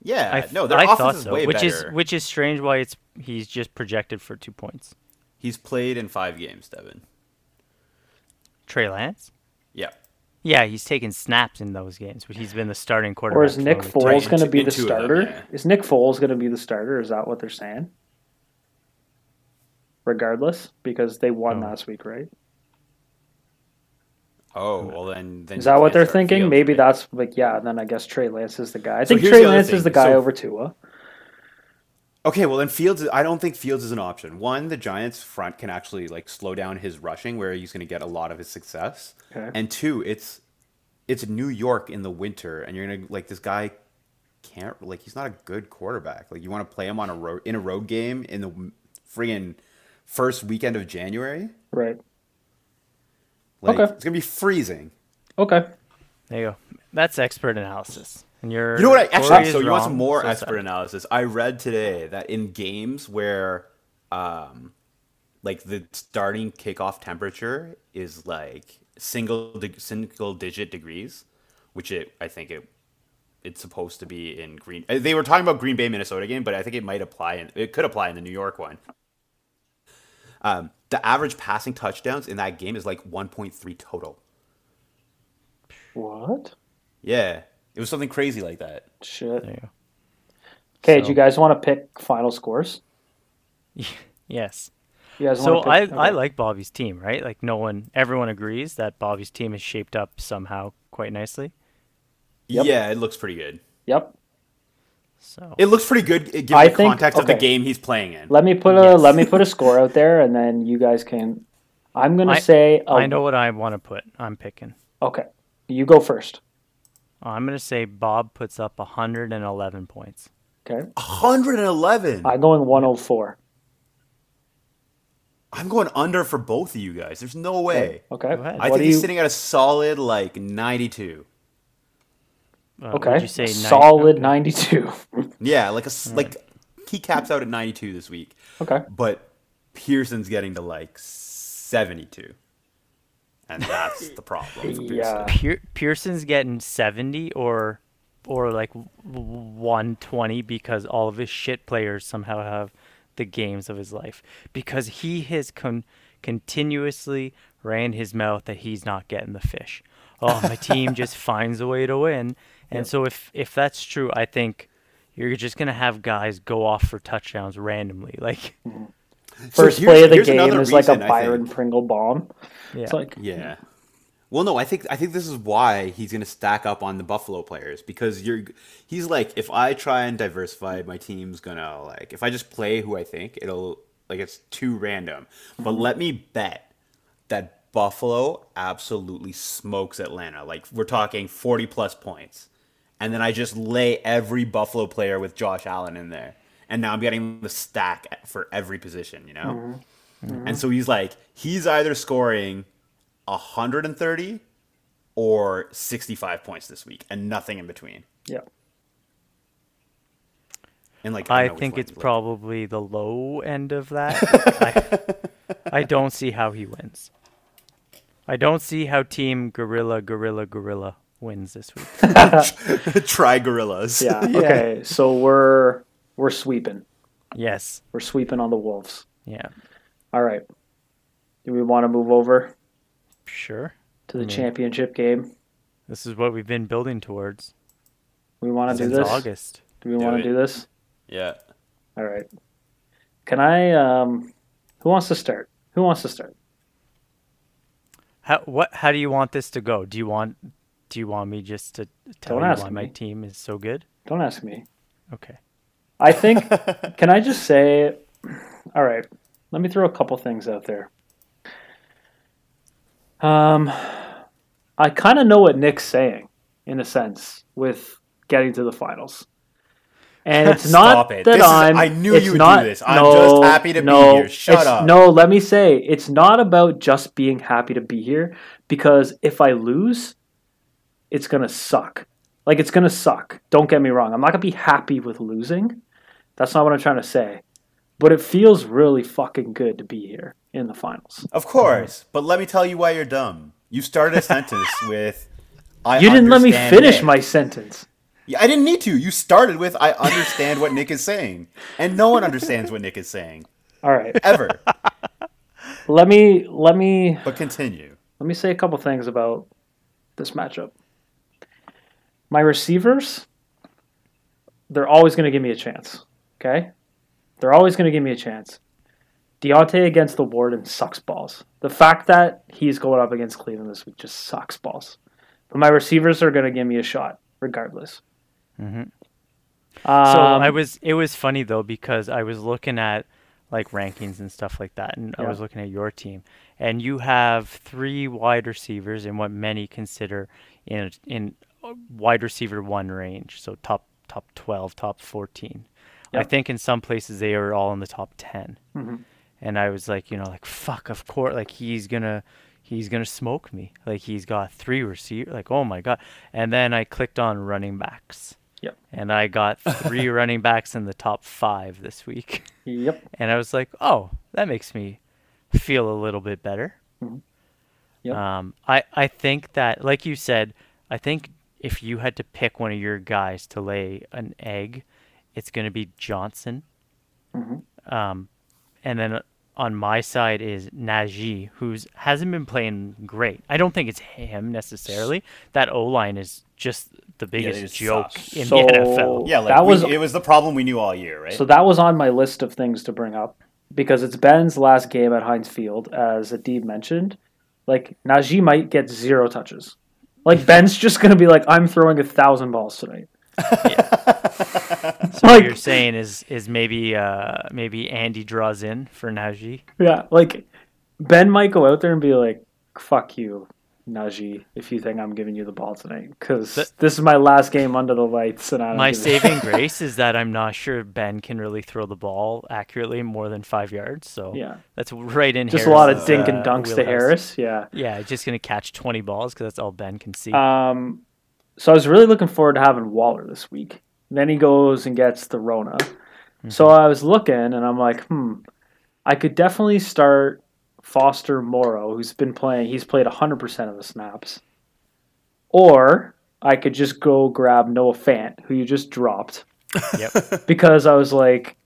[SPEAKER 5] yeah,
[SPEAKER 4] I th-
[SPEAKER 5] no, their
[SPEAKER 4] I thought
[SPEAKER 5] offense is
[SPEAKER 4] so,
[SPEAKER 5] way
[SPEAKER 4] which
[SPEAKER 5] better.
[SPEAKER 4] is which is strange why it's he's just projected for 2 points.
[SPEAKER 5] He's played in five games, Devin.
[SPEAKER 4] Trey Lance?
[SPEAKER 5] Yeah.
[SPEAKER 4] Yeah, he's taken snaps in those games, but he's been the starting quarterback.
[SPEAKER 3] Or is
[SPEAKER 4] for
[SPEAKER 3] Nick
[SPEAKER 4] only-
[SPEAKER 3] Foles
[SPEAKER 5] Right,
[SPEAKER 3] gonna
[SPEAKER 5] into-
[SPEAKER 3] be the
[SPEAKER 5] into them,
[SPEAKER 3] starter?
[SPEAKER 5] yeah.
[SPEAKER 3] Is Nick Foles gonna be the starter? Is that what they're saying? Regardless, because they won
[SPEAKER 4] No.
[SPEAKER 3] last week, right?
[SPEAKER 5] Oh well, then. then
[SPEAKER 3] Is
[SPEAKER 5] you
[SPEAKER 3] that what
[SPEAKER 5] can't
[SPEAKER 3] they're
[SPEAKER 5] start
[SPEAKER 3] thinking?
[SPEAKER 5] Fields,
[SPEAKER 3] Maybe
[SPEAKER 5] right?
[SPEAKER 3] that's like yeah. Then I guess Trey Lance is the guy. I think
[SPEAKER 5] here's
[SPEAKER 3] Trey
[SPEAKER 5] the other
[SPEAKER 3] Lance is the
[SPEAKER 5] thing.
[SPEAKER 3] guy
[SPEAKER 5] So-
[SPEAKER 3] over Tua.
[SPEAKER 5] Okay, well then Fields. I don't think Fields is an option. One, the Giants' front can actually like slow down his rushing, where he's going to get a lot of his success.
[SPEAKER 3] Okay.
[SPEAKER 5] And two, it's it's New York in the winter, and you're going to like this guy can't like he's not a good quarterback. Like you want to play him on a road in a road game in the friggin' first weekend of January.
[SPEAKER 3] Right.
[SPEAKER 5] Like,
[SPEAKER 3] Okay.
[SPEAKER 5] It's gonna be freezing.
[SPEAKER 3] Okay.
[SPEAKER 4] There you go. That's expert analysis. And you're
[SPEAKER 5] You know what? I actually
[SPEAKER 4] Corey is
[SPEAKER 5] so you want some
[SPEAKER 4] wrong,
[SPEAKER 5] more
[SPEAKER 4] so
[SPEAKER 5] expert
[SPEAKER 4] sorry.
[SPEAKER 5] analysis? I read today that in games where, um, like the starting kickoff temperature is like single dig single digit degrees, which it I think it it's supposed to be in Green. uh, They were talking about Green Bay Minnesota game, but I think it might apply in it could apply in the New York one. Um, the average passing touchdowns in that game is like 1.3 total.
[SPEAKER 3] What?
[SPEAKER 5] Yeah, it was something crazy like that.
[SPEAKER 3] Shit.
[SPEAKER 4] There you go.
[SPEAKER 3] Okay,
[SPEAKER 4] So-
[SPEAKER 3] do you guys want to pick final scores?
[SPEAKER 4] Yes.
[SPEAKER 3] You guys
[SPEAKER 4] So
[SPEAKER 3] want to
[SPEAKER 4] I,
[SPEAKER 3] pick?
[SPEAKER 4] I
[SPEAKER 3] okay.
[SPEAKER 4] like Bobby's team, right? Like no one, everyone agrees that Bobby's team is shaped up somehow quite nicely.
[SPEAKER 3] Yep.
[SPEAKER 5] Yeah, it looks pretty good.
[SPEAKER 3] Yep.
[SPEAKER 4] So
[SPEAKER 5] It looks pretty good eh, given
[SPEAKER 3] I
[SPEAKER 5] the
[SPEAKER 3] think-
[SPEAKER 5] context of the
[SPEAKER 3] okay.
[SPEAKER 5] game he's playing in.
[SPEAKER 3] Let me put a
[SPEAKER 4] Yes.
[SPEAKER 3] let me put a score out there, and then you guys can. I'm gonna
[SPEAKER 4] I-
[SPEAKER 3] say. a-
[SPEAKER 4] I know what I want to put. I'm picking.
[SPEAKER 3] Okay, you go first.
[SPEAKER 4] I'm gonna say Bob puts up 111 points.
[SPEAKER 3] Okay,
[SPEAKER 5] 111.
[SPEAKER 3] I'm going 104.
[SPEAKER 5] I'm going under for both of you guys. There's no way.
[SPEAKER 3] Okay.
[SPEAKER 4] Go ahead.
[SPEAKER 5] I
[SPEAKER 3] what
[SPEAKER 5] think
[SPEAKER 3] do
[SPEAKER 5] he's
[SPEAKER 3] you?
[SPEAKER 5] sitting at a solid like 92.
[SPEAKER 4] Uh, would
[SPEAKER 3] okay.
[SPEAKER 4] you say
[SPEAKER 3] a
[SPEAKER 4] 90?
[SPEAKER 3] solid
[SPEAKER 4] Okay.
[SPEAKER 3] 92.
[SPEAKER 5] Yeah, like a s
[SPEAKER 3] Hmm.
[SPEAKER 5] like he caps out at 92 this week,
[SPEAKER 3] okay.
[SPEAKER 5] but Pearson's getting to like 72. And that's the problem. for Pearson.
[SPEAKER 3] Yeah.
[SPEAKER 4] Pier- Pearson's getting 70 or or like w- w- 120 because all of his shit players somehow have the games of his life because he has con- continuously ran his mouth that he's not getting the fish. Oh, my team just finds a way to win. And so if if that's true, I think you're just going to have guys go off for touchdowns randomly. Like
[SPEAKER 5] So
[SPEAKER 3] First
[SPEAKER 5] here's-
[SPEAKER 3] play of the
[SPEAKER 5] here's
[SPEAKER 3] game
[SPEAKER 5] another
[SPEAKER 3] is like a
[SPEAKER 5] reason, I
[SPEAKER 3] Byron
[SPEAKER 5] think.
[SPEAKER 3] Pringle bomb.
[SPEAKER 4] yeah.
[SPEAKER 3] It's like
[SPEAKER 5] Yeah. Well, no, I think I think this is why he's going to stack up on the Buffalo players because you're he's like if I try and diversify, my team's going to like if I just play who I think, it'll like it's too random. But let me bet that Buffalo absolutely smokes Atlanta. Like we're talking 40 plus points. And then I just lay every Buffalo player with Josh Allen in there. And now I'm getting the stack for every position, you know? And so he's like, he's either scoring 130 or 65 points this week and nothing in between.
[SPEAKER 3] yeah.
[SPEAKER 5] And like,
[SPEAKER 4] I
[SPEAKER 5] know which
[SPEAKER 4] think
[SPEAKER 5] one
[SPEAKER 4] it's
[SPEAKER 5] you like.
[SPEAKER 4] probably the low end of that. I, I don't see how he wins. I don't see how Team Gorilla Gorilla Gorilla wins this week.
[SPEAKER 5] try gorillas.
[SPEAKER 3] Yeah. Okay. So we're we're sweeping.
[SPEAKER 4] yes.
[SPEAKER 3] We're sweeping on the Wolves.
[SPEAKER 4] Yeah.
[SPEAKER 3] All right. Do we want to move over
[SPEAKER 4] Sure.
[SPEAKER 3] to the
[SPEAKER 4] Mm-hmm.
[SPEAKER 3] championship game?
[SPEAKER 4] This is what we've been building towards
[SPEAKER 3] We want to do
[SPEAKER 4] since
[SPEAKER 3] this.
[SPEAKER 4] August.
[SPEAKER 3] Do we
[SPEAKER 5] Do
[SPEAKER 3] want
[SPEAKER 5] it.
[SPEAKER 3] to do this?
[SPEAKER 5] Yeah.
[SPEAKER 3] All right. Can I? Um, who wants to start? Who wants to start?
[SPEAKER 4] How what how do you want this to go? Do you want do you want me just to tell
[SPEAKER 3] Don't
[SPEAKER 4] you
[SPEAKER 3] ask
[SPEAKER 4] why my
[SPEAKER 3] me.
[SPEAKER 4] team is so good?
[SPEAKER 3] Don't ask me.
[SPEAKER 4] Okay.
[SPEAKER 3] I think. can I just say? All right. Let me throw a couple things out there. Um, I kind of know what Nick's saying, in a sense, with getting to the finals. And it's
[SPEAKER 5] Stop
[SPEAKER 3] not
[SPEAKER 5] it.
[SPEAKER 3] that
[SPEAKER 5] This is-
[SPEAKER 3] I'm.
[SPEAKER 5] I knew
[SPEAKER 3] it's
[SPEAKER 5] you would do
[SPEAKER 3] not-
[SPEAKER 5] this. I'm
[SPEAKER 3] no,
[SPEAKER 5] just happy to be
[SPEAKER 3] no,
[SPEAKER 5] here. Shut
[SPEAKER 3] it's-
[SPEAKER 5] up.
[SPEAKER 3] No, let me say it's not about just being happy to be here because if I lose, it's gonna suck. Like it's gonna suck. Don't get me wrong. I'm not gonna be happy with losing. That's not what I'm trying to say. But it feels really fucking good to be here in the finals.
[SPEAKER 5] Of course.
[SPEAKER 3] Uh-huh.
[SPEAKER 5] But let me tell you why you're dumb. You started a sentence with. I
[SPEAKER 3] You didn't let me
[SPEAKER 5] understand
[SPEAKER 3] finish
[SPEAKER 5] Nick."
[SPEAKER 3] my sentence.
[SPEAKER 5] Yeah, I didn't need to. You started with I understand what Nick is saying, and no one understands what Nick is saying
[SPEAKER 3] All right.
[SPEAKER 5] ever.
[SPEAKER 3] let me let me
[SPEAKER 5] But continue.
[SPEAKER 3] let me say a couple things about this matchup. My receivers, they're always going to give me a chance. Okay? They're always going to give me a chance. Deontay against the Warden sucks balls. The fact that he's going up against Cleveland this week just sucks balls. But my receivers are going to give me a shot regardless.
[SPEAKER 4] So
[SPEAKER 3] Um,
[SPEAKER 4] I was it was funny though because I was looking at like rankings and stuff like that and I
[SPEAKER 3] Yeah.
[SPEAKER 4] was looking at your team and you have three wide receivers in what many consider in in wide receiver 1 range so top top 12 top 14 I think in some places they were all in the top 10
[SPEAKER 3] Mm-hmm.
[SPEAKER 4] and I was like, you know, like fuck, of course, like he's gonna, he's gonna smoke me. Like he's got three receiver, like oh my god. And then I clicked on running backs,
[SPEAKER 3] Yep.
[SPEAKER 4] and I got three running backs in the top five this week.
[SPEAKER 3] Yep.
[SPEAKER 4] And I was like, oh, that makes me feel a little bit better.
[SPEAKER 3] Mm-hmm. Yep.
[SPEAKER 4] Um, I, I think that, like you said, I think if you had to pick one of your guys to lay an egg, it's going to be Johnson.
[SPEAKER 3] Mm-hmm.
[SPEAKER 4] Um, and then on my side is Najee, who's hasn't been playing great. I don't think it's him necessarily. That O line is just the biggest
[SPEAKER 5] just
[SPEAKER 4] joke
[SPEAKER 5] suck.
[SPEAKER 4] in
[SPEAKER 3] So-
[SPEAKER 4] the NFL.
[SPEAKER 5] Yeah, like
[SPEAKER 3] That
[SPEAKER 5] we-
[SPEAKER 3] was-
[SPEAKER 5] it was the problem we knew all year, right?
[SPEAKER 3] So that was on my list of things to bring up because it's Ben's last game at Heinz Field, as Adib mentioned. Like Najee might get zero touches. Like Ben's just gonna be like, I'm throwing a thousand balls tonight.
[SPEAKER 4] So what
[SPEAKER 3] Like-
[SPEAKER 4] you're saying is is maybe uh, maybe Andy draws in for Najee.
[SPEAKER 3] Yeah, like Ben might go out there and be like, "Fuck you, Najee, if you think I'm giving you the ball tonight, because
[SPEAKER 4] Th-
[SPEAKER 3] this is my last game under the lights and I don't
[SPEAKER 4] My
[SPEAKER 3] give a-"
[SPEAKER 4] saving grace is that I'm not sure Ben can really throw the ball accurately more than five yards. So
[SPEAKER 3] Yeah.
[SPEAKER 4] that's right in
[SPEAKER 3] just a lot of
[SPEAKER 4] Harris's,
[SPEAKER 3] dink and
[SPEAKER 4] uh,
[SPEAKER 3] dunks to
[SPEAKER 4] wheelhouse.
[SPEAKER 3] Harris. Yeah.
[SPEAKER 4] Yeah, just gonna catch 20 balls because that's all Ben can see.
[SPEAKER 3] Um, so I was really looking forward to having Waller this week. Then he goes and gets the Rona. So I was looking and I'm like, hmm, I could definitely start Foster Morrow, who's been playing, he's played 100% of the snaps. Or I could just go grab Noah Fant, who you just dropped. Yep. because I was like,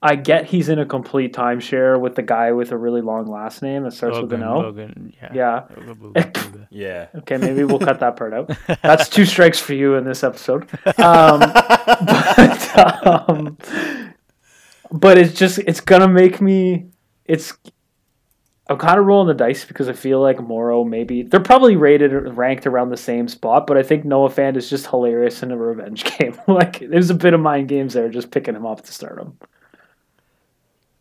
[SPEAKER 3] I get he's in a complete timeshare with the guy with a really long last name that starts with an O.
[SPEAKER 4] Ogun, yeah.
[SPEAKER 3] Yeah.
[SPEAKER 4] Ogun, Bogun, Bogun.
[SPEAKER 5] yeah.
[SPEAKER 3] Okay, maybe we'll cut that part out. That's two strikes for you in this episode. Um, but, um, but it's just it's gonna make me. It's I'm kind of rolling the dice because I feel like Morrow maybe they're probably rated or ranked around the same spot, but I think Noah Fant is just hilarious in a revenge game. like there's a bit of mind games there, just picking him up to start him.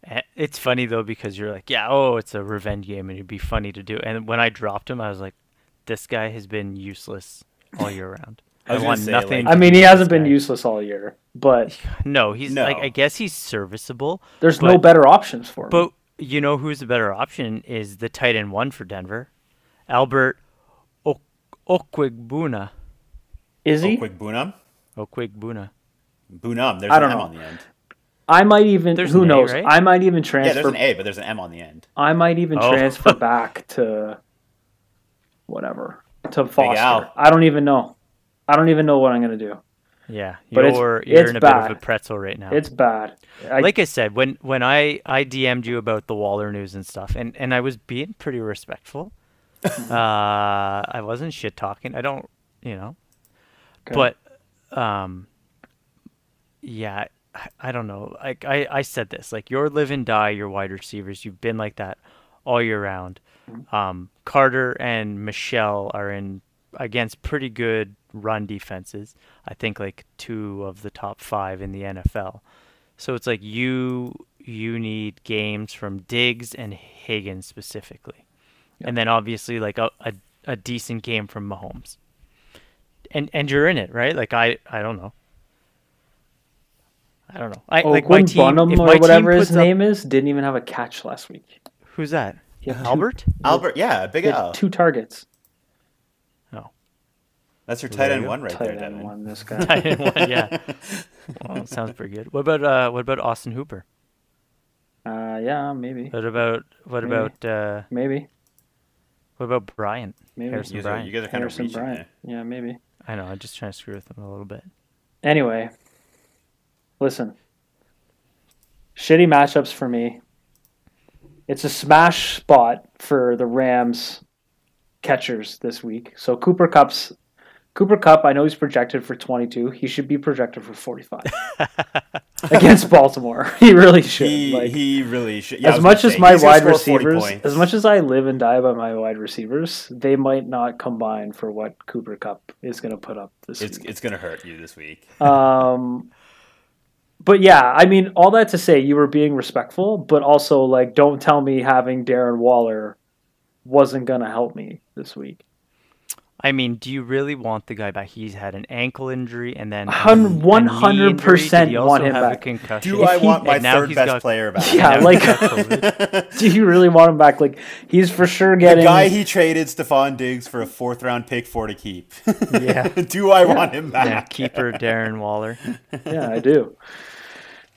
[SPEAKER 4] Eh, It's funny though because you're like, yeah, oh, it's a revenge game and it'd be funny to do. And when I dropped him, I was like, this guy has been useless all year round.
[SPEAKER 5] I was gonna
[SPEAKER 4] want
[SPEAKER 5] say,
[SPEAKER 4] nothing
[SPEAKER 5] like-
[SPEAKER 3] I mean, he hasn't been
[SPEAKER 4] guy.
[SPEAKER 3] useless all year, but
[SPEAKER 4] No, he's like
[SPEAKER 5] No.
[SPEAKER 4] I guess he's serviceable.
[SPEAKER 3] there's no
[SPEAKER 4] But-
[SPEAKER 3] better options for him.
[SPEAKER 4] But you know who's the better option is the tight end one for Denver, Albert Ok- Okwigbuna.
[SPEAKER 3] is
[SPEAKER 5] Oh,
[SPEAKER 3] he?
[SPEAKER 5] quick Boonum.
[SPEAKER 4] Okwigbuna.
[SPEAKER 5] Boonum. There's
[SPEAKER 3] I
[SPEAKER 5] an
[SPEAKER 3] don't
[SPEAKER 5] M
[SPEAKER 3] know.
[SPEAKER 5] on the end.
[SPEAKER 3] I might even
[SPEAKER 4] There's
[SPEAKER 3] who
[SPEAKER 4] an A,
[SPEAKER 3] knows.
[SPEAKER 4] right?
[SPEAKER 3] I might even
[SPEAKER 5] Yeah, there's
[SPEAKER 3] transfer.
[SPEAKER 5] an A, but there's an M on the end.
[SPEAKER 3] I might even
[SPEAKER 4] Oh.
[SPEAKER 3] transfer back to whatever to Foster.
[SPEAKER 5] Al.
[SPEAKER 3] I don't even know. I don't even know what I'm gonna do.
[SPEAKER 4] Yeah,
[SPEAKER 3] But it's-
[SPEAKER 4] you're you're
[SPEAKER 3] it's
[SPEAKER 4] in a bit of
[SPEAKER 3] bad.
[SPEAKER 4] a pretzel right now.
[SPEAKER 3] It's bad. I,
[SPEAKER 4] like I said, when when I I DM'd you about the Waller news and stuff, and and I was being pretty respectful. uh, I wasn't shit talking. I don't, you know, but um, yeah, I, I don't know. Like I I said this, like your live and die your wide receivers. You've been like that all year round. Um, Carter and Michelle are in against pretty good run defenses. I think like two of the top five in the NFL. So it's like you you need games from Diggs and Higgins specifically, and then obviously like a, a a decent game from Mahomes. And and you're in it, right? Like I I don't know. I don't know. I like my
[SPEAKER 3] Ogun
[SPEAKER 4] team.
[SPEAKER 3] Bonham
[SPEAKER 4] if
[SPEAKER 3] Oh, or
[SPEAKER 4] my
[SPEAKER 3] whatever
[SPEAKER 4] team
[SPEAKER 3] his
[SPEAKER 4] puts up-
[SPEAKER 3] name is didn't even have a catch last week.
[SPEAKER 4] Who's that?
[SPEAKER 3] He had two-
[SPEAKER 4] Albert?
[SPEAKER 5] Albert, yeah, Big
[SPEAKER 3] He had
[SPEAKER 5] Al.
[SPEAKER 3] two targets.
[SPEAKER 4] No.
[SPEAKER 5] That's your tight
[SPEAKER 4] There
[SPEAKER 5] end
[SPEAKER 4] you
[SPEAKER 5] one right there,
[SPEAKER 3] Tight end
[SPEAKER 5] Devin.
[SPEAKER 3] one. This guy.
[SPEAKER 4] I didn't want- yeah. Well, sounds pretty good. What about uh what about Austin Hooper?
[SPEAKER 3] uh, yeah, maybe,
[SPEAKER 4] What about what
[SPEAKER 3] Maybe.
[SPEAKER 4] about uh
[SPEAKER 3] maybe,
[SPEAKER 4] what about Bryant?
[SPEAKER 3] maybe.
[SPEAKER 4] Harrison
[SPEAKER 5] You guys are-
[SPEAKER 4] Bryant.
[SPEAKER 5] you guys are kind of
[SPEAKER 3] Harrison
[SPEAKER 5] reaching
[SPEAKER 3] Bryant.
[SPEAKER 5] there.
[SPEAKER 3] Yeah, maybe.
[SPEAKER 4] I know, I'm just trying to screw with him a little bit.
[SPEAKER 3] Anyway, listen. Shitty matchups for me. It's a smash spot for the Rams catchers this week. So Cooper Cup's Cooper Cup, I know he's projected for 22. He should be projected for 45 against Baltimore. He really should.
[SPEAKER 5] He,
[SPEAKER 3] like
[SPEAKER 5] he really should. yeah, I
[SPEAKER 3] as
[SPEAKER 5] was
[SPEAKER 3] much
[SPEAKER 5] gonna
[SPEAKER 3] as
[SPEAKER 5] say,
[SPEAKER 3] my
[SPEAKER 5] he's gonna
[SPEAKER 3] wide
[SPEAKER 5] score 40
[SPEAKER 3] receivers,
[SPEAKER 5] points.
[SPEAKER 3] as much as I live and die by my wide receivers, they might not combine for what Cooper Cup is going to put up this
[SPEAKER 5] it's
[SPEAKER 3] week.
[SPEAKER 5] it's gonna hurt you this week.
[SPEAKER 3] Um, but yeah, I mean, all that to say, you were being respectful, but also like, don't tell me having Darren Waller wasn't gonna help me this week.
[SPEAKER 4] I mean, do you really want the guy back? He's had an ankle injury and then a
[SPEAKER 3] Hun-
[SPEAKER 4] knee- a knee
[SPEAKER 3] 100%
[SPEAKER 4] injury. Did he also
[SPEAKER 3] want him
[SPEAKER 4] have a
[SPEAKER 3] back.
[SPEAKER 4] concussion?
[SPEAKER 5] Do I want my
[SPEAKER 4] And now
[SPEAKER 5] third
[SPEAKER 4] he's
[SPEAKER 5] best
[SPEAKER 4] got-
[SPEAKER 5] player back?
[SPEAKER 3] Yeah,
[SPEAKER 4] now he's
[SPEAKER 3] like-
[SPEAKER 4] got COVID.
[SPEAKER 3] Do you really want him back? Like he's for sure
[SPEAKER 5] the
[SPEAKER 3] getting
[SPEAKER 5] guy he traded Stephon Diggs for a fourth round pick for to keep.
[SPEAKER 3] Yeah.
[SPEAKER 5] Do I want him back?
[SPEAKER 4] Yeah, keeper Darren Waller.
[SPEAKER 3] yeah, I do.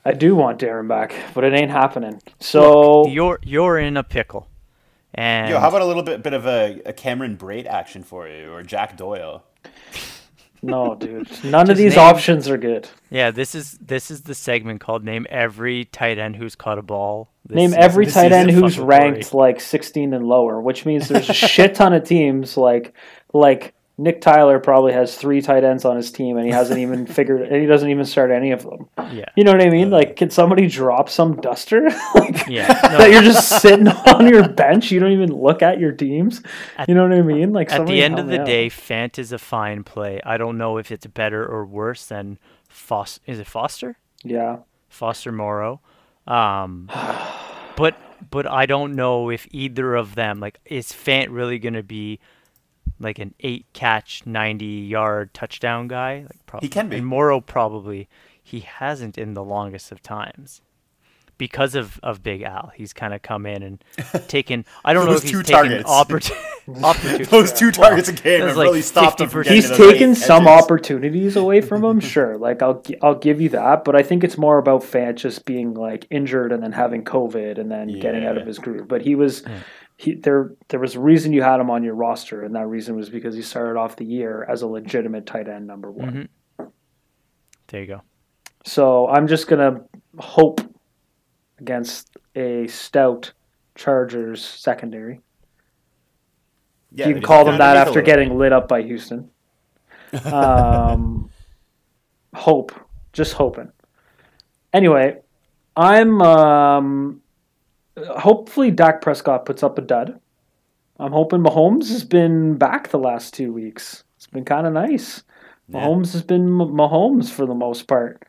[SPEAKER 3] I do want Darren back, but it ain't happening. So
[SPEAKER 4] You're you're in a pickle. And
[SPEAKER 5] Oh. Yo, how about a little bit bit of a, a Cameron Braid action for you or Jack Doyle?
[SPEAKER 3] no, dude, none of
[SPEAKER 4] Just
[SPEAKER 3] these
[SPEAKER 4] name-
[SPEAKER 3] options are good.
[SPEAKER 4] yeah, this is this is the segment called Name Every Tight End Who's Caught a Ball. this
[SPEAKER 3] Name
[SPEAKER 4] season.
[SPEAKER 3] every
[SPEAKER 5] this is
[SPEAKER 3] tight end
[SPEAKER 5] a
[SPEAKER 3] who's
[SPEAKER 4] fucking
[SPEAKER 3] ranked like 16 and lower, which means there's a shit ton of teams. Like, like Nick Tyler probably has three tight ends on his team, and he hasn't even figured, and he doesn't even start any of them.
[SPEAKER 4] Yeah.
[SPEAKER 3] You know what I mean? Like, can somebody drop some duster like,
[SPEAKER 4] Yeah. No,
[SPEAKER 3] that you're just sitting on your bench? You don't even look at your teams. you know what I mean? Like,
[SPEAKER 4] At
[SPEAKER 3] somebody
[SPEAKER 4] the end
[SPEAKER 3] help
[SPEAKER 4] of
[SPEAKER 3] me
[SPEAKER 4] the
[SPEAKER 3] out.
[SPEAKER 4] day, Fant is a fine play. I don't know if it's better or worse than Foster. Is it Foster?
[SPEAKER 3] yeah,
[SPEAKER 4] Foster Morrow. Um, but but I don't know if either of them like is Fant really gonna be like an eight catch, ninety yard touchdown guy? Like probably
[SPEAKER 5] can be.
[SPEAKER 4] And Morrow probably he hasn't in the longest of times. Because of, of Big Al, he's kind of come in and taken. I don't know
[SPEAKER 5] Those
[SPEAKER 4] if he's
[SPEAKER 5] two
[SPEAKER 4] taken
[SPEAKER 5] targets.
[SPEAKER 4] opportunity.
[SPEAKER 5] Those two targets a game
[SPEAKER 4] that's
[SPEAKER 5] have
[SPEAKER 4] like
[SPEAKER 5] really stopped him from
[SPEAKER 4] 50%.
[SPEAKER 5] getting
[SPEAKER 3] he's
[SPEAKER 5] to those
[SPEAKER 3] taken
[SPEAKER 5] late
[SPEAKER 3] some
[SPEAKER 5] edges.
[SPEAKER 3] opportunities away from him. Sure, like I'll gi- I'll give you that, but I think it's more about Fant just being like injured and then having COVID and then getting out
[SPEAKER 5] Yeah.
[SPEAKER 3] of his groove. But he was he there there was a reason you had him on your roster, and that reason was because he started off the year as a legitimate tight end number one.
[SPEAKER 4] there you go.
[SPEAKER 3] So I'm just gonna hope against a stout Chargers secondary.
[SPEAKER 5] Yeah,
[SPEAKER 3] you
[SPEAKER 5] they
[SPEAKER 3] can
[SPEAKER 5] just
[SPEAKER 3] call them
[SPEAKER 5] kinda
[SPEAKER 3] that
[SPEAKER 5] leak a
[SPEAKER 3] after
[SPEAKER 5] little
[SPEAKER 3] getting
[SPEAKER 5] bit.
[SPEAKER 3] lit up by Houston. Um, hope, just hoping. Anyway, I'm um, hopefully Dak Prescott puts up a dud. I'm hoping Mahomes has been back the last two weeks. It's been kind of nice. Mahomes has been M- Mahomes for the most part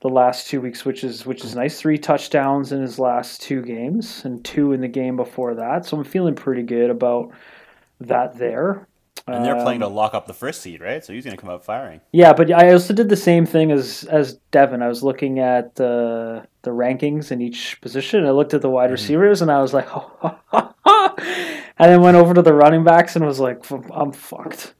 [SPEAKER 3] the last two weeks, which is which is nice. Three touchdowns in his last two games, and two in the game before that. So I'm feeling pretty good about that there.
[SPEAKER 5] And they're playing to
[SPEAKER 3] um,
[SPEAKER 5] lock up the first seed, right? So he's going to come out firing.
[SPEAKER 3] Yeah, but I also did the same thing as as Devin. I was looking at the the rankings in each position. I looked at the wide receivers and I was like, and then went over to the running backs and was like, I'm fucked.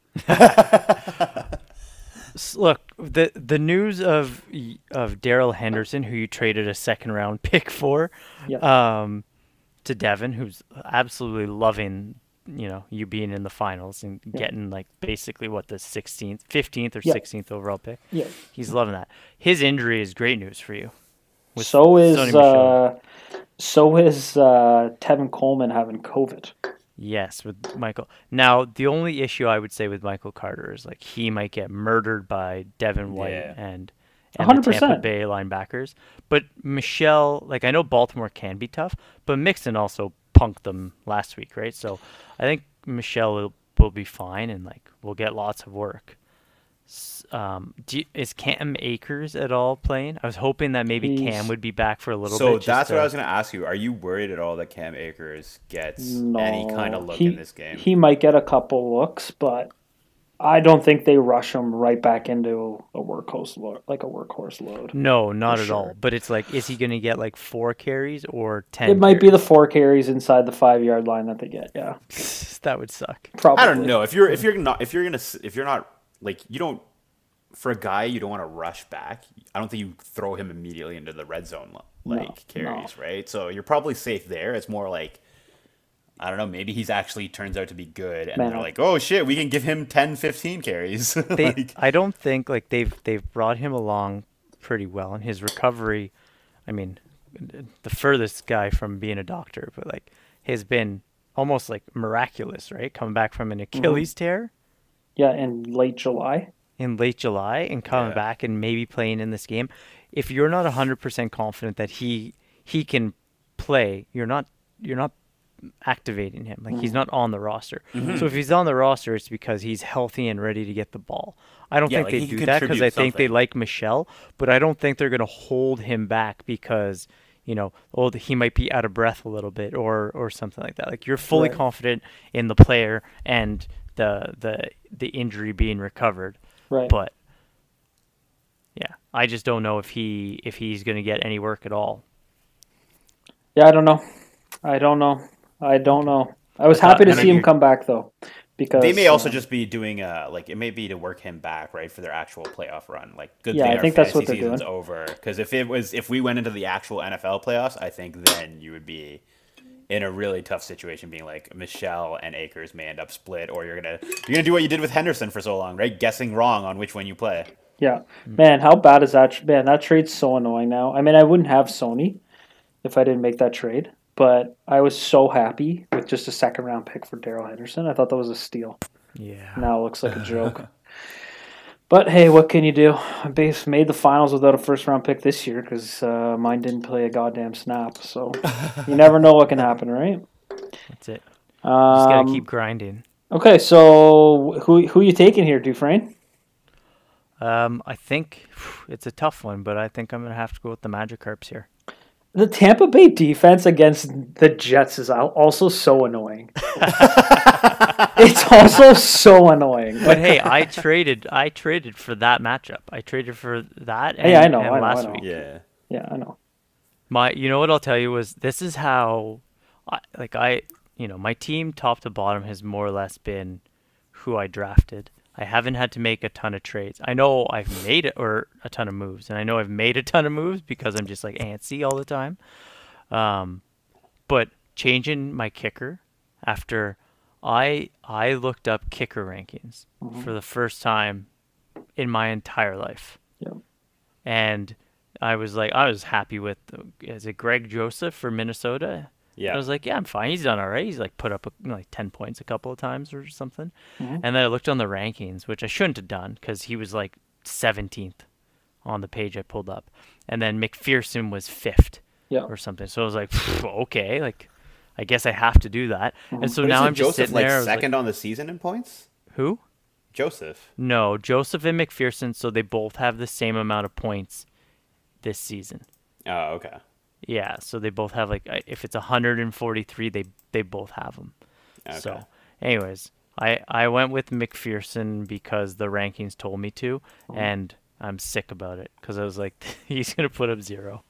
[SPEAKER 4] S- Look, the the news of y- of Daryl Henderson, who you traded a second round pick for,
[SPEAKER 3] Yeah.
[SPEAKER 4] um, to Devin, who's absolutely loving, you know, you being in the finals and getting like basically what the 16th, 15th or
[SPEAKER 3] Yeah.
[SPEAKER 4] 16th overall pick.
[SPEAKER 3] Yeah.
[SPEAKER 4] He's loving that. His injury is great news for you.
[SPEAKER 3] So is
[SPEAKER 4] Sony
[SPEAKER 3] uh,
[SPEAKER 4] Michel.
[SPEAKER 3] so is uh, Tevin Coleman having COVID.
[SPEAKER 4] Yes, with Michael. Now, the only issue I would say with Michael Carter is like he might get murdered by Devin White
[SPEAKER 5] Yeah.
[SPEAKER 4] and, and the Tampa
[SPEAKER 3] 100%.
[SPEAKER 4] Bay linebackers. But Michelle, like I know Baltimore can be tough, but Mixon also punked them last week, right? So I think Michelle will, will be fine and like will get lots of work. S- Um, do you, is Cam Akers at all playing? I was hoping that maybe
[SPEAKER 3] He's-
[SPEAKER 4] Cam would be back for a little
[SPEAKER 5] So
[SPEAKER 4] bit. just
[SPEAKER 5] that's what
[SPEAKER 4] to-
[SPEAKER 5] I was going to ask you. Are you worried at all that Cam Akers gets
[SPEAKER 3] No,
[SPEAKER 5] any kind of look
[SPEAKER 3] he,
[SPEAKER 5] in this game?
[SPEAKER 3] He might get a couple looks, but I don't think they rush him right back into a workhorse load, like a workhorse load.
[SPEAKER 4] No, not at all.
[SPEAKER 3] sure.
[SPEAKER 4] But it's like, is he going to get like four carries or ten?
[SPEAKER 3] It might be the four carries inside the five yard line that they get. Yeah,
[SPEAKER 4] carries? that would suck.
[SPEAKER 3] probably.
[SPEAKER 5] I don't know. If you're if you're not if you're gonna s- if you're not like you don't for a guy you don't want to rush back. I don't think you throw him immediately into the red zone like carries, right? So you're probably safe there. It's more like I don't know, maybe he's actually turns out to be good and
[SPEAKER 3] Man
[SPEAKER 5] they're
[SPEAKER 3] up.
[SPEAKER 5] like, "Oh shit, we can give him 10 15 carries."
[SPEAKER 4] They,
[SPEAKER 5] like,
[SPEAKER 4] I don't think like they've they've brought him along pretty well, and his recovery. I mean, the furthest guy from being a doctor, but like has been almost like miraculous, right? Coming back from an
[SPEAKER 3] Mm-hmm.
[SPEAKER 4] Achilles tear
[SPEAKER 3] Yeah, in late July.
[SPEAKER 4] in late July and coming
[SPEAKER 5] Yeah.
[SPEAKER 4] back and maybe playing in this game. If you're not 100% confident that he he can play, you're not you're not activating him. Like he's
[SPEAKER 5] Mm.
[SPEAKER 4] not on the roster.
[SPEAKER 5] Mm-hmm.
[SPEAKER 4] So if he's on the roster, it's because he's healthy and ready to get the ball. I don't
[SPEAKER 5] Yeah,
[SPEAKER 4] think
[SPEAKER 5] like,
[SPEAKER 4] they
[SPEAKER 5] he can
[SPEAKER 4] do that because
[SPEAKER 5] contribute
[SPEAKER 4] I think they
[SPEAKER 5] something.
[SPEAKER 4] like Michelle, but I don't think they're going to hold him back because you know, oh, th- he might be out of breath a little bit, or or something like that. Like you're fully
[SPEAKER 3] Right.
[SPEAKER 4] confident in the player and the the the injury being recovered.
[SPEAKER 3] Right.
[SPEAKER 4] But yeah, I just don't know if he if he's going to get any work at all.
[SPEAKER 3] Yeah, I don't know. I don't know. I don't know. I was
[SPEAKER 4] I thought-
[SPEAKER 3] happy to
[SPEAKER 5] uh, and I
[SPEAKER 3] see him
[SPEAKER 5] mean-
[SPEAKER 3] come back though, because
[SPEAKER 5] They may also
[SPEAKER 3] uh,
[SPEAKER 5] just be doing a like it may be to work him back right for their actual playoff run. Like good
[SPEAKER 3] Yeah,
[SPEAKER 5] thing
[SPEAKER 3] I
[SPEAKER 5] our
[SPEAKER 3] think that's what
[SPEAKER 5] fantasy
[SPEAKER 3] they're
[SPEAKER 5] season's
[SPEAKER 3] doing.
[SPEAKER 5] over because if it was if we went into the actual NFL playoffs, I think then you would be in a really tough situation, being like Michelle and Akers may end up split, or you're gonna you're gonna do what you did with Henderson for so long, right? Guessing wrong on which one you play.
[SPEAKER 3] yeah,
[SPEAKER 5] Hmm.
[SPEAKER 3] man, how bad is that? tr- Man, that trade's so annoying now. I mean, I wouldn't have Sony if I didn't make that trade, but I was so happy with just a second round pick for Daryl Henderson. I thought that was a steal.
[SPEAKER 4] Yeah.
[SPEAKER 3] Now it looks like a joke. But hey, what can you do? I base made the finals without a first round pick this year because uh, mine didn't play a goddamn snap. So you never know what can happen, right?
[SPEAKER 4] That's it.
[SPEAKER 3] Um,
[SPEAKER 4] Just got to keep grinding.
[SPEAKER 3] Okay, so who who you taking here, Dufresne?
[SPEAKER 4] Um, I think it's a tough one, but I think I'm gonna have to go with the Magikarps here.
[SPEAKER 3] The Tampa Bay defense against the Jets is al- also so annoying. it's also so annoying.
[SPEAKER 4] But hey, I traded. I traded for that matchup. I traded for that. And,
[SPEAKER 3] Hey, I know,
[SPEAKER 4] and
[SPEAKER 3] I know, I
[SPEAKER 4] last
[SPEAKER 3] know.
[SPEAKER 4] week.
[SPEAKER 5] Yeah,
[SPEAKER 3] yeah, I know.
[SPEAKER 4] My, you know what I'll tell you was this is how, I, like I, you know, my team top to bottom has more or less been who I drafted. I haven't had to make a ton of trades. I know I've made it or a ton of moves, and I know I've made a ton of moves because I'm just like antsy all the time. Um, but changing my kicker after I I looked up kicker rankings for the first time in my entire life
[SPEAKER 3] Yep.
[SPEAKER 4] and I was like, I was happy with is it Greg Joseph for Minnesota?
[SPEAKER 5] Yeah.
[SPEAKER 4] I was like, yeah, I'm fine. He's done all right. He's like put up like ten points a couple of times or something.
[SPEAKER 5] Mm-hmm.
[SPEAKER 4] And then I looked on the rankings, which I shouldn't have done because he was like seventeenth on the page I pulled up, and then McPherson was fifth
[SPEAKER 3] Yeah.
[SPEAKER 4] or something. So I was like, okay, like I guess I have to do that. And so now
[SPEAKER 5] Isn't
[SPEAKER 4] I'm just
[SPEAKER 5] Joseph
[SPEAKER 4] sitting
[SPEAKER 5] like
[SPEAKER 4] there. I was like,
[SPEAKER 5] second on the season in points.
[SPEAKER 4] who?
[SPEAKER 5] Joseph.
[SPEAKER 4] No, Joseph and McPherson. So they both have the same amount of points this season.
[SPEAKER 5] Oh, okay.
[SPEAKER 4] Yeah, so they both have like I- if it's 143, they they both have them.
[SPEAKER 5] Okay.
[SPEAKER 4] So, anyways, I I went with McPherson because the rankings told me to, and I'm sick about it because I was like he's gonna put up zero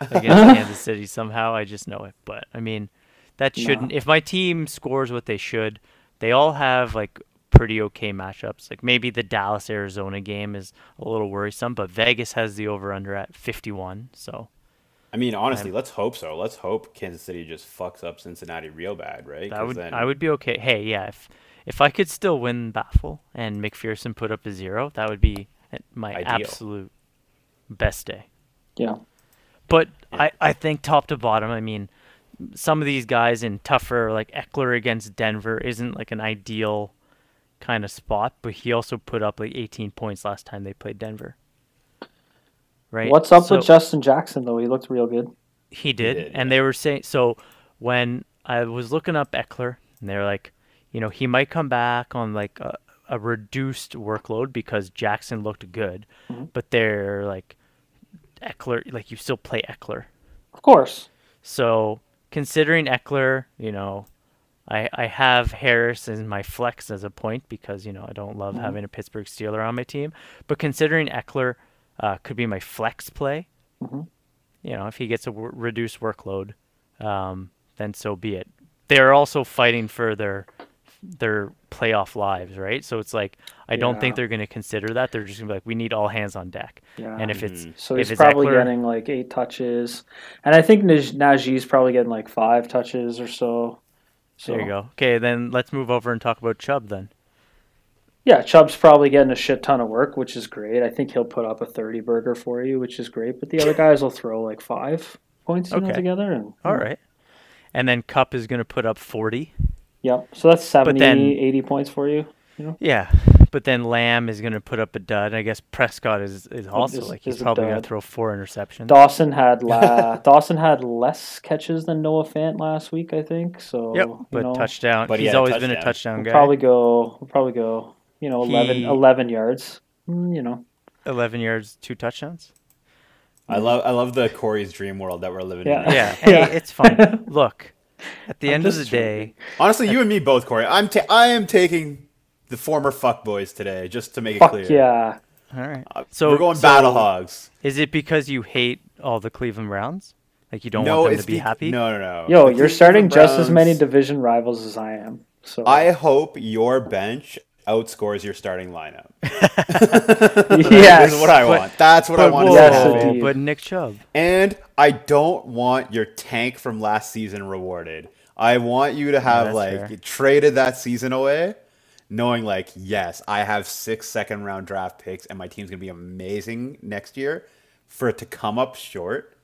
[SPEAKER 4] against Kansas City somehow. I just know it, but I mean that shouldn't. If my team scores what they should, they all have like pretty okay matchups. Like maybe the Dallas Arizona game is a little worrisome, but Vegas has the over under at 51, so.
[SPEAKER 5] I mean, honestly, let's hope so. Let's hope Kansas City just fucks up Cincinnati real bad, right?
[SPEAKER 4] I
[SPEAKER 5] 'Cause
[SPEAKER 4] would
[SPEAKER 5] then-
[SPEAKER 4] I would be okay. Hey, yeah, if if I could still win Baffle and McPherson put up a zero, that would be my
[SPEAKER 5] Ideal.
[SPEAKER 4] absolute best day.
[SPEAKER 3] Yeah.
[SPEAKER 4] But I, I think top to bottom, I mean, some of these guys in tougher, like Eckler against Denver, isn't like an ideal kind of spot, but he also put up like 18 points last time they played Denver. Right?
[SPEAKER 3] What's up
[SPEAKER 4] So-
[SPEAKER 3] with Justin Jackson though? He looked real good.
[SPEAKER 4] he did,
[SPEAKER 5] did,
[SPEAKER 4] and
[SPEAKER 5] yeah.
[SPEAKER 4] they were saying so. When I was looking up Eckler, and they were like, you know, he might come back on like a, a reduced workload because Jackson looked good, but they're like Eckler, like you still play Eckler.
[SPEAKER 3] Of course.
[SPEAKER 4] So considering Eckler, you know, I I have Harris as my flex as a point because you know I don't love
[SPEAKER 3] Mm-hmm.
[SPEAKER 4] having a Pittsburgh Steeler on my team, but considering Eckler uh, could be my flex play,
[SPEAKER 3] Mm-hmm.
[SPEAKER 4] you know, if he gets a w- reduced workload, um, then so be it. They're also fighting for their their playoff lives, right? So it's like I don't think
[SPEAKER 3] Yeah.
[SPEAKER 4] they're going to consider that. They're just going to be like, we need all hands on deck.
[SPEAKER 3] Yeah. Mm-hmm.
[SPEAKER 4] And if it's
[SPEAKER 3] So
[SPEAKER 4] if
[SPEAKER 3] he's
[SPEAKER 4] it's
[SPEAKER 3] probably
[SPEAKER 4] Eckler,
[SPEAKER 3] getting like eight touches, and I think Naj- Najee's probably getting like five touches or so. so.
[SPEAKER 4] there you go. Okay, then let's move over and talk about Chubb then.
[SPEAKER 3] Yeah, Chubb's probably getting a shit ton of work, which is great. I think he'll put up a thirty burger for you, which is great. But the other guys will throw like five points you know,
[SPEAKER 4] Okay.
[SPEAKER 3] together, and
[SPEAKER 5] Hmm.
[SPEAKER 4] All right. And then Cup is going to put up 40.
[SPEAKER 3] yep. So that's 70,
[SPEAKER 4] then-
[SPEAKER 3] 80 points for you.
[SPEAKER 4] Yeah. But then Lamb is going to put up a dud. I guess Prescott is, is also
[SPEAKER 3] is-
[SPEAKER 4] like he's
[SPEAKER 3] is a
[SPEAKER 4] probably going
[SPEAKER 3] dud.
[SPEAKER 4] to throw four interceptions.
[SPEAKER 3] Dawson had la- Dawson had less catches than Noah Fant last week, I think. So
[SPEAKER 4] Yep.
[SPEAKER 3] you
[SPEAKER 4] But
[SPEAKER 3] know,
[SPEAKER 4] touchdown.
[SPEAKER 5] But he
[SPEAKER 4] he's
[SPEAKER 5] had a
[SPEAKER 4] always been a
[SPEAKER 5] touchdown.
[SPEAKER 4] touchdown
[SPEAKER 3] we'll
[SPEAKER 4] guy.
[SPEAKER 3] probably go we'll probably go you know 11,
[SPEAKER 4] He-
[SPEAKER 3] 11 yards. Mm, you know,
[SPEAKER 4] 11 yards, two touchdowns.
[SPEAKER 5] I love I love the Corey's dream world that we're living
[SPEAKER 3] Yeah.
[SPEAKER 5] in.
[SPEAKER 4] Yeah. Hey, it's fine. Look, At the end of the day,
[SPEAKER 5] Honestly, you and me both, Corey. I'm ta- I am taking the former fuckboys today, just to make it
[SPEAKER 3] Fuck
[SPEAKER 5] clear.
[SPEAKER 3] yeah.
[SPEAKER 4] all right.
[SPEAKER 5] So Uh, we're going battle hogs.
[SPEAKER 4] Is it because you hate all the Cleveland Browns? Like you don't
[SPEAKER 5] no,
[SPEAKER 4] want them
[SPEAKER 5] it's
[SPEAKER 4] to be
[SPEAKER 5] bec-
[SPEAKER 4] happy?
[SPEAKER 5] No, no, no.
[SPEAKER 3] Yo,
[SPEAKER 5] The
[SPEAKER 3] you're
[SPEAKER 5] Cleveland
[SPEAKER 3] starting just as many
[SPEAKER 5] Browns-
[SPEAKER 3] division rivals as I am. So
[SPEAKER 5] I hope your bench outscores your starting lineup.
[SPEAKER 3] yes.
[SPEAKER 5] That's what I
[SPEAKER 4] But-
[SPEAKER 5] want. That's what I
[SPEAKER 4] But,
[SPEAKER 5] want.
[SPEAKER 4] whoa,
[SPEAKER 5] to
[SPEAKER 3] Yes,
[SPEAKER 5] happen.
[SPEAKER 3] indeed.
[SPEAKER 4] Oh, but Nick Chubb.
[SPEAKER 5] And I don't want your tank from last season rewarded. I want you to have
[SPEAKER 4] that's
[SPEAKER 5] like
[SPEAKER 4] fair.
[SPEAKER 5] traded that season away, knowing like, yes, I have six second round draft picks and my team's gonna be amazing next year. For it to come up short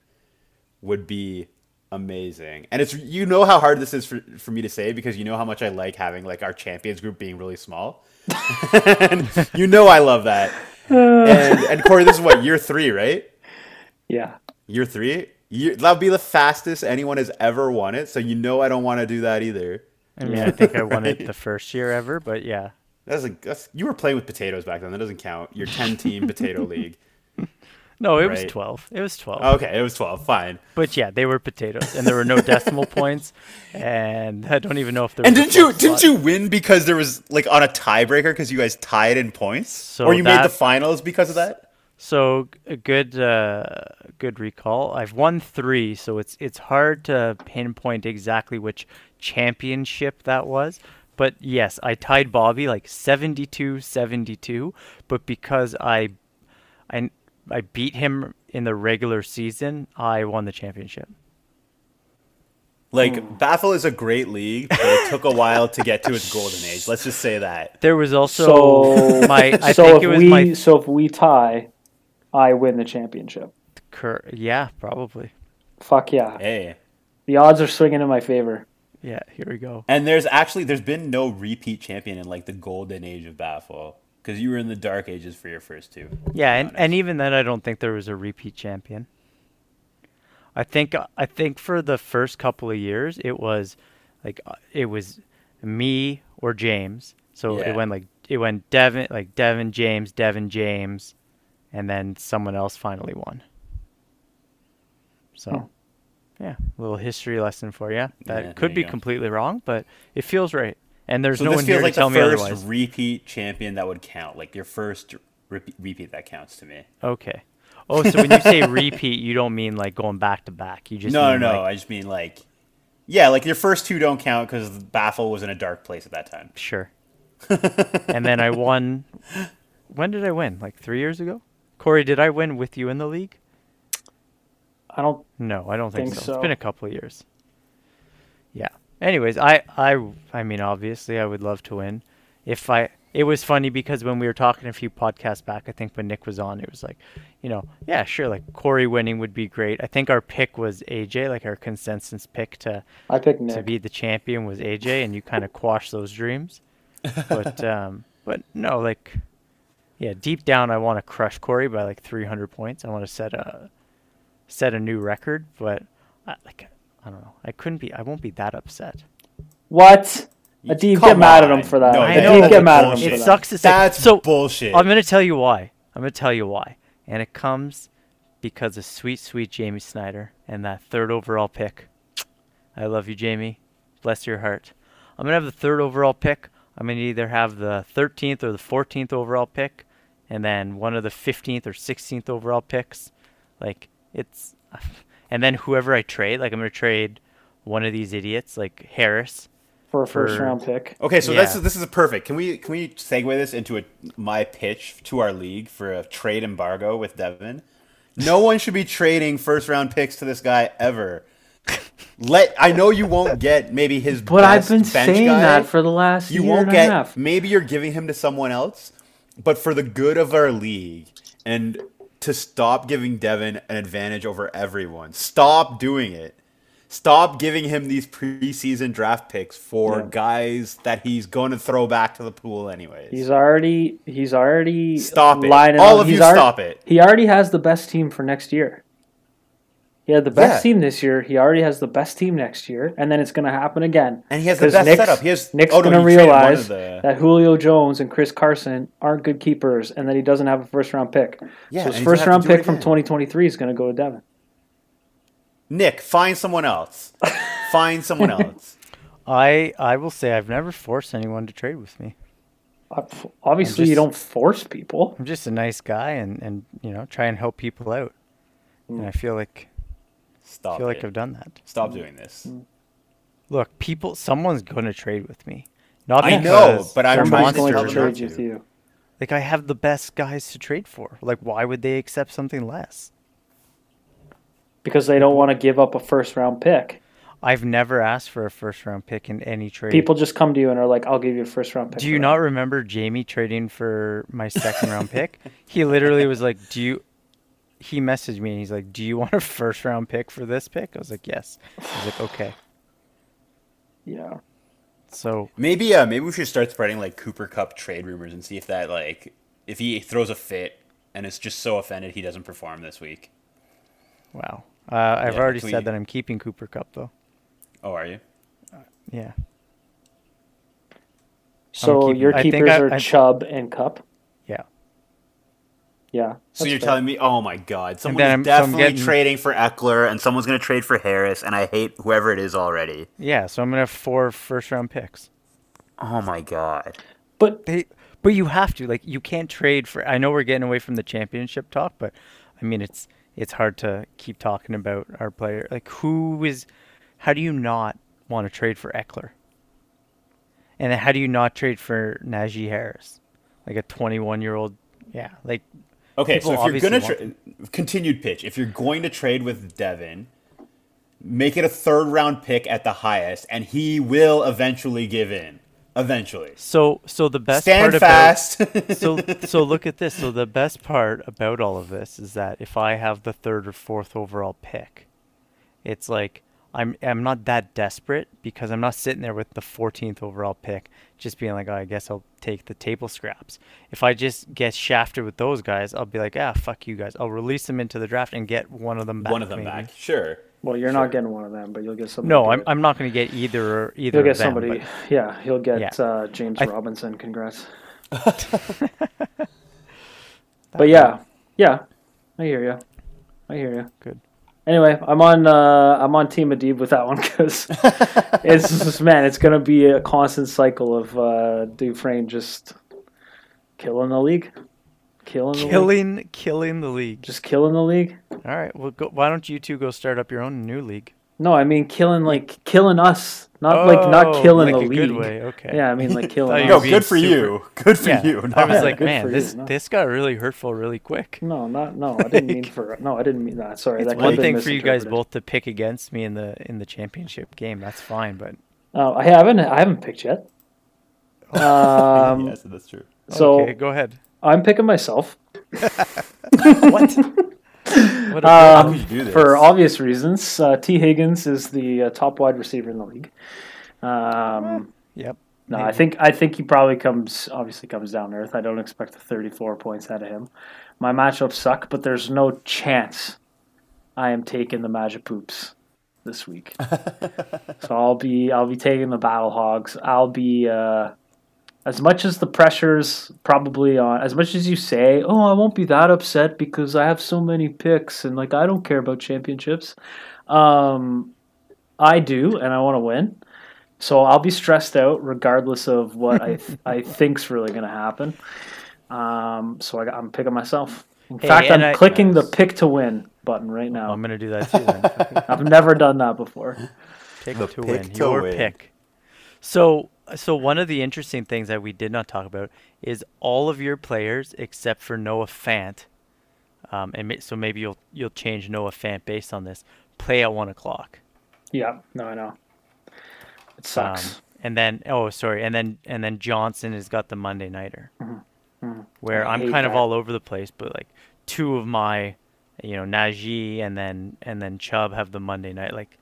[SPEAKER 5] would be amazing. And it's you know how hard this is for, for me to say because you know how much I like having like our champions group being really small. and you know I love that. And, and Corey, this is what, year three, right?
[SPEAKER 3] yeah.
[SPEAKER 5] Year three? Year, that'll be the fastest anyone has ever won it. So you know I don't want to do that either.
[SPEAKER 4] I mean, I think I won it the first year ever, but yeah.
[SPEAKER 5] That's like that's you were playing with potatoes back then. That doesn't count. Your ten team potato league.
[SPEAKER 4] No, it was
[SPEAKER 5] Right.
[SPEAKER 4] 12. It was 12.
[SPEAKER 5] Okay, it was twelve. Fine.
[SPEAKER 4] But yeah, they were potatoes and there were no decimal points and I don't even know if there
[SPEAKER 5] And
[SPEAKER 4] was a
[SPEAKER 5] didn't you
[SPEAKER 4] fourth
[SPEAKER 5] didn't
[SPEAKER 4] slot.
[SPEAKER 5] you win because there was like on a tiebreaker because you guys tied in points,
[SPEAKER 4] So
[SPEAKER 5] or you made the
[SPEAKER 4] that-
[SPEAKER 5] finals because of that?
[SPEAKER 4] So g- a good, uh, good recall. I've won three, so it's it's hard to pinpoint exactly which championship that was. But yes, I tied Bobby like 72-72, but because I, I, I beat him in the regular season, I won the championship.
[SPEAKER 5] Like
[SPEAKER 4] Hmm.
[SPEAKER 5] Baffle is a great league, but it took a while to get to its golden age. Let's just say that.
[SPEAKER 4] There was also
[SPEAKER 3] So
[SPEAKER 4] my. I
[SPEAKER 3] so
[SPEAKER 4] think
[SPEAKER 3] if
[SPEAKER 4] it was
[SPEAKER 3] we
[SPEAKER 4] my.
[SPEAKER 3] so if we tie, I win the championship.
[SPEAKER 4] Cur- yeah, probably.
[SPEAKER 3] Fuck yeah.
[SPEAKER 5] Hey,
[SPEAKER 3] The odds are swinging in my favor.
[SPEAKER 4] Yeah, here we go.
[SPEAKER 5] And there's actually there's been no repeat champion in like the golden age of baffle because you were in the dark ages for your first two.
[SPEAKER 4] Yeah, and, and even then, I don't think there was a repeat champion. I think uh, I think for the first couple of years, it was like uh, it was me or James. So
[SPEAKER 5] Yeah.
[SPEAKER 4] it went like it went Devin, like Devin James, Devin James, and then someone else finally won. So, yeah, a little history lesson for you. That
[SPEAKER 5] Hmm. Yeah,
[SPEAKER 4] could
[SPEAKER 5] there
[SPEAKER 4] be
[SPEAKER 5] you go.
[SPEAKER 4] completely wrong, but it feels right. And there's
[SPEAKER 5] So
[SPEAKER 4] no
[SPEAKER 5] this
[SPEAKER 4] one here
[SPEAKER 5] feels
[SPEAKER 4] to
[SPEAKER 5] like
[SPEAKER 4] tell
[SPEAKER 5] the
[SPEAKER 4] me
[SPEAKER 5] first
[SPEAKER 4] otherwise.
[SPEAKER 5] repeat champion that would count, like your first repeat, repeat that counts to me.
[SPEAKER 4] Okay. Oh, so when you say repeat, you don't mean like going back to back. You just
[SPEAKER 5] No, no,
[SPEAKER 4] mean,
[SPEAKER 5] no.
[SPEAKER 4] like-
[SPEAKER 5] I just mean like, yeah, like your first two don't count because baffle was in a dark place at that time.
[SPEAKER 4] sure. and then I won. When did I win? Like three years ago. Corey, did I win with you in the league?
[SPEAKER 3] I don't
[SPEAKER 4] No, I don't think,
[SPEAKER 3] Think
[SPEAKER 4] so. It's been
[SPEAKER 3] so.
[SPEAKER 4] a couple of years. Yeah. Anyways, I, I, I mean, obviously, I would love to win. If I, it was funny because when we were talking a few podcasts back, I think when Nick was on, it was like, you know, yeah, sure, like Corey winning would be great. I think our pick was AJ, like our consensus pick to
[SPEAKER 3] I picked
[SPEAKER 4] to
[SPEAKER 3] Nick.
[SPEAKER 4] be the champion was AJ, and you kind of quashed those dreams. But um, but no, like, yeah, deep down, I want to crush Corey by like 300 points. I want to set a set a new record, but I, like, I don't know. I couldn't be. I won't be that upset.
[SPEAKER 3] what? Adeeb,
[SPEAKER 5] Come
[SPEAKER 3] get mad at
[SPEAKER 5] on.
[SPEAKER 3] him for that.
[SPEAKER 5] No,
[SPEAKER 4] I
[SPEAKER 5] that-
[SPEAKER 4] know,
[SPEAKER 3] Adeeb,
[SPEAKER 5] that's
[SPEAKER 3] get mad at him
[SPEAKER 5] bullshit.
[SPEAKER 3] for
[SPEAKER 4] It
[SPEAKER 3] that.
[SPEAKER 4] sucks to say.
[SPEAKER 5] That's
[SPEAKER 4] so
[SPEAKER 5] bullshit.
[SPEAKER 4] I'm gonna tell you why. I'm gonna tell you why, and it comes because of sweet, sweet Jamie Snyder and that third overall pick. I love you, Jamie. Bless your heart. I'm gonna have the third overall pick. I'm gonna either have the 13th or the 14th overall pick, and then one of the 15th or 16th overall picks. Like it's, and then whoever I trade, like I'm gonna trade one of these idiots, like Harris.
[SPEAKER 3] For a first
[SPEAKER 4] for-
[SPEAKER 3] round pick.
[SPEAKER 5] Okay, so
[SPEAKER 4] Yeah.
[SPEAKER 5] that's this is perfect. Can we can we segue this into a my pitch to our league for a trade embargo with Devin? No one should be trading first round picks to this guy ever. Let I know you won't get maybe his
[SPEAKER 3] But I've
[SPEAKER 5] best
[SPEAKER 3] been
[SPEAKER 5] bench
[SPEAKER 3] saying
[SPEAKER 5] guy.
[SPEAKER 3] that for the last
[SPEAKER 5] you
[SPEAKER 3] year
[SPEAKER 5] won't
[SPEAKER 3] and
[SPEAKER 5] get
[SPEAKER 3] a half.
[SPEAKER 5] maybe you're giving him to someone else, but for the good of our league and to stop giving Devin an advantage over everyone. Stop doing it stop giving him these preseason draft picks for guys that he's going to throw back to the pool anyways.
[SPEAKER 3] He's already he's already
[SPEAKER 5] Stop it.
[SPEAKER 3] lining
[SPEAKER 5] All
[SPEAKER 3] up-
[SPEAKER 5] of
[SPEAKER 3] he's
[SPEAKER 5] you
[SPEAKER 3] alre-
[SPEAKER 5] stop it.
[SPEAKER 3] He already has the best team for next year. He had the best
[SPEAKER 5] Yeah.
[SPEAKER 3] team this year. He already has the best team next year, and then it's going to happen again.
[SPEAKER 5] And he has the
[SPEAKER 3] 'Cause
[SPEAKER 5] best setup. He has-
[SPEAKER 3] Nick's
[SPEAKER 5] oh, no,
[SPEAKER 3] going to
[SPEAKER 5] he traded one of
[SPEAKER 3] realize
[SPEAKER 5] the-
[SPEAKER 3] that Julio Jones and Chris Carson aren't good keepers, and that he doesn't have a first round pick.
[SPEAKER 5] Yeah,
[SPEAKER 3] so
[SPEAKER 5] and he's
[SPEAKER 3] his
[SPEAKER 5] gonna
[SPEAKER 3] first
[SPEAKER 5] have to
[SPEAKER 3] round
[SPEAKER 5] do it
[SPEAKER 3] pick from
[SPEAKER 5] again.
[SPEAKER 3] 2023 is going to go to Devin.
[SPEAKER 5] Nick, find someone else. Find someone else.
[SPEAKER 4] I I will say I've never forced anyone to trade with me.
[SPEAKER 3] Ob- Obviously, you
[SPEAKER 4] just-
[SPEAKER 3] don't force people.
[SPEAKER 4] I'm just a nice guy and and you know try and help people out. And I feel like
[SPEAKER 5] Stop.
[SPEAKER 4] feel
[SPEAKER 5] it.
[SPEAKER 4] like I've done that.
[SPEAKER 5] Stop doing this.
[SPEAKER 4] Look, people, someone's gonna trade with me. Not
[SPEAKER 5] I
[SPEAKER 4] because
[SPEAKER 5] know, but I'm
[SPEAKER 4] they're
[SPEAKER 3] Somebody's
[SPEAKER 5] trying
[SPEAKER 3] going to
[SPEAKER 5] monster.
[SPEAKER 4] monsters.
[SPEAKER 3] trade
[SPEAKER 5] Not
[SPEAKER 3] with
[SPEAKER 5] to.
[SPEAKER 3] you.
[SPEAKER 4] Like I have the best guys to trade for. Like why would they accept something less?
[SPEAKER 3] because they don't want to give up a first round pick.
[SPEAKER 4] I've never asked for a first round pick in any trade.
[SPEAKER 3] People just come to you and are like, "I'll give you a first round pick."
[SPEAKER 4] Do you
[SPEAKER 3] for
[SPEAKER 4] not remember Jamie trading for my second round pick? He literally was like, "Do you?" He messaged me and he's like, "Do you want a first round pick for this pick?" I was like, "Yes." He's like,
[SPEAKER 3] that."
[SPEAKER 4] "Okay."
[SPEAKER 3] Yeah,
[SPEAKER 4] So
[SPEAKER 5] Maybe uh, maybe we should start spreading like Cooper Cup trade rumors and see if that like if he throws a fit and is just so offended he doesn't perform this week.
[SPEAKER 4] wow, uh, I've
[SPEAKER 5] Yeah,
[SPEAKER 4] already
[SPEAKER 5] can
[SPEAKER 4] said
[SPEAKER 5] we-
[SPEAKER 4] that I'm keeping Cooper Cup though.
[SPEAKER 5] Oh, are you?
[SPEAKER 4] Yeah,
[SPEAKER 3] So
[SPEAKER 4] keeping-
[SPEAKER 3] your
[SPEAKER 4] I think
[SPEAKER 3] keepers
[SPEAKER 4] I-
[SPEAKER 3] are
[SPEAKER 4] I-
[SPEAKER 3] Chubb and Cup.
[SPEAKER 4] yeah.
[SPEAKER 3] Yeah.
[SPEAKER 5] So
[SPEAKER 3] that's
[SPEAKER 5] you're
[SPEAKER 3] fair.
[SPEAKER 5] telling me, oh my god, someone's
[SPEAKER 4] then I'm- so I'm
[SPEAKER 5] definitely
[SPEAKER 4] getting-
[SPEAKER 5] trading for Eckler, and someone's gonna trade for Harris, and I hate whoever it is already.
[SPEAKER 4] Yeah, so I'm gonna have four first round picks.
[SPEAKER 5] Oh my god.
[SPEAKER 3] But
[SPEAKER 4] They, but you have to like you can't trade for. I know we're getting away from the championship talk, but I mean it's it's hard to keep talking about our player. Like who is, how do you not want to trade for Eckler? And then how do you not trade for Najee Harris, like a 21 year old? Yeah, like
[SPEAKER 5] Okay,
[SPEAKER 4] People
[SPEAKER 5] so if you're
[SPEAKER 4] obviously
[SPEAKER 5] gonna tra- continued pitch, if you're going to trade with Devin, make it a third round pick at the highest, and he will eventually give in. Eventually,
[SPEAKER 4] so so the best part
[SPEAKER 5] stand
[SPEAKER 4] about
[SPEAKER 5] fast.
[SPEAKER 4] so so look at this. So the best part about all of this is that if I have the third or fourth overall pick, it's like I'm I'm not that desperate because I'm not sitting there with the 14th overall pick just being like, oh, I guess I'll take the table scraps. If I just get shafted with those guys, I'll be like, ah, fuck you guys. I'll release them into the draft and get one of them back.
[SPEAKER 5] One of them
[SPEAKER 4] maybe."
[SPEAKER 5] back, sure.
[SPEAKER 3] well, you're not getting one of them, but you'll get somebody.
[SPEAKER 4] No,
[SPEAKER 3] good.
[SPEAKER 4] I'm I'm not going to get either or either.
[SPEAKER 3] You'll get
[SPEAKER 4] of them,
[SPEAKER 3] somebody.
[SPEAKER 4] but-
[SPEAKER 3] Yeah, you'll get
[SPEAKER 4] Yeah.
[SPEAKER 3] Uh, James
[SPEAKER 4] I-
[SPEAKER 3] Robinson. Congrats. but yeah, yeah, I hear you. I hear you.
[SPEAKER 4] Good.
[SPEAKER 3] Anyway, I'm on uh, I'm on Team Adib with that one because it's just man, it's gonna be a constant cycle of uh, Dufresne just killing the league, killing, the league,
[SPEAKER 4] killing killing the league.
[SPEAKER 3] just killing the league.
[SPEAKER 4] All right, well, go, why don't you two go start up your own new league?
[SPEAKER 3] No, I mean killing like killing us, not like not
[SPEAKER 4] Oh,
[SPEAKER 3] killing
[SPEAKER 4] like
[SPEAKER 3] the
[SPEAKER 4] a
[SPEAKER 3] league.
[SPEAKER 4] good way, okay.
[SPEAKER 3] Yeah, I mean like killing.
[SPEAKER 4] you
[SPEAKER 5] No,
[SPEAKER 3] us.
[SPEAKER 4] were
[SPEAKER 5] good for
[SPEAKER 4] super-
[SPEAKER 5] you. Good for
[SPEAKER 4] Yeah,
[SPEAKER 5] you.
[SPEAKER 4] I
[SPEAKER 5] Not
[SPEAKER 4] was like,
[SPEAKER 3] good
[SPEAKER 4] man,
[SPEAKER 3] for
[SPEAKER 4] this
[SPEAKER 3] you, no.
[SPEAKER 4] this got really hurtful really quick.
[SPEAKER 3] No, not no. I didn't mean for no. I didn't mean that. Sorry, that
[SPEAKER 4] One
[SPEAKER 3] could've been
[SPEAKER 4] thing for you guys
[SPEAKER 3] misinterpreted.
[SPEAKER 4] both to pick against me in the in the championship game, that's fine, but
[SPEAKER 3] Uh, I haven't. I haven't picked yet. Um,
[SPEAKER 5] yes, that's true.
[SPEAKER 3] So
[SPEAKER 4] okay, go ahead.
[SPEAKER 3] I'm picking myself
[SPEAKER 4] What? what a-
[SPEAKER 3] uh,
[SPEAKER 5] How could you do this?
[SPEAKER 3] um, for obvious reasons. Uh, T. Higgins is the uh, top wide receiver in the league. Um,
[SPEAKER 4] yep.
[SPEAKER 3] no,
[SPEAKER 4] Mm-hmm.
[SPEAKER 3] I think I think he probably comes obviously comes down to earth. I don't expect 34 points out of him. My matchups suck, but there's no chance I am taking the Magic Poops this week. so I'll be I'll be taking the Battle Hogs. I'll be uh, as much as the pressures probably on as much as you say, oh, I won't be that upset because I have so many picks and like I don't care about championships. Um, I do, and I want to win. So I'll be stressed out regardless of what I I think's really going to happen. Um, so I, got- I'm picking myself. In
[SPEAKER 4] Hey,
[SPEAKER 3] fact, I'm
[SPEAKER 4] and I-
[SPEAKER 3] clicking the pick to win button right now.
[SPEAKER 5] Um,
[SPEAKER 4] I'm gonna do that too. Then.
[SPEAKER 3] I've never done that before.
[SPEAKER 4] Pick
[SPEAKER 5] The
[SPEAKER 4] to
[SPEAKER 5] pick
[SPEAKER 4] win.
[SPEAKER 5] to
[SPEAKER 4] Your
[SPEAKER 5] win.
[SPEAKER 4] pick. So so one of the interesting things that we did not talk about is all of your players except for Noah Fant, um, and ma- so maybe you'll you'll change Noah Fant based on this. Play at one o'clock.
[SPEAKER 3] Yeah, no, I know. It
[SPEAKER 4] Um,
[SPEAKER 3] sucks.
[SPEAKER 4] and then oh sorry, and then and then Johnson has got the Monday nighter, where
[SPEAKER 3] Mm-hmm. I
[SPEAKER 4] I'm
[SPEAKER 3] hate
[SPEAKER 4] kind of
[SPEAKER 3] that.
[SPEAKER 4] all over the place, but like two of my, you know, Najee and then and then Chubb have the Monday night. Like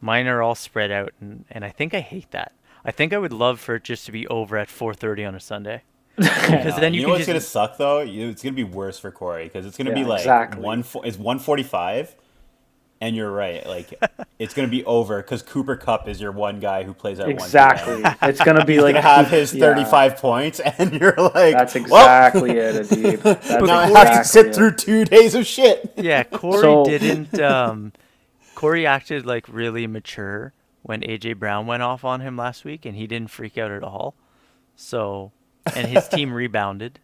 [SPEAKER 4] mine are all spread out, and and I think I hate that. I think I would love for it just to be over at 4:30 on a Sunday, because then you,
[SPEAKER 5] know
[SPEAKER 4] can
[SPEAKER 5] what's
[SPEAKER 4] just
[SPEAKER 5] gonna suck though? You, it's gonna be worse for Corey because it's gonna be
[SPEAKER 3] Yeah,
[SPEAKER 5] like
[SPEAKER 3] exactly.
[SPEAKER 5] one. fo- It's one forty-five, and you're right. Like it's gonna be over because Cooper Cup is your one guy who plays at
[SPEAKER 3] exactly.
[SPEAKER 5] One
[SPEAKER 3] it's gonna be like
[SPEAKER 5] Gonna have his
[SPEAKER 3] yeah,
[SPEAKER 5] thirty-five points, and you're like,
[SPEAKER 3] That's
[SPEAKER 5] "Well,
[SPEAKER 3] exactly it, Adib. That's
[SPEAKER 5] now I
[SPEAKER 3] exactly
[SPEAKER 5] have to sit
[SPEAKER 3] it.
[SPEAKER 5] through two days of shit.
[SPEAKER 4] Yeah, Corey
[SPEAKER 3] So-
[SPEAKER 4] didn't. Um, Corey acted like really mature when AJ Brown went off on him last week and he didn't freak out at all. So, and his team rebounded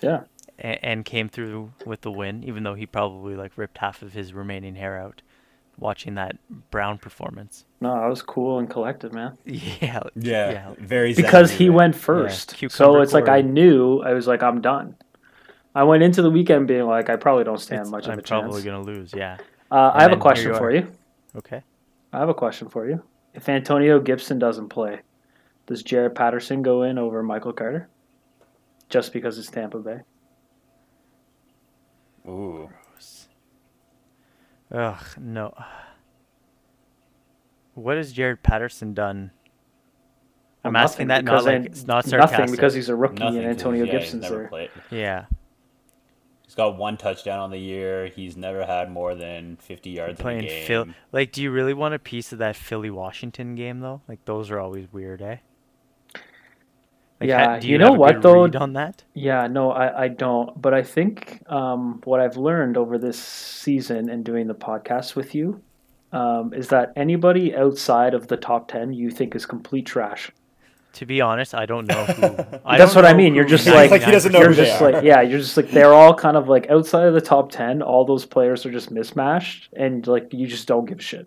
[SPEAKER 3] Yeah.
[SPEAKER 4] and, and came through with the win, even though he probably like ripped half of his remaining hair out watching that Brown performance.
[SPEAKER 3] No, I was cool and collected, man.
[SPEAKER 4] Yeah. like-
[SPEAKER 5] Yeah, very
[SPEAKER 3] Because
[SPEAKER 5] zen,
[SPEAKER 3] he
[SPEAKER 5] right?
[SPEAKER 3] went first.
[SPEAKER 4] cucumber
[SPEAKER 3] so it's like I
[SPEAKER 4] quarter.
[SPEAKER 3] knew, I was like, I'm done. I went into the weekend being like, I probably don't stand much of
[SPEAKER 4] I'm
[SPEAKER 3] a
[SPEAKER 4] probably
[SPEAKER 3] chance.
[SPEAKER 4] going to lose. Yeah.
[SPEAKER 3] uh, I have a
[SPEAKER 4] then here
[SPEAKER 3] question
[SPEAKER 4] you
[SPEAKER 3] for
[SPEAKER 4] are.
[SPEAKER 3] you.
[SPEAKER 4] Okay.
[SPEAKER 3] I have a question for you. If Antonio Gibson doesn't play, does Jared Patterson go in over Michael Carter? Just because it's Tampa Bay.
[SPEAKER 5] Ooh,
[SPEAKER 4] Ugh, no. What has Jared Patterson done? I'm
[SPEAKER 3] Well,
[SPEAKER 4] asking that
[SPEAKER 3] nothing,
[SPEAKER 4] not
[SPEAKER 3] because
[SPEAKER 4] like
[SPEAKER 3] I-
[SPEAKER 4] it's not
[SPEAKER 3] Nothing
[SPEAKER 4] sarcastic.
[SPEAKER 3] because he's a rookie
[SPEAKER 5] nothing.
[SPEAKER 3] and
[SPEAKER 5] 'cause,
[SPEAKER 3] Antonio
[SPEAKER 5] yeah, he's
[SPEAKER 3] Gibson's
[SPEAKER 5] never
[SPEAKER 3] there.
[SPEAKER 5] played.
[SPEAKER 4] yeah.
[SPEAKER 5] He's got one touchdown on the year. He's never had more than 50 yards in a
[SPEAKER 4] Playing
[SPEAKER 5] game.
[SPEAKER 4] Phil like do you really want a piece of that Philly Washington game though? Like those are always weird, eh? Like, ha-
[SPEAKER 3] Yeah,
[SPEAKER 4] do
[SPEAKER 3] you know
[SPEAKER 4] have a
[SPEAKER 3] what,
[SPEAKER 4] good
[SPEAKER 3] though?
[SPEAKER 4] read on that?
[SPEAKER 3] Yeah, no, I, I don't. But I think um, what I've learned over this season and doing the podcast with you um, is that anybody outside of the top 10 you think is complete trash.
[SPEAKER 4] To be honest, I don't know who I
[SPEAKER 3] That's
[SPEAKER 4] don't
[SPEAKER 3] what I
[SPEAKER 4] know
[SPEAKER 3] mean.
[SPEAKER 4] who
[SPEAKER 3] You're just
[SPEAKER 4] 99%
[SPEAKER 3] like,
[SPEAKER 5] Like, he doesn't know
[SPEAKER 3] you're
[SPEAKER 5] who they
[SPEAKER 3] just
[SPEAKER 5] are.
[SPEAKER 3] like, yeah, you're just like, they're all kind of like outside of the top 10, all those players are just mismatched and like, you just don't give a shit.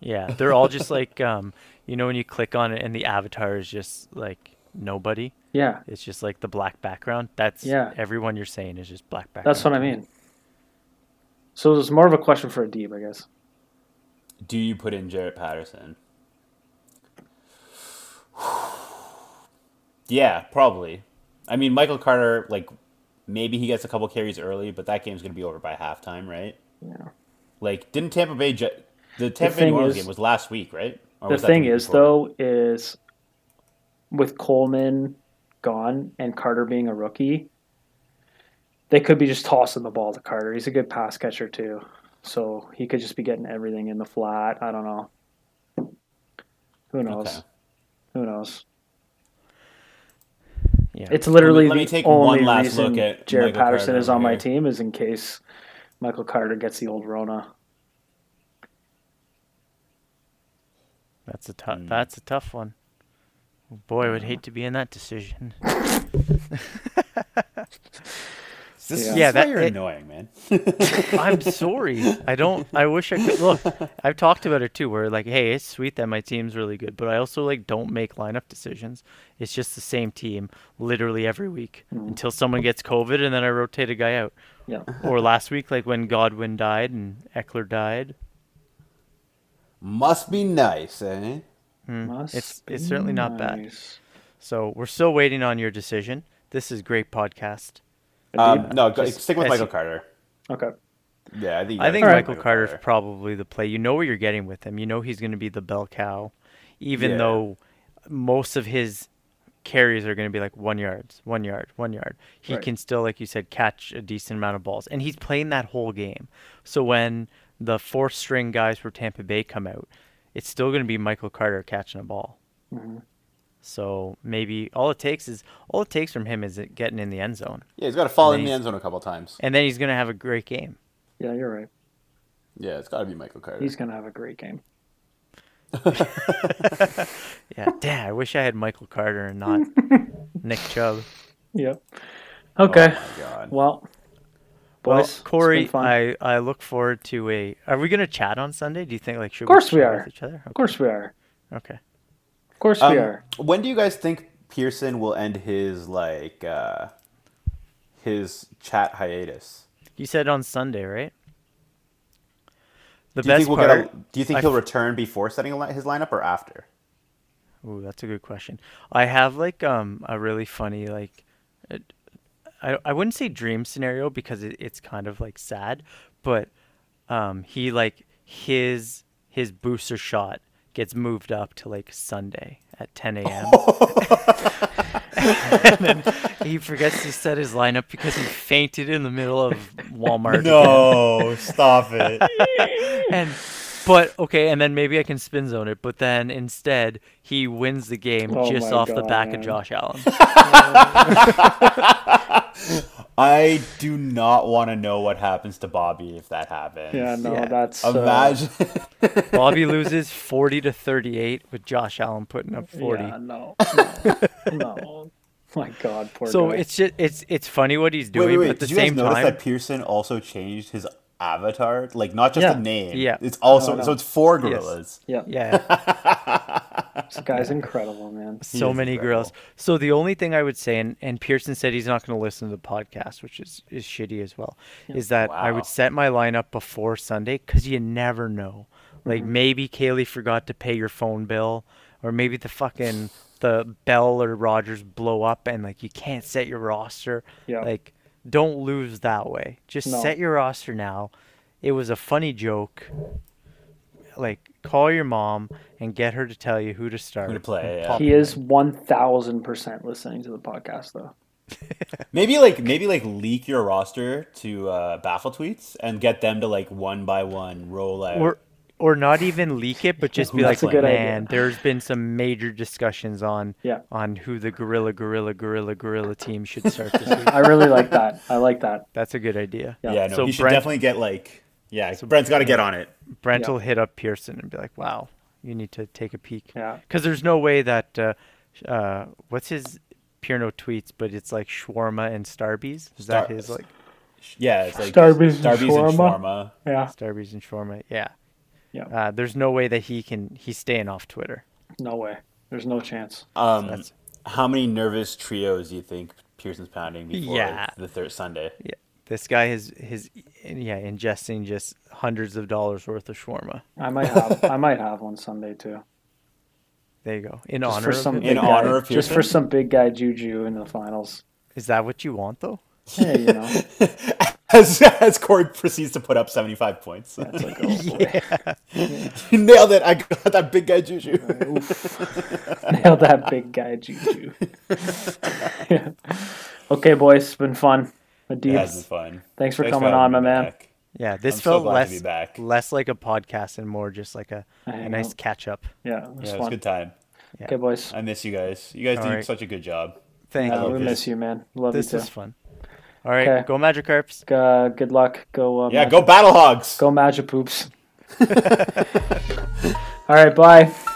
[SPEAKER 4] Yeah, they're all just like um you know when you click on it and the avatar is just like nobody.
[SPEAKER 3] Yeah,
[SPEAKER 4] It's just like the black background. That's
[SPEAKER 3] Yeah.
[SPEAKER 4] everyone you're saying is just black background.
[SPEAKER 3] that's what I
[SPEAKER 4] to me.
[SPEAKER 3] mean. So it's more of a question for Adib, I guess.
[SPEAKER 5] Do you put in Jarrett Patterson? yeah, probably. I mean, Michael Carter, like, maybe he gets a couple carries early, but that game's going to be over by halftime, right?
[SPEAKER 3] Yeah.
[SPEAKER 5] Like, didn't Tampa Bay. Ju- the Tampa Bay
[SPEAKER 3] thing
[SPEAKER 5] New Orleans
[SPEAKER 3] is-
[SPEAKER 5] game was last week, right? Or
[SPEAKER 3] the
[SPEAKER 5] was that
[SPEAKER 3] thing
[SPEAKER 5] week
[SPEAKER 3] is
[SPEAKER 5] before?
[SPEAKER 3] though is with coleman gone and carter being a rookie they could be just tossing the ball to carter he's a good pass catcher too so he could just be getting everything in the flat i don't know who knows
[SPEAKER 5] Okay.
[SPEAKER 3] who knows
[SPEAKER 4] Yeah.
[SPEAKER 3] it's literally
[SPEAKER 5] let me
[SPEAKER 3] the
[SPEAKER 5] take one
[SPEAKER 3] only
[SPEAKER 5] last
[SPEAKER 3] reason
[SPEAKER 5] look at
[SPEAKER 3] jared
[SPEAKER 5] Michael
[SPEAKER 3] patterson
[SPEAKER 5] Carter
[SPEAKER 3] is on my
[SPEAKER 5] here.
[SPEAKER 3] team is in case michael carter gets the old rona
[SPEAKER 4] That's a tough. That's a tough one. Boy, I would hate to be in that decision.
[SPEAKER 5] This,
[SPEAKER 3] Yeah.
[SPEAKER 5] yeah,
[SPEAKER 4] Yeah,
[SPEAKER 5] that's
[SPEAKER 4] that-
[SPEAKER 5] why you're
[SPEAKER 4] it-
[SPEAKER 5] annoying, man.
[SPEAKER 4] I'm sorry. I don't. I wish I could look. I've talked about it too. Where like, hey, it's sweet that my team's really good, but I also like don't make lineup decisions. It's just the same team literally every week
[SPEAKER 3] Hmm.
[SPEAKER 4] until someone gets COVID, and then I rotate a guy out.
[SPEAKER 3] yeah
[SPEAKER 4] Or last week, like when Godwin died and Eckler died.
[SPEAKER 5] Must be nice, eh?
[SPEAKER 3] Must
[SPEAKER 4] Mm-hmm. it's-
[SPEAKER 3] be
[SPEAKER 4] it's certainly not bad.
[SPEAKER 3] nice.
[SPEAKER 4] So we're still waiting on your decision. This is great podcast.
[SPEAKER 5] Um, no, go,
[SPEAKER 4] Just
[SPEAKER 5] stick with
[SPEAKER 4] as
[SPEAKER 5] Michael
[SPEAKER 4] you-
[SPEAKER 5] Carter.
[SPEAKER 3] okay
[SPEAKER 5] Yeah, I think. you
[SPEAKER 4] I
[SPEAKER 5] gotta stick
[SPEAKER 4] think
[SPEAKER 5] with
[SPEAKER 4] Michael Carter's probably the play. You know where you're getting with him. You know he's going to be the bell cow, even
[SPEAKER 5] Yeah.
[SPEAKER 4] though most of his carries are going to be like one yards, one yard, one yard. He
[SPEAKER 3] Right.
[SPEAKER 4] can still, like you said, catch a decent amount of balls, and he's playing that whole game. So when the fourth string guys for Tampa Bay come out, it's still going to be Michael Carter catching a ball.
[SPEAKER 5] Mm-hmm.
[SPEAKER 4] So maybe all it takes is all it takes from him is it getting in the end zone,
[SPEAKER 5] Yeah, he's got to fall in
[SPEAKER 4] Nice.
[SPEAKER 5] the end zone a couple times.
[SPEAKER 4] and then he's going to have a great game.
[SPEAKER 3] yeah you're right
[SPEAKER 5] Yeah, it's got to be Michael Carter.
[SPEAKER 3] he's gonna have a great game
[SPEAKER 4] Yeah, damn, I wish I had Michael Carter and not Nick Chubb.
[SPEAKER 3] Yep. Okay.
[SPEAKER 5] Oh my God.
[SPEAKER 3] well,
[SPEAKER 4] Well,
[SPEAKER 3] boys, it's
[SPEAKER 4] Corey,
[SPEAKER 3] been fun.
[SPEAKER 4] I, I look forward to a. Are we gonna chat on Sunday? Do you think like should of
[SPEAKER 3] course we
[SPEAKER 4] we, chat
[SPEAKER 3] are.
[SPEAKER 4] with each other?
[SPEAKER 3] of course we are.
[SPEAKER 4] Okay.
[SPEAKER 3] Of course we
[SPEAKER 5] Um,
[SPEAKER 3] are.
[SPEAKER 5] When do you guys think Pearson will end his like uh his chat hiatus?
[SPEAKER 4] You said on Sunday, right? The
[SPEAKER 5] Do you
[SPEAKER 4] best
[SPEAKER 5] think we'll
[SPEAKER 4] part.
[SPEAKER 5] get a, Do you think
[SPEAKER 4] I
[SPEAKER 5] he'll
[SPEAKER 4] f-
[SPEAKER 5] return before setting a li- his lineup or after?
[SPEAKER 4] Ooh, that's a good question. I have like um a really funny like, it- I I wouldn't say dream scenario because it, it's kind of like sad, but um he like his his booster shot gets moved up to like Sunday at 10 a.m. and then he forgets to set his lineup because he fainted in the middle of Walmart.
[SPEAKER 5] No, stop it.
[SPEAKER 4] And but okay, and then maybe I can spin zone it, but then instead he wins the game
[SPEAKER 3] Oh
[SPEAKER 4] just
[SPEAKER 3] my
[SPEAKER 4] off the
[SPEAKER 3] God,
[SPEAKER 4] back
[SPEAKER 3] man.
[SPEAKER 4] of Josh Allen.
[SPEAKER 5] I do not want to know what happens to Bobby if that happens.
[SPEAKER 3] Yeah, no,
[SPEAKER 1] Yeah.
[SPEAKER 3] that's uh,
[SPEAKER 5] Imagine.
[SPEAKER 4] Bobby loses 40 to 38 with Josh Allen putting up 40.
[SPEAKER 3] Yeah, no, no, no. My God, poor
[SPEAKER 4] So
[SPEAKER 3] guy.
[SPEAKER 4] it's just it's it's funny what he's
[SPEAKER 5] wait,
[SPEAKER 4] doing,
[SPEAKER 5] wait, wait.
[SPEAKER 4] but at the
[SPEAKER 5] Did you guys
[SPEAKER 4] same
[SPEAKER 5] notice
[SPEAKER 4] time,
[SPEAKER 5] that Pearson also changed his avatar? Like, not just
[SPEAKER 3] Yeah.
[SPEAKER 5] the name.
[SPEAKER 4] Yeah.
[SPEAKER 5] It's also
[SPEAKER 3] No, no.
[SPEAKER 5] so it's four gorillas.
[SPEAKER 3] yeah,
[SPEAKER 4] yeah,
[SPEAKER 3] this guy's incredible, man.
[SPEAKER 4] so
[SPEAKER 5] is
[SPEAKER 4] many girls. So the only thing I would say, and, and Pearson said he's not going to listen to the podcast, which is is shitty as well, is that I
[SPEAKER 5] Wow.
[SPEAKER 4] would set my lineup before Sunday because you never know. Like maybe Kaylee forgot to pay your phone bill, or maybe the fucking the Bell or Rogers blow up, and like you can't set your roster.
[SPEAKER 3] Yeah.
[SPEAKER 4] Like don't lose that way. Just
[SPEAKER 3] No.
[SPEAKER 4] set your roster now. It was a funny joke. Like call your mom and get her to tell you who to start.
[SPEAKER 5] to play, uh,
[SPEAKER 4] and
[SPEAKER 5] yeah.
[SPEAKER 4] pop
[SPEAKER 3] He
[SPEAKER 4] him
[SPEAKER 3] is
[SPEAKER 4] in.
[SPEAKER 3] one thousand percent listening to the podcast, though.
[SPEAKER 5] Maybe like maybe like leak your roster to uh, baffle tweets and get them to like one by one roll out.
[SPEAKER 4] or or not even leak it, but just be
[SPEAKER 3] That's
[SPEAKER 4] like,
[SPEAKER 3] a good idea.
[SPEAKER 4] man, there's been some major discussions on
[SPEAKER 3] Yeah.
[SPEAKER 4] on who the gorilla, gorilla, gorilla, gorilla team should start this week.
[SPEAKER 3] I really like that. I like that.
[SPEAKER 4] That's a good idea.
[SPEAKER 5] yeah, no,
[SPEAKER 4] so
[SPEAKER 5] he should
[SPEAKER 4] Brent-
[SPEAKER 5] definitely get like yeah. Brent's got to get on it.
[SPEAKER 4] Brent
[SPEAKER 3] Yeah.
[SPEAKER 4] will hit up Pearson and be like, "Wow, you need to take a peek."
[SPEAKER 3] Yeah.
[SPEAKER 4] Because there's no way that uh, sh- uh, what's his Pierno tweets, but it's like shawarma and Starbies. Is
[SPEAKER 5] Star-
[SPEAKER 4] that his like
[SPEAKER 5] Yeah, it's like
[SPEAKER 3] Starbies and
[SPEAKER 5] Starbies and
[SPEAKER 3] shawarma.
[SPEAKER 5] shawarma.
[SPEAKER 3] Yeah,
[SPEAKER 4] Starbies and shawarma? Yeah.
[SPEAKER 3] Yeah.
[SPEAKER 4] Uh, there's no way that he can. He's staying off Twitter.
[SPEAKER 3] no way. There's no chance.
[SPEAKER 5] Um,
[SPEAKER 4] That's-
[SPEAKER 5] how many nervous trios do you think Pearson's pounding before
[SPEAKER 4] Yeah.
[SPEAKER 5] the third Sunday?
[SPEAKER 4] Yeah. This guy is his yeah ingesting just hundreds of dollars worth of shawarma.
[SPEAKER 3] I might have. I might have one Sunday too.
[SPEAKER 4] There you go. In
[SPEAKER 3] Just
[SPEAKER 4] honor
[SPEAKER 3] for
[SPEAKER 4] of
[SPEAKER 3] some
[SPEAKER 4] him.
[SPEAKER 3] big guy,
[SPEAKER 5] honor of
[SPEAKER 3] just for
[SPEAKER 5] Pearson?
[SPEAKER 3] some big guy juju in the finals.
[SPEAKER 4] Is that what you want though?
[SPEAKER 3] Yeah, you know.
[SPEAKER 5] As, as Corey proceeds to put up seventy five points,
[SPEAKER 3] It's like, oh, boy.
[SPEAKER 5] you nailed it. I got that big guy juju.
[SPEAKER 3] Nail that big guy juju. Yeah. Okay, boys, it's been fun. Adib,
[SPEAKER 5] That's fun.
[SPEAKER 3] thanks for
[SPEAKER 5] Thanks
[SPEAKER 3] coming
[SPEAKER 5] having
[SPEAKER 3] on,
[SPEAKER 5] me
[SPEAKER 3] my man.
[SPEAKER 5] back.
[SPEAKER 4] Yeah, this
[SPEAKER 5] I'm so
[SPEAKER 4] felt
[SPEAKER 5] glad to be
[SPEAKER 4] less
[SPEAKER 5] back.
[SPEAKER 4] less like a podcast and more just like a,
[SPEAKER 3] I
[SPEAKER 4] a nice
[SPEAKER 3] know.
[SPEAKER 4] catch up.
[SPEAKER 3] Yeah, it was
[SPEAKER 5] Yeah, it was a
[SPEAKER 3] fun.
[SPEAKER 5] good time.
[SPEAKER 3] Okay, boys.
[SPEAKER 5] I miss you guys. You guys
[SPEAKER 4] All
[SPEAKER 5] do
[SPEAKER 4] right.
[SPEAKER 5] such a good job.
[SPEAKER 4] Thank
[SPEAKER 3] Uh,
[SPEAKER 4] you.
[SPEAKER 3] we
[SPEAKER 5] this.
[SPEAKER 3] miss you, man. Love
[SPEAKER 4] This
[SPEAKER 3] you too.
[SPEAKER 4] is fun. All right,
[SPEAKER 3] Okay.
[SPEAKER 4] go Magikarps.
[SPEAKER 3] Uh, good luck. Go. Uh,
[SPEAKER 5] Yeah,
[SPEAKER 3] Magi-
[SPEAKER 5] go Battle Hogs.
[SPEAKER 3] Go Magic Poops. All right, bye.